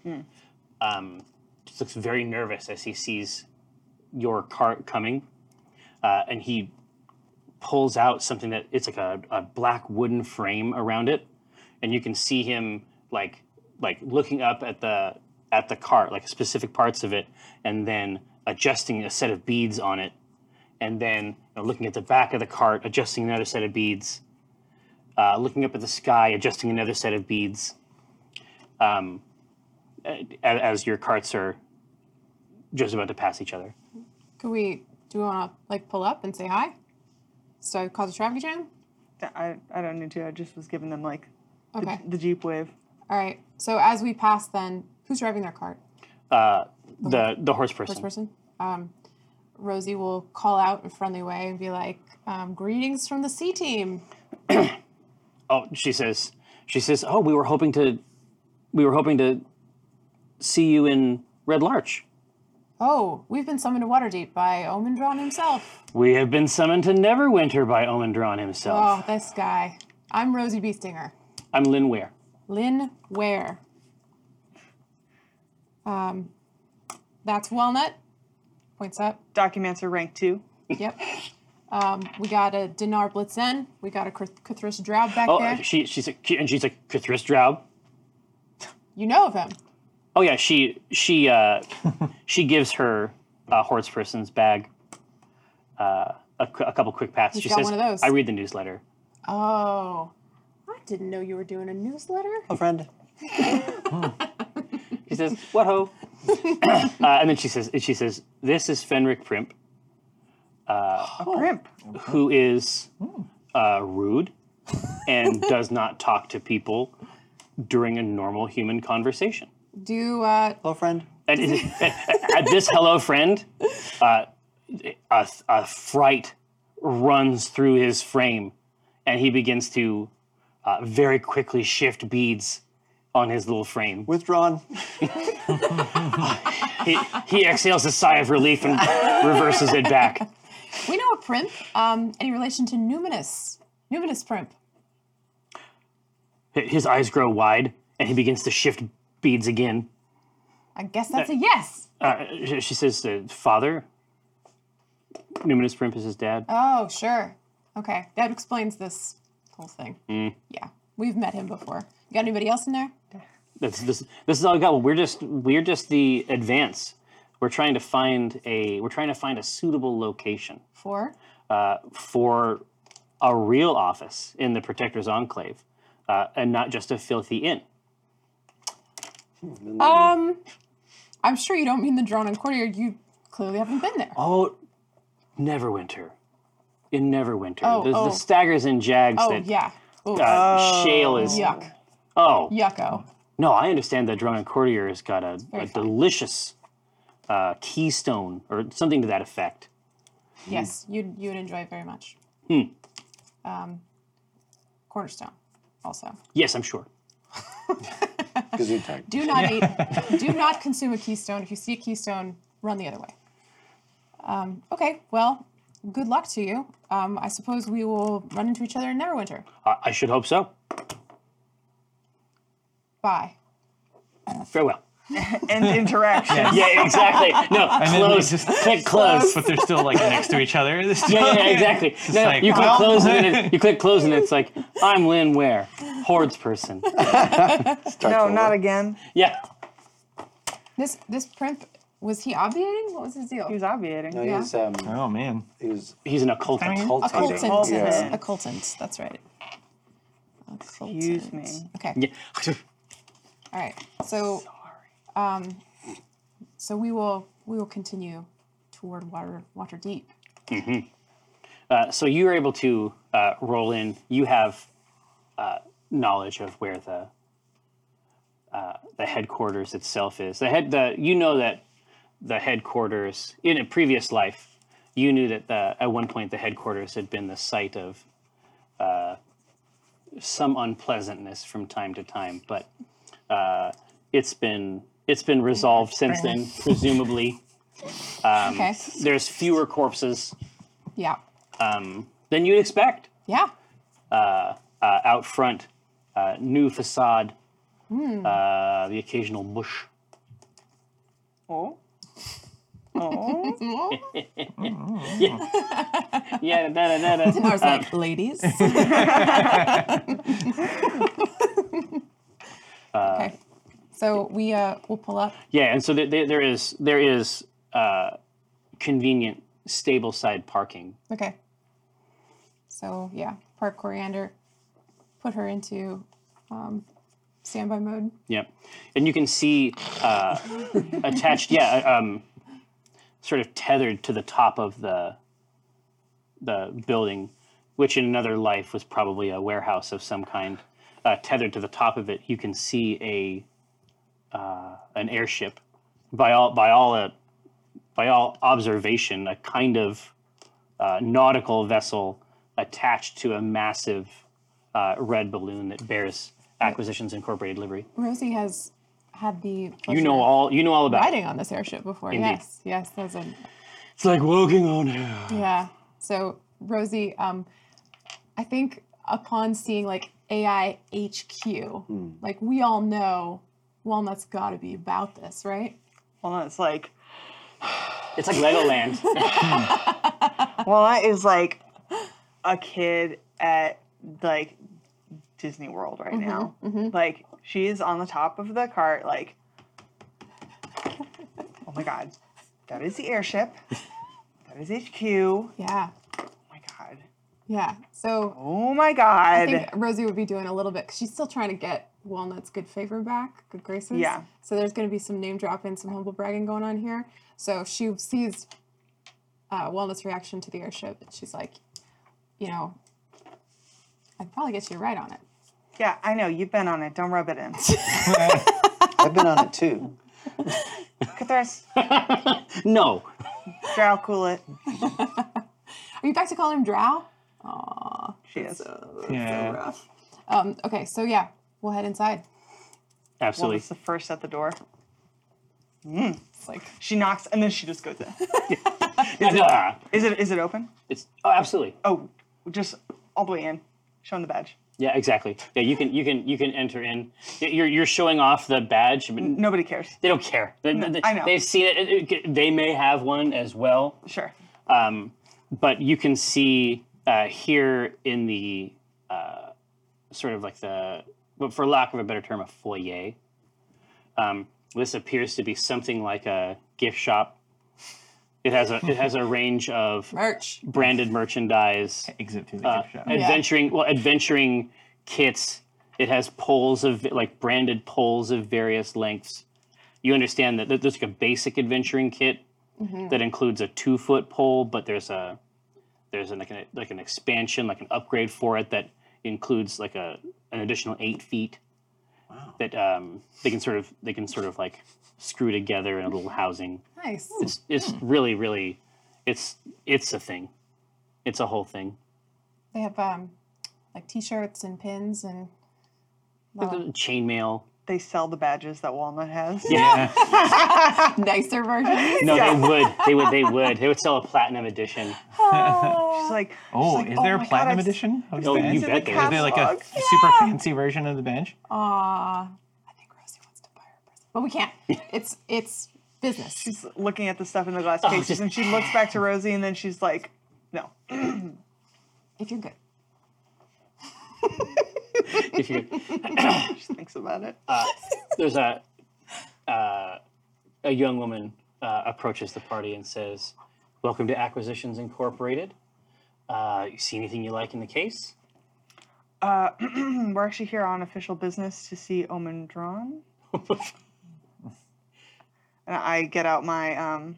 um, just looks very nervous as he sees your cart coming, uh, and he pulls out something that it's like a, a black wooden frame around it and you can see him like like looking up at the at the cart like specific parts of it and then adjusting a set of beads on it and then you know, looking at the back of the cart adjusting another set of beads uh, looking up at the sky adjusting another set of beads um, a- a- as your carts are just about to pass each other Could we? Do we want to like pull up and say hi? So cause a traffic jam? I, I don't need to. I just was giving them like the, Okay. the jeep wave. All right. So as we pass, then who's driving their cart? uh, the the horse First person person. Um, Rosie will call out in a friendly way and be like, um, "Greetings from the C team." oh she says she says oh we were hoping to we were hoping to see you in red larch Oh, we've been summoned to Waterdeep by Omendron himself. we have been summoned to neverwinter by omendron himself Oh, this guy. I'm Rosie Beestinger. i'm lynn weir Lynn Ware. Um, that's Walnut. Points up. Documents are rank two. Yep. Um, we got a Dinar Blitzen. We got a Cath- Cthulhu Drow back oh there. she, she's like, she- and she's like Cthulhu Drow. you know of him. oh yeah she she uh, she gives her uh, horse person's bag uh, a, cu- a couple quick pats she got says one of those. i read the newsletter Oh, I didn't know you were doing a newsletter. A friend. she says what ho uh, and then she says she says this is fenric primp uh, A primp. who is uh, rude and does not talk to people during a normal human conversation. Do uh, Hello, friend. And it- at this hello friend, uh, a, a fright runs through his frame, and he begins to uh, very quickly shift beads on his little frame. Withdrawn. He, he exhales a sigh of relief and reverses it back. we know a primp. Um, any relation to Numinous? Numinous primp. His eyes grow wide, and he begins to shift beads again. I guess that's a yes. Uh, she- she says, uh, "Father, Numinous Primp is his dad." Oh, sure. Okay, that explains this whole thing. Mm. Yeah, we've met him before. You got anybody else in there? That's this. This is all we got. We're just we're just the advance. We're trying to find a we're trying to find a suitable location Four. uh, for a real office in the Protector's Enclave, uh, and not just a filthy inn. Mm. Um, I'm sure you don't mean the drawn and courtier. You clearly haven't been there. Oh, Neverwinter, in Neverwinter, Oh, the, oh. the staggers and jags Oh that yeah. Ooh, uh, Shale is. yuck. Oh, Yucko. No, I understand that Drone and Courtier has got a, a fun. delicious uh, keystone or something to that effect. Yes, you'd you'd enjoy it very much. Hmm. Um, cornerstone. Also, Yes, I'm sure. Gesundheit. do not eat. do not consume a keystone. If you see a keystone, run the other way. Um, okay. Well, good luck to you. Um, I suppose we will run into each other in Neverwinter. I, I should hope so. Bye. Farewell. End interaction. Yeah, exactly. No, then they close. just- click close. But they're still like next to each other. Yeah, yeah, yeah, exactly. No, no, like, you click well. close and then it, you click close and it's like I'm Lynn Ware, hordes person. No, not again. Yeah, This this primp was he obviating? What was his deal? He was obviating. No, he was, um, Oh man. he was he's an occultant. occultating. a cultant. Yeah. A cultant. That's right. A Excuse cultant. me. Okay. Yeah. All right. So, um, so we will we will continue toward water water deep. Uh, so you were able to uh, roll in. You have uh, knowledge of where the uh, the headquarters itself is. The head, the you know that the headquarters in a previous life, you knew that the, at one point the headquarters had been the site of uh, some unpleasantness from time to time, but uh, it's been it's been resolved since then, presumably. Um, okay. There's fewer corpses Yeah. um, than you'd expect. Yeah. uh, out front, uh, new facade, Hmm. uh, the occasional bush. Oh. Oh. Yeah, da, da, da, I da. was like, ladies. Uh, okay. So we uh we'll pull up. yeah, and so there, there, there is there is uh, convenient stable side parking. Okay. So yeah, park coriander, put her into um, standby mode. Yep, and you can see uh, attached, yeah, uh, um, sort of tethered to the top of the the building, which in another life was probably a warehouse of some kind. Uh, tethered to the top of it, you can see a uh, an airship. By all by all uh, by all observation, a kind of uh, nautical vessel attached to a massive uh, red balloon that bears Acquisitions Incorporated livery. Rosie has had the You know all you know all about. it. riding on this airship before. Yes, yes, that's a It's like walking on air. yeah. So Rosie, um, I think upon seeing like AI HQ, Hmm. like we all know Walnut's got to be about this, right? Well, it's like It's like Legoland. Walnut is like a kid at like Disney World right Mm-hmm, now. Like she is on the top of the cart, like oh my god, that is the airship. That is HQ. Oh Yeah, my god. yeah. So Oh my I think god. Rosie would be doing a little bit. 'cause She's still trying to get Walnut's good favor back, good graces. Yeah. So there's going to be some name dropping, some humble bragging going on here. So she sees uh, Walnut's reaction to the airship, and she's like, you know, I can probably get you right on it. Yeah, I know. You've been on it. Don't rub it in. I've been on it too. Cathars, no, drow cool it. Are you back to calling him Drow? She is. Yeah. Um, okay, so yeah, we'll head inside. absolutely. Walnut's the first at the door. Mm. It's like, She knocks and then she just goes in. Ah, Is it is it open? It's oh, absolutely. Oh, just all the way in. Showing the badge. Yeah, exactly. Yeah, you can you can you can enter in. You're you're showing off the badge, but Nobody cares. they don't care. They, they, I know. They've seen it. It- it- uh, They may have one as well. Sure. Um, but you can see uh, here in the uh, sort of like the, but for lack of a better term, a foyer. Um, this appears to be something like a gift shop. It has a it has a range of merch. branded merchandise, Exit through the gift shop. adventuring well adventuring kits. It has poles of like branded poles of various lengths. You understand that there- there's like a basic adventuring kit that includes a two foot pole, but there's a there's an, like an like an expansion, like an upgrade for it that includes like a an additional eight feet. That um, they can sort of they can sort of like screw together in a little housing. Nice. It's it's really really it's it's a thing. It's a whole thing. They have um, like t shirts and pins and. Chainmail. they sell the badges that Walnut has. Yeah. Nicer version. No, they would. They would. They would. They would sell a platinum edition. She's like, she's Oh, like, is there a my God, platinum I've- edition? of Oh, the you bench? bet there Is there like a catalog. f- super fancy version of the bench? Aw, Uh, I think Rosie wants to buy her a present, but we can't. It's it's business. She's looking at the stuff in the Oh, glass cases, just- and she looks back to Rosie, and then she's like, "No, If you're good, If you, she thinks about it." there's a uh, a young woman uh, approaches the party and says, "Welcome to Acquisitions Incorporated. Uh, you see anything you like in the case? Uh, we're actually here on official business to see Omen Drawn. and I get out my um,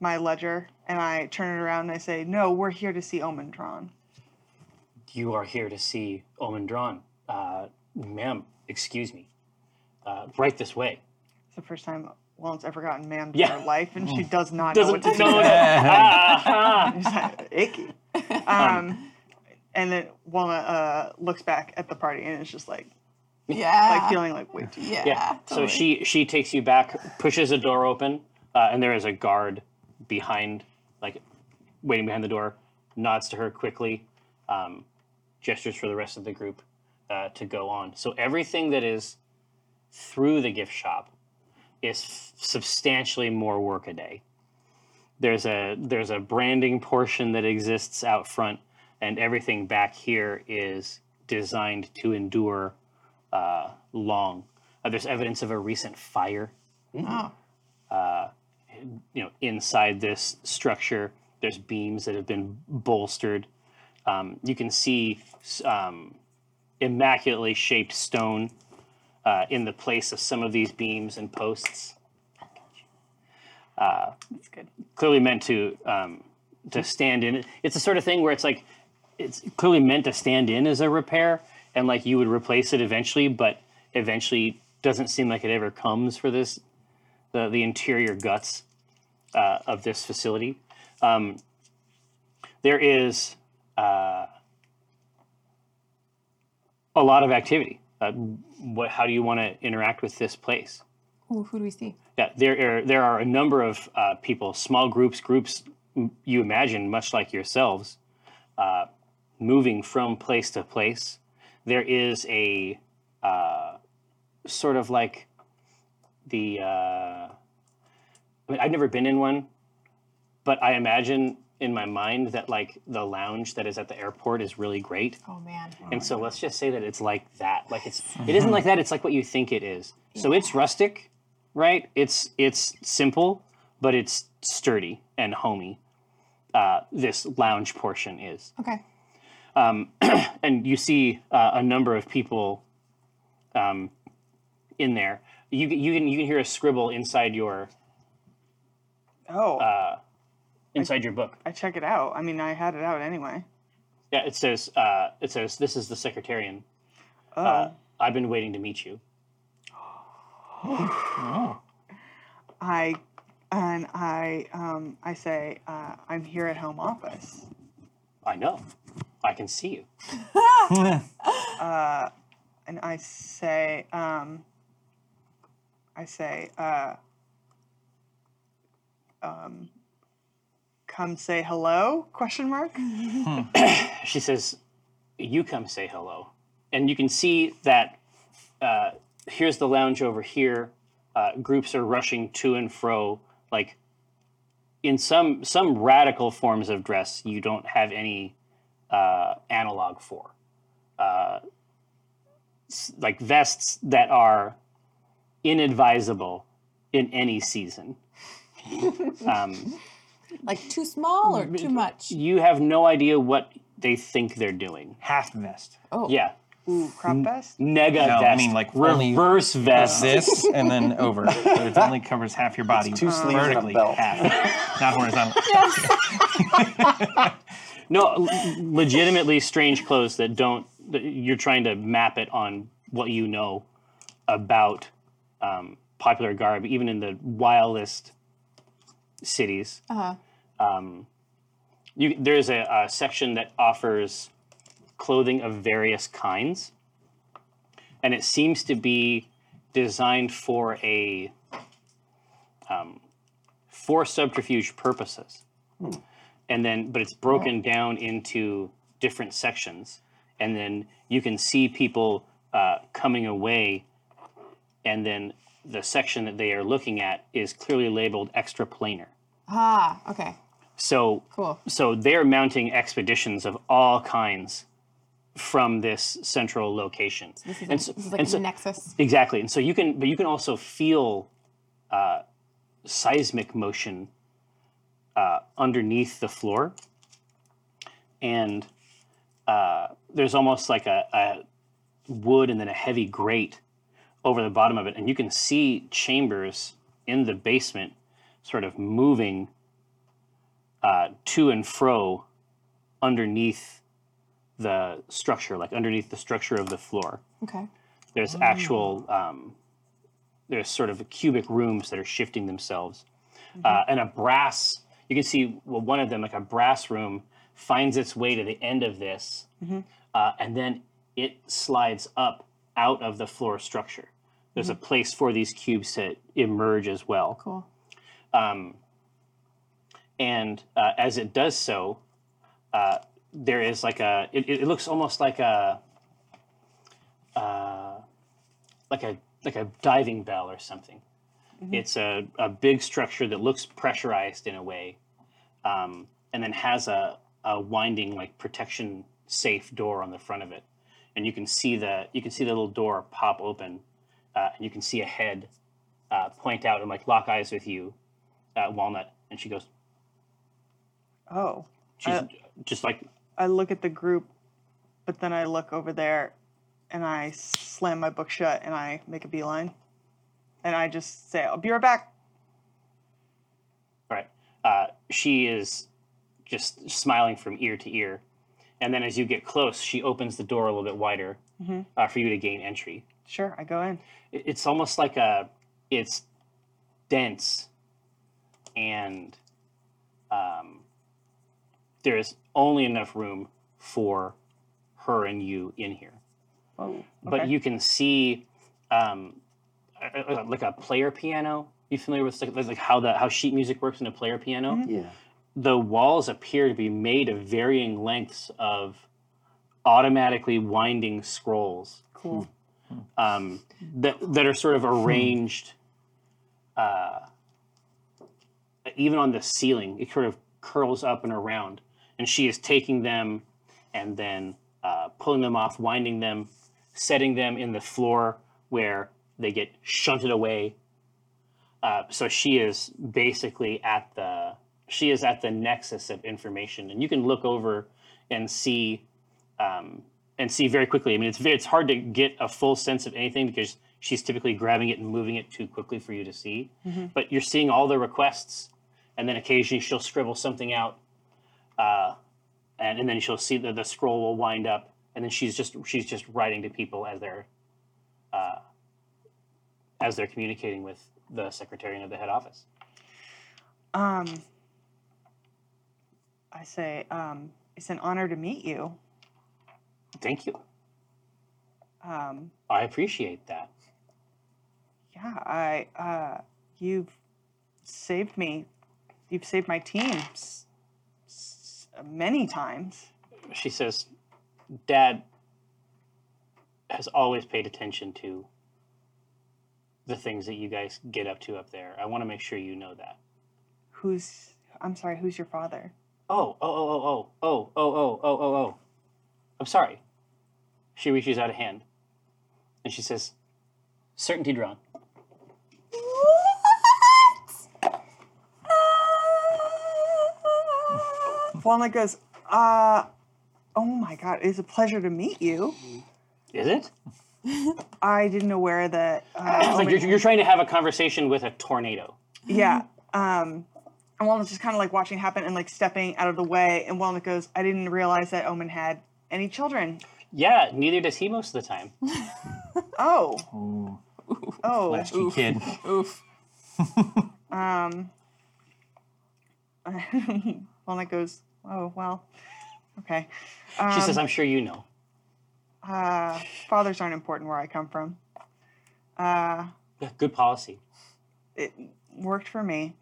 my ledger and I turn it around and I say, "No, we're here to see Omen Drawn." You are here to see Omendron, uh, ma'am. Excuse me. Uh, right this way." It's the first time Wallen's ever gotten manned Yeah. Mm. in her life, and she does not know what Doesn't to do. know. Ah, It's like, Icky. Um, and then Walnut uh, looks back at the party and is just like, yeah, like feeling like, "Wait, yeah. Yeah. So totally. she she takes you back, pushes a door open, uh, and there is a guard behind, like waiting behind the door. Nods to her quickly, um, gestures for the rest of the group uh, to go on. So everything that is through the gift shop is f- substantially more work a day. There's a there's a branding portion that exists out front, and everything back here is designed to endure uh, long. Uh, there's evidence of a recent fire. Mm. Uh, you know, inside this structure, there's beams that have been bolstered. Um, you can see s- um, immaculately shaped stone uh, in the place of some of these beams and posts. Uh, that's good." Clearly meant to um, to stand in. It's the sort of thing where it's like it's clearly meant to stand in as a repair and like you would replace it eventually but eventually doesn't seem like it ever comes for this the, the interior guts uh, of this facility um, there is uh, a lot of activity uh, what, how do you want to interact with this place Who, who do we see? yeah, there are, there are a number of uh, people, small groups, groups m- you imagine much like yourselves, uh, moving from place to place. There is a uh, sort of like the. Uh, I mean, I've never been in one, but I imagine in my mind that like the lounge that is at the airport is really great. Oh man, And so let's just say that it's like that. Like it's it Mm-hmm. isn't like that. It's like what you think it is. So it's rustic, right? It's it's simple, but it's sturdy and homey. Uh, this lounge portion is, okay. and you see uh, a number of people um, in there. You can- you can you can hear a scribble inside your Oh, Uh. inside your book. I check it out. I mean, I had it out anyway. Yeah, it says uh, it says this is the secretarian. Oh. Uh, I've been waiting to meet you. I and I um, I say uh, I'm here at home office. I know. I can see you. and I say, um, I say, uh, um, come say hello? Question mark. she says, "You come say hello," and you can see that. Uh, here's the lounge over here. Uh, groups are rushing to and fro, like in some some radical forms of dress you don't have any uh, analog for, uh, s- like vests that are inadvisable in any season. um, Like too small or too much? you have no idea what they think they're doing. Half vest. Yeah. Ooh, crop vest. Nega No, I vest. mean, like, only- reverse vest. This and then over. So it only covers half your body. two sleeves and a vertically, belt. half, not horizontal. No, l- legitimately strange clothes that don't. That you're trying to map it on what you know about um, popular garb, even in the wildest cities. Uh-huh. Um, you, there's a, a section that offers clothing of various kinds, and it seems to be designed for a um, for subterfuge purposes, and then but it's broken down into different sections, and then you can see people uh, coming away, and then the section that they are looking at is clearly labeled extraplanar. Ah, okay, So cool. so they're mounting expeditions of all kinds from this central location. This is, And so- this is like and so- Nexus. Exactly, and so you can, but you can also feel uh, seismic motion uh, underneath the floor, and uh, there's almost like a, a wood and then a heavy grate over the bottom of it, and you can see chambers in the basement sort of moving uh, to and fro underneath the structure, like underneath the structure of the floor Okay. there's actual um, there's sort of cubic rooms that are shifting themselves uh, and a brass you can see well, one of them like a brass room finds its way to the end of this uh, and then it slides up out of the floor structure there's a place for these cubes to emerge as well Cool. um, and uh, as it does so, uh, there is like a. It, it it looks almost like a, uh, like a like a diving bell or something. It's a, a big structure that looks pressurized in a way, um, and then has a, a winding like protection safe door on the front of it, and you can see the you can see the little door pop open, uh, and you can see a head uh, point out and like lock eyes with you uh, Walnut, and she goes, Oh, she's Uh, just like, I look at the group, but then I look over there, and I slam my book shut, and I make a beeline, and I just say, "I'll be right back." all right. Uh, she is just smiling from ear to ear. And then as you get close, she opens the door a little bit wider uh, for you to gain entry. Sure, I go in. It- It's almost like a, it's dense and um, there is only enough room for her and you in here. Oh, but you can see um, uh, uh, like a player piano. You familiar with like, like how the how sheet music works in a player piano? Yeah. The walls appear to be made of varying lengths of automatically winding scrolls cool. um, that that are sort of arranged. Uh, even on the ceiling, it sort of curls up and around, and she is taking them and then uh, pulling them off, winding them, setting them in the floor where they get shunted away. Uh, so she is basically at the she is at the nexus of information, and you can look over and see um, and see very quickly. I mean, it's ve- it's hard to get a full sense of anything because she's typically grabbing it and moving it too quickly for you to see. But you're seeing all the requests, and then occasionally she'll scribble something out, uh, and, and then she'll see that the scroll will wind up, and then she's just she's just writing to people as they're uh, as they're communicating with the secretarian of the head office. Um, I say, um, "It's an honor to meet you." Thank you. Um, I appreciate that. yeah, I uh, you've saved me. You've saved my team s- s- many times. she says, Dad has always paid attention to the things that you guys get up to up there. I want to make sure you know that. Who's I'm sorry, who's your father? Oh, oh, oh, oh, oh, oh, oh, oh, oh, oh, oh. I'm sorry. She reaches out a hand and she says, Certainty drawn. Walnut goes, uh, oh my god, it's a pleasure to meet you. Is it? Oh I didn't aware that. Uh, It's like you're, you're trying to have a conversation with a tornado. yeah. Um, and Walnut's just kind of like watching it happen and like stepping out of the way. And Walnut goes, I didn't realize that Omen had any children. Yeah, neither does he most of the time. Oh. Oh. Latchkey kid. Oof. Um, Walnut goes, oh, well, okay. Um, She says, I'm sure you know. uh, fathers aren't important where I come from. Uh, Yeah, good policy. it worked for me.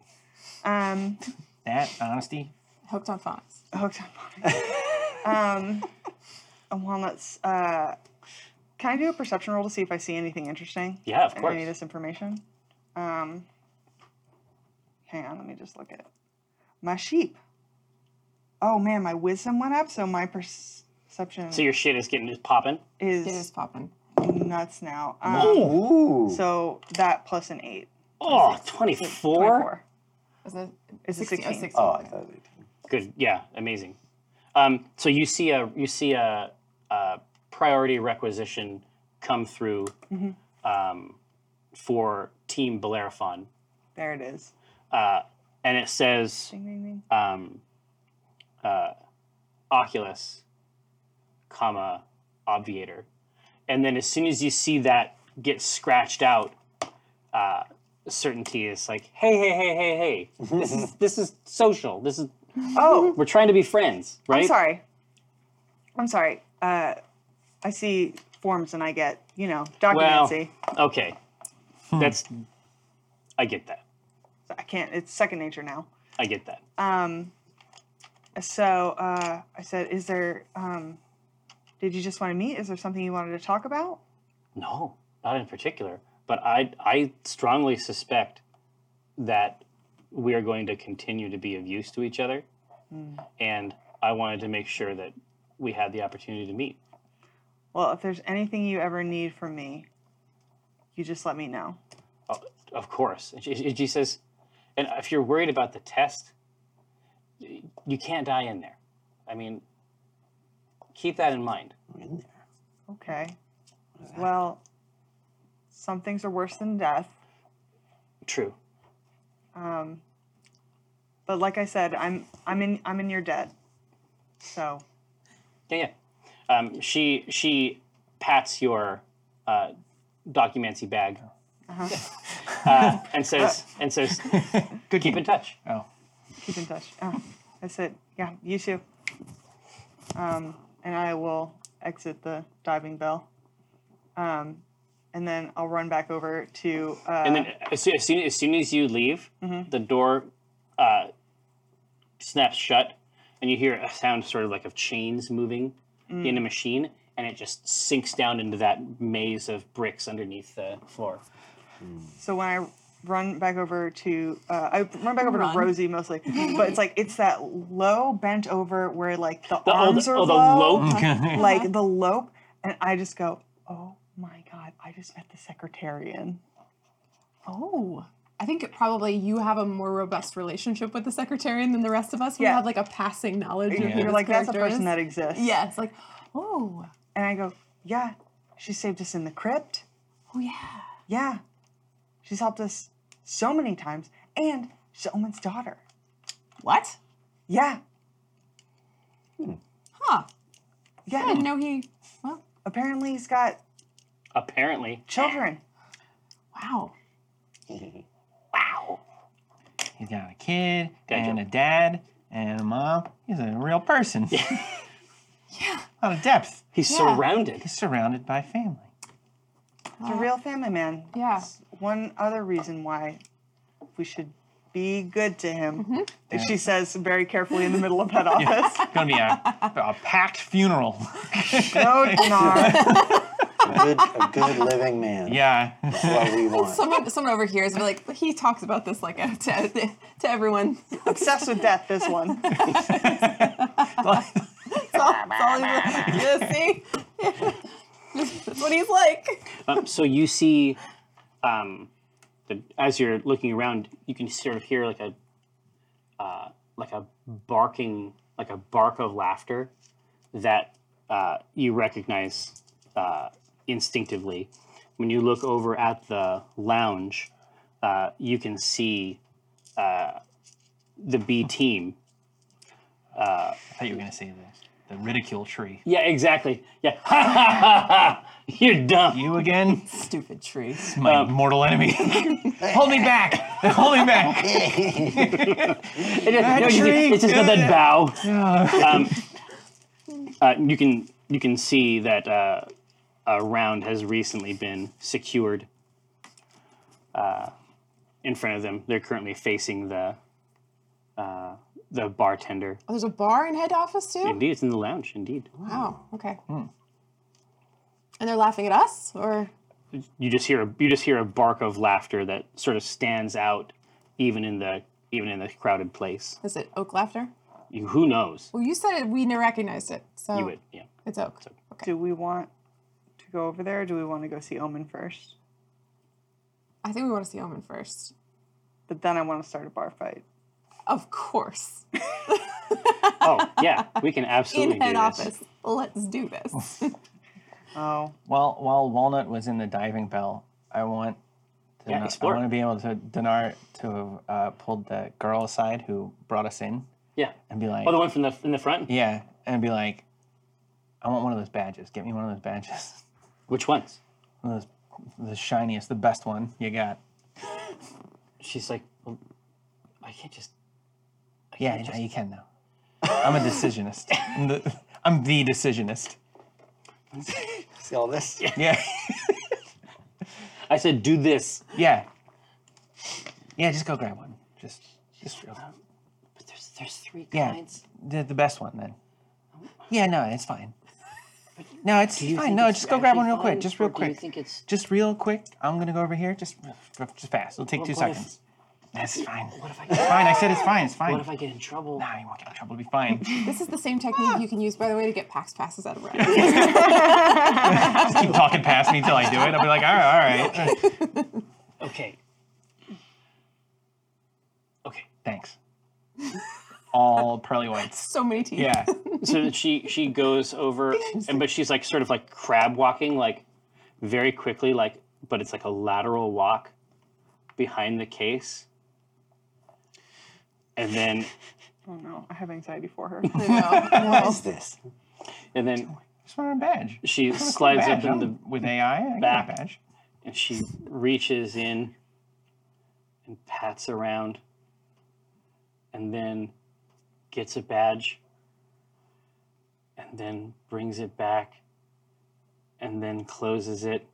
Um, That honesty. Hooked on phonics. hooked on um, and walnuts. Uh, can I do a perception roll to see if I see anything interesting? Yeah, of in course. Any of this information? Um, hang on, let me just look at my sheep. Oh man, my wisdom went up, so my perception So your shit is getting just popping. is It is popping. nuts now. Um, Ooh. So that plus an eight. Oh, 24? 24. Is it? It's a 16? 16. oh, I thought it Good. Yeah, amazing. Um, so you see a you see a, a priority requisition come through Mm-hmm. um, for Team Bellerophon, There it is. uh, and it says Ding ding ding. um, uh, Oculus, comma, obviator. And then as soon as you see that get scratched out, uh, certainty is like, hey, hey, hey, hey, hey, this is this is social. This is Oh, we're trying to be friends, right? I'm sorry. I'm sorry. Uh, I see forms and I get, you know, Well, documentancy. okay, that's I get that. I can't. It's second nature now. I get that. Um, so uh, I said, "Is there? Um, did you just want to meet? Is there something you wanted to talk about?" No, not in particular. But I I strongly suspect that we are going to continue to be of use to each other, Hmm. and I wanted to make sure that we had the opportunity to meet. Well, if there's anything you ever need from me, you just let me know. Oh, of course, And she, she says. And if you're worried about the test, y- you can't die in there. I mean, keep that in mind. in there. Okay. Well, some things are worse than death. True. Um, but like I said, I'm I'm in I'm in your debt. So Yeah, yeah. Um, she she pats your uh, documentancy bag uh, and says and says Good keep in touch. Oh, keep in touch. Uh, I said, yeah, you too. Um, and I will exit the diving bell. Um, and then I'll run back over to. Uh, And then as soon as soon as, soon as you leave, the door uh, snaps shut, and you hear a sound sort of like of chains moving in a machine, and it just sinks down into that maze of bricks underneath the floor. so when I run back over to, uh, I run back over Run. to Rosie mostly, but it's like it's that low bent over where like the, The, oh, arms the, are oh, the low, lope. Uh-huh. like the lope, and I just go, oh my god, I just met the secretarian. Oh. I think it probably you have a more robust relationship with the secretarian than the rest of us. We Yeah. have like a passing knowledge of who You're this like that's a character person is. that exists. Yeah, it's like, oh, And I go, yeah, she saved us in the crypt. oh yeah. Yeah. She's helped us so many times. And she's Omen's daughter. What? Yeah. Huh. I Yeah. didn't know he. Well, Apparently he's got Apparently, children. wow. he's got a kid Dad and joke. a dad and a mom. He's a real person. yeah. A lot of depth. he's Yeah. surrounded. He's surrounded by family. It's a real family man. Yeah. It's one other reason why we should be good to him. She says very carefully in the middle of head office. It's gonna be a, a packed funeral. No, it's not. A good, a good living man. yeah. That's what we want. Someone, someone over here is like he talks about this like uh, to, to everyone. That's Obsessed with death, this one. all, that's all he's like. Yeah, see, that's what he's like. Um, so you see, um, the, as you're looking around, you can sort of hear like a, uh, like a barking, like a bark of laughter, that uh, you recognize uh, instinctively. When you look over at the lounge, uh, you can see uh, the B team. I thought you were gonna say the the ridicule tree. Yeah, exactly. Yeah, ha ha ha ha! You're dumb. You again? Stupid tree. My Um, mortal enemy. hold me back. hold me back. It just, no, you tree. can- it's just got that bow. Um, uh, you can you can see that uh, a round has recently been secured uh, in front of them. They're currently facing the uh, the bartender. Oh, there's a bar in head office too. Indeed, it's in the lounge. Indeed, Wow. Okay. And they're laughing at us, or you just hear a you just hear a bark of laughter that sort of stands out, even in the even in the crowded place. is it oak laughter? You, who knows? Well, you said it, we n- recognized it, so You would, yeah. it's oak. Okay. Do we want to go over there or do we want to go see Omen first? I think we want to see Omen first. But then I want to start a bar fight. Of course, Oh, yeah. We can absolutely in do head this. office. Let's do this. Oh, While while Walnut was in the diving bell, I want to Yeah, know- explore. I want to be able to Dinar to have uh, pulled the girl aside who brought us in Yeah. and be like, Oh, the one from the in the front. yeah, and be like, I want one of those badges. Get me one of those badges. Which ones? One of those, the shiniest, the best one you got. She's like, well, I can't just. I Yeah, can't no, just- you can now. I'm a decisionist. I'm the, I'm the decisionist. See all this? Yeah, I said, do this. yeah, yeah. Just go grab one. Just, just real. But there's there's three Yeah, kinds. the, the best one then. Yeah, no, it's fine. No, it's fine. No, just go grab one real quick. Just real Do you quick. think it's? Just real quick. I'm gonna go over here. Just, just fast. It'll take two what if- seconds. That's fine. What if I It's get? fine. I said it's fine. It's fine. What if I get in trouble? Nah, you won't get in trouble. It'll be fine. this is the same technique you can use, by the way, to get PAX passes out of round. Just keep talking past me till I do it. I'll be like, all right, all right. Okay. Okay. Thanks. All pearly whites. so many teeth. Yeah. So that she she goes over, and but she's like sort of like crab walking, like very quickly, like but it's like a lateral walk behind the case, and then oh no, I have anxiety for her. I know. What is this? and then Just want a badge. she Just want a cool slides up badge. in the I'm with AI. I got a back. badge. and she reaches in and pats around and then gets a badge and then brings it back and then closes it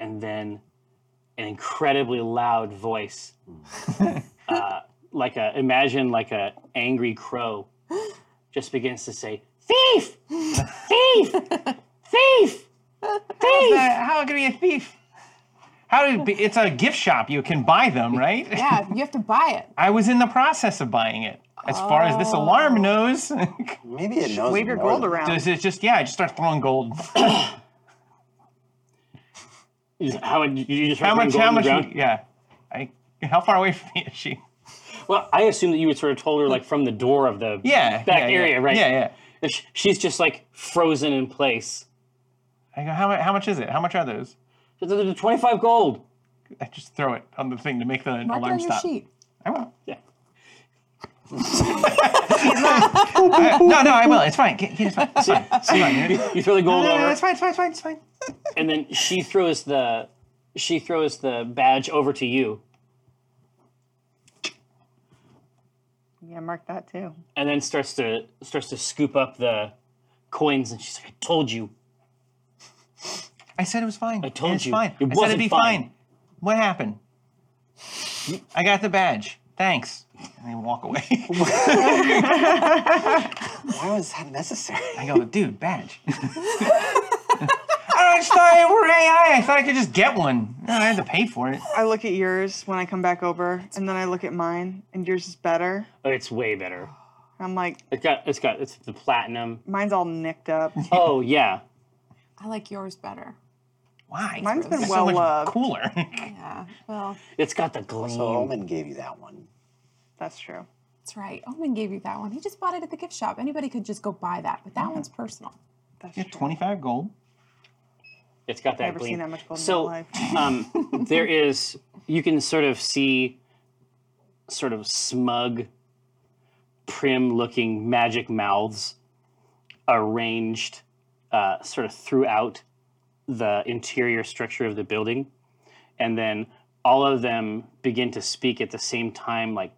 and then an incredibly loud voice Mm. uh, like a imagine like a angry crow just begins to say thief thief thief How's that- How can it be a thief? How did it be, it's a gift shop. You can buy them, right? yeah, you have to buy it. I was in the process of buying it. As far as this Oh. alarm knows, Maybe it knows. Wave your more gold than- around. does it just yeah? I just start throwing gold. Is- How would you- you just How recommend much? going How to much? the would- ground? Yeah. I, how far away from me is she? Well, I assume that you would sort of told her like from the door of the Yeah. back yeah, area, yeah. right? Yeah, yeah. And sh- She's just like frozen in place. I go. How much? How much is it? How much are those? Th- th- th- Twenty-five gold. I just throw it on the thing to make the Mark it alarm on your stop. sheet. I will. Yeah. I- no, no, I will. It's fine. Get, get, it's fine. It's fine. It's fine. You, you throw the gold No, no, no, over, it's fine. It's fine. It's fine. It's fine. and then she throws the she throws the badge over to you, yeah, mark that too. and then starts to starts to scoop up the coins, and she's like, "I told you." I said it was fine. I told it's you. Fine. It I said wasn't it'd be fine. fine. What happened? I got the badge. Thanks. And they walk away. Why was that necessary? I go, dude, badge. I don't thought it were AI. I thought I could just get one. No, I had to pay for it. I look at yours when I come back over, and then I look at mine, and yours is better. Oh, it's way better. I'm like, It got it's got it's the platinum. mine's all nicked up. Oh yeah, I like yours better. Why? Mine's been It's so well much loved. Cooler. Yeah. Well, it's got the gleam. So Omen gave you that one. That's true. that's right. Omen gave you that one. He just bought it at the gift shop. Anybody could just go buy that, but that one's personal. That's yeah, true. twenty-five gold. It's got that Never gleam. seen that much gold so, in my life. um, there is you can sort of see sort of smug prim looking magic mouths arranged uh, sort of throughout the interior structure of the building and then all of them begin to speak at the same time like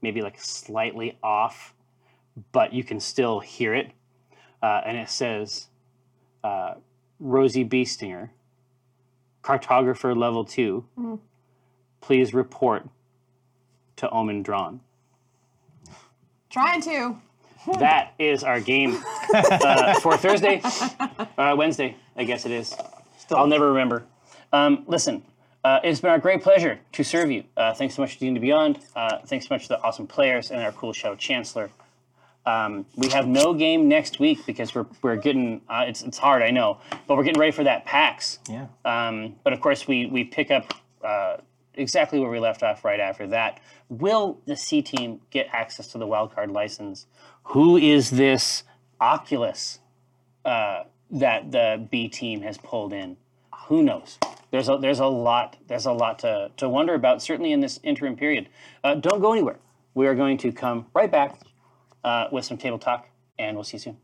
maybe like slightly off but you can still hear it uh, and it says uh, rosie beestinger cartographer level 2 please report to Omen Drawn. Trying to. That is our game uh, for Thursday, uh, Wednesday, I guess it is. I'll never remember. Um, listen, uh, it's been our great pleasure to serve you. Uh, thanks so much to Dean to Beyond. Uh, thanks so much to the awesome players and our cool show chancellor. Um, we have no game next week because we're, we're getting uh, it's it's hard I know, but we're getting ready for that PAX. Yeah. Um, but of course, we we pick up uh, exactly where we left off right after that. Will the C team get access to the wildcard license? Who is this Oculus uh, that the B team has pulled in? Who knows? There's a there's a lot there's a lot to to wonder about. Certainly in this interim period. Uh, don't go anywhere. We are going to come right back uh, with some table talk, and we'll see you soon.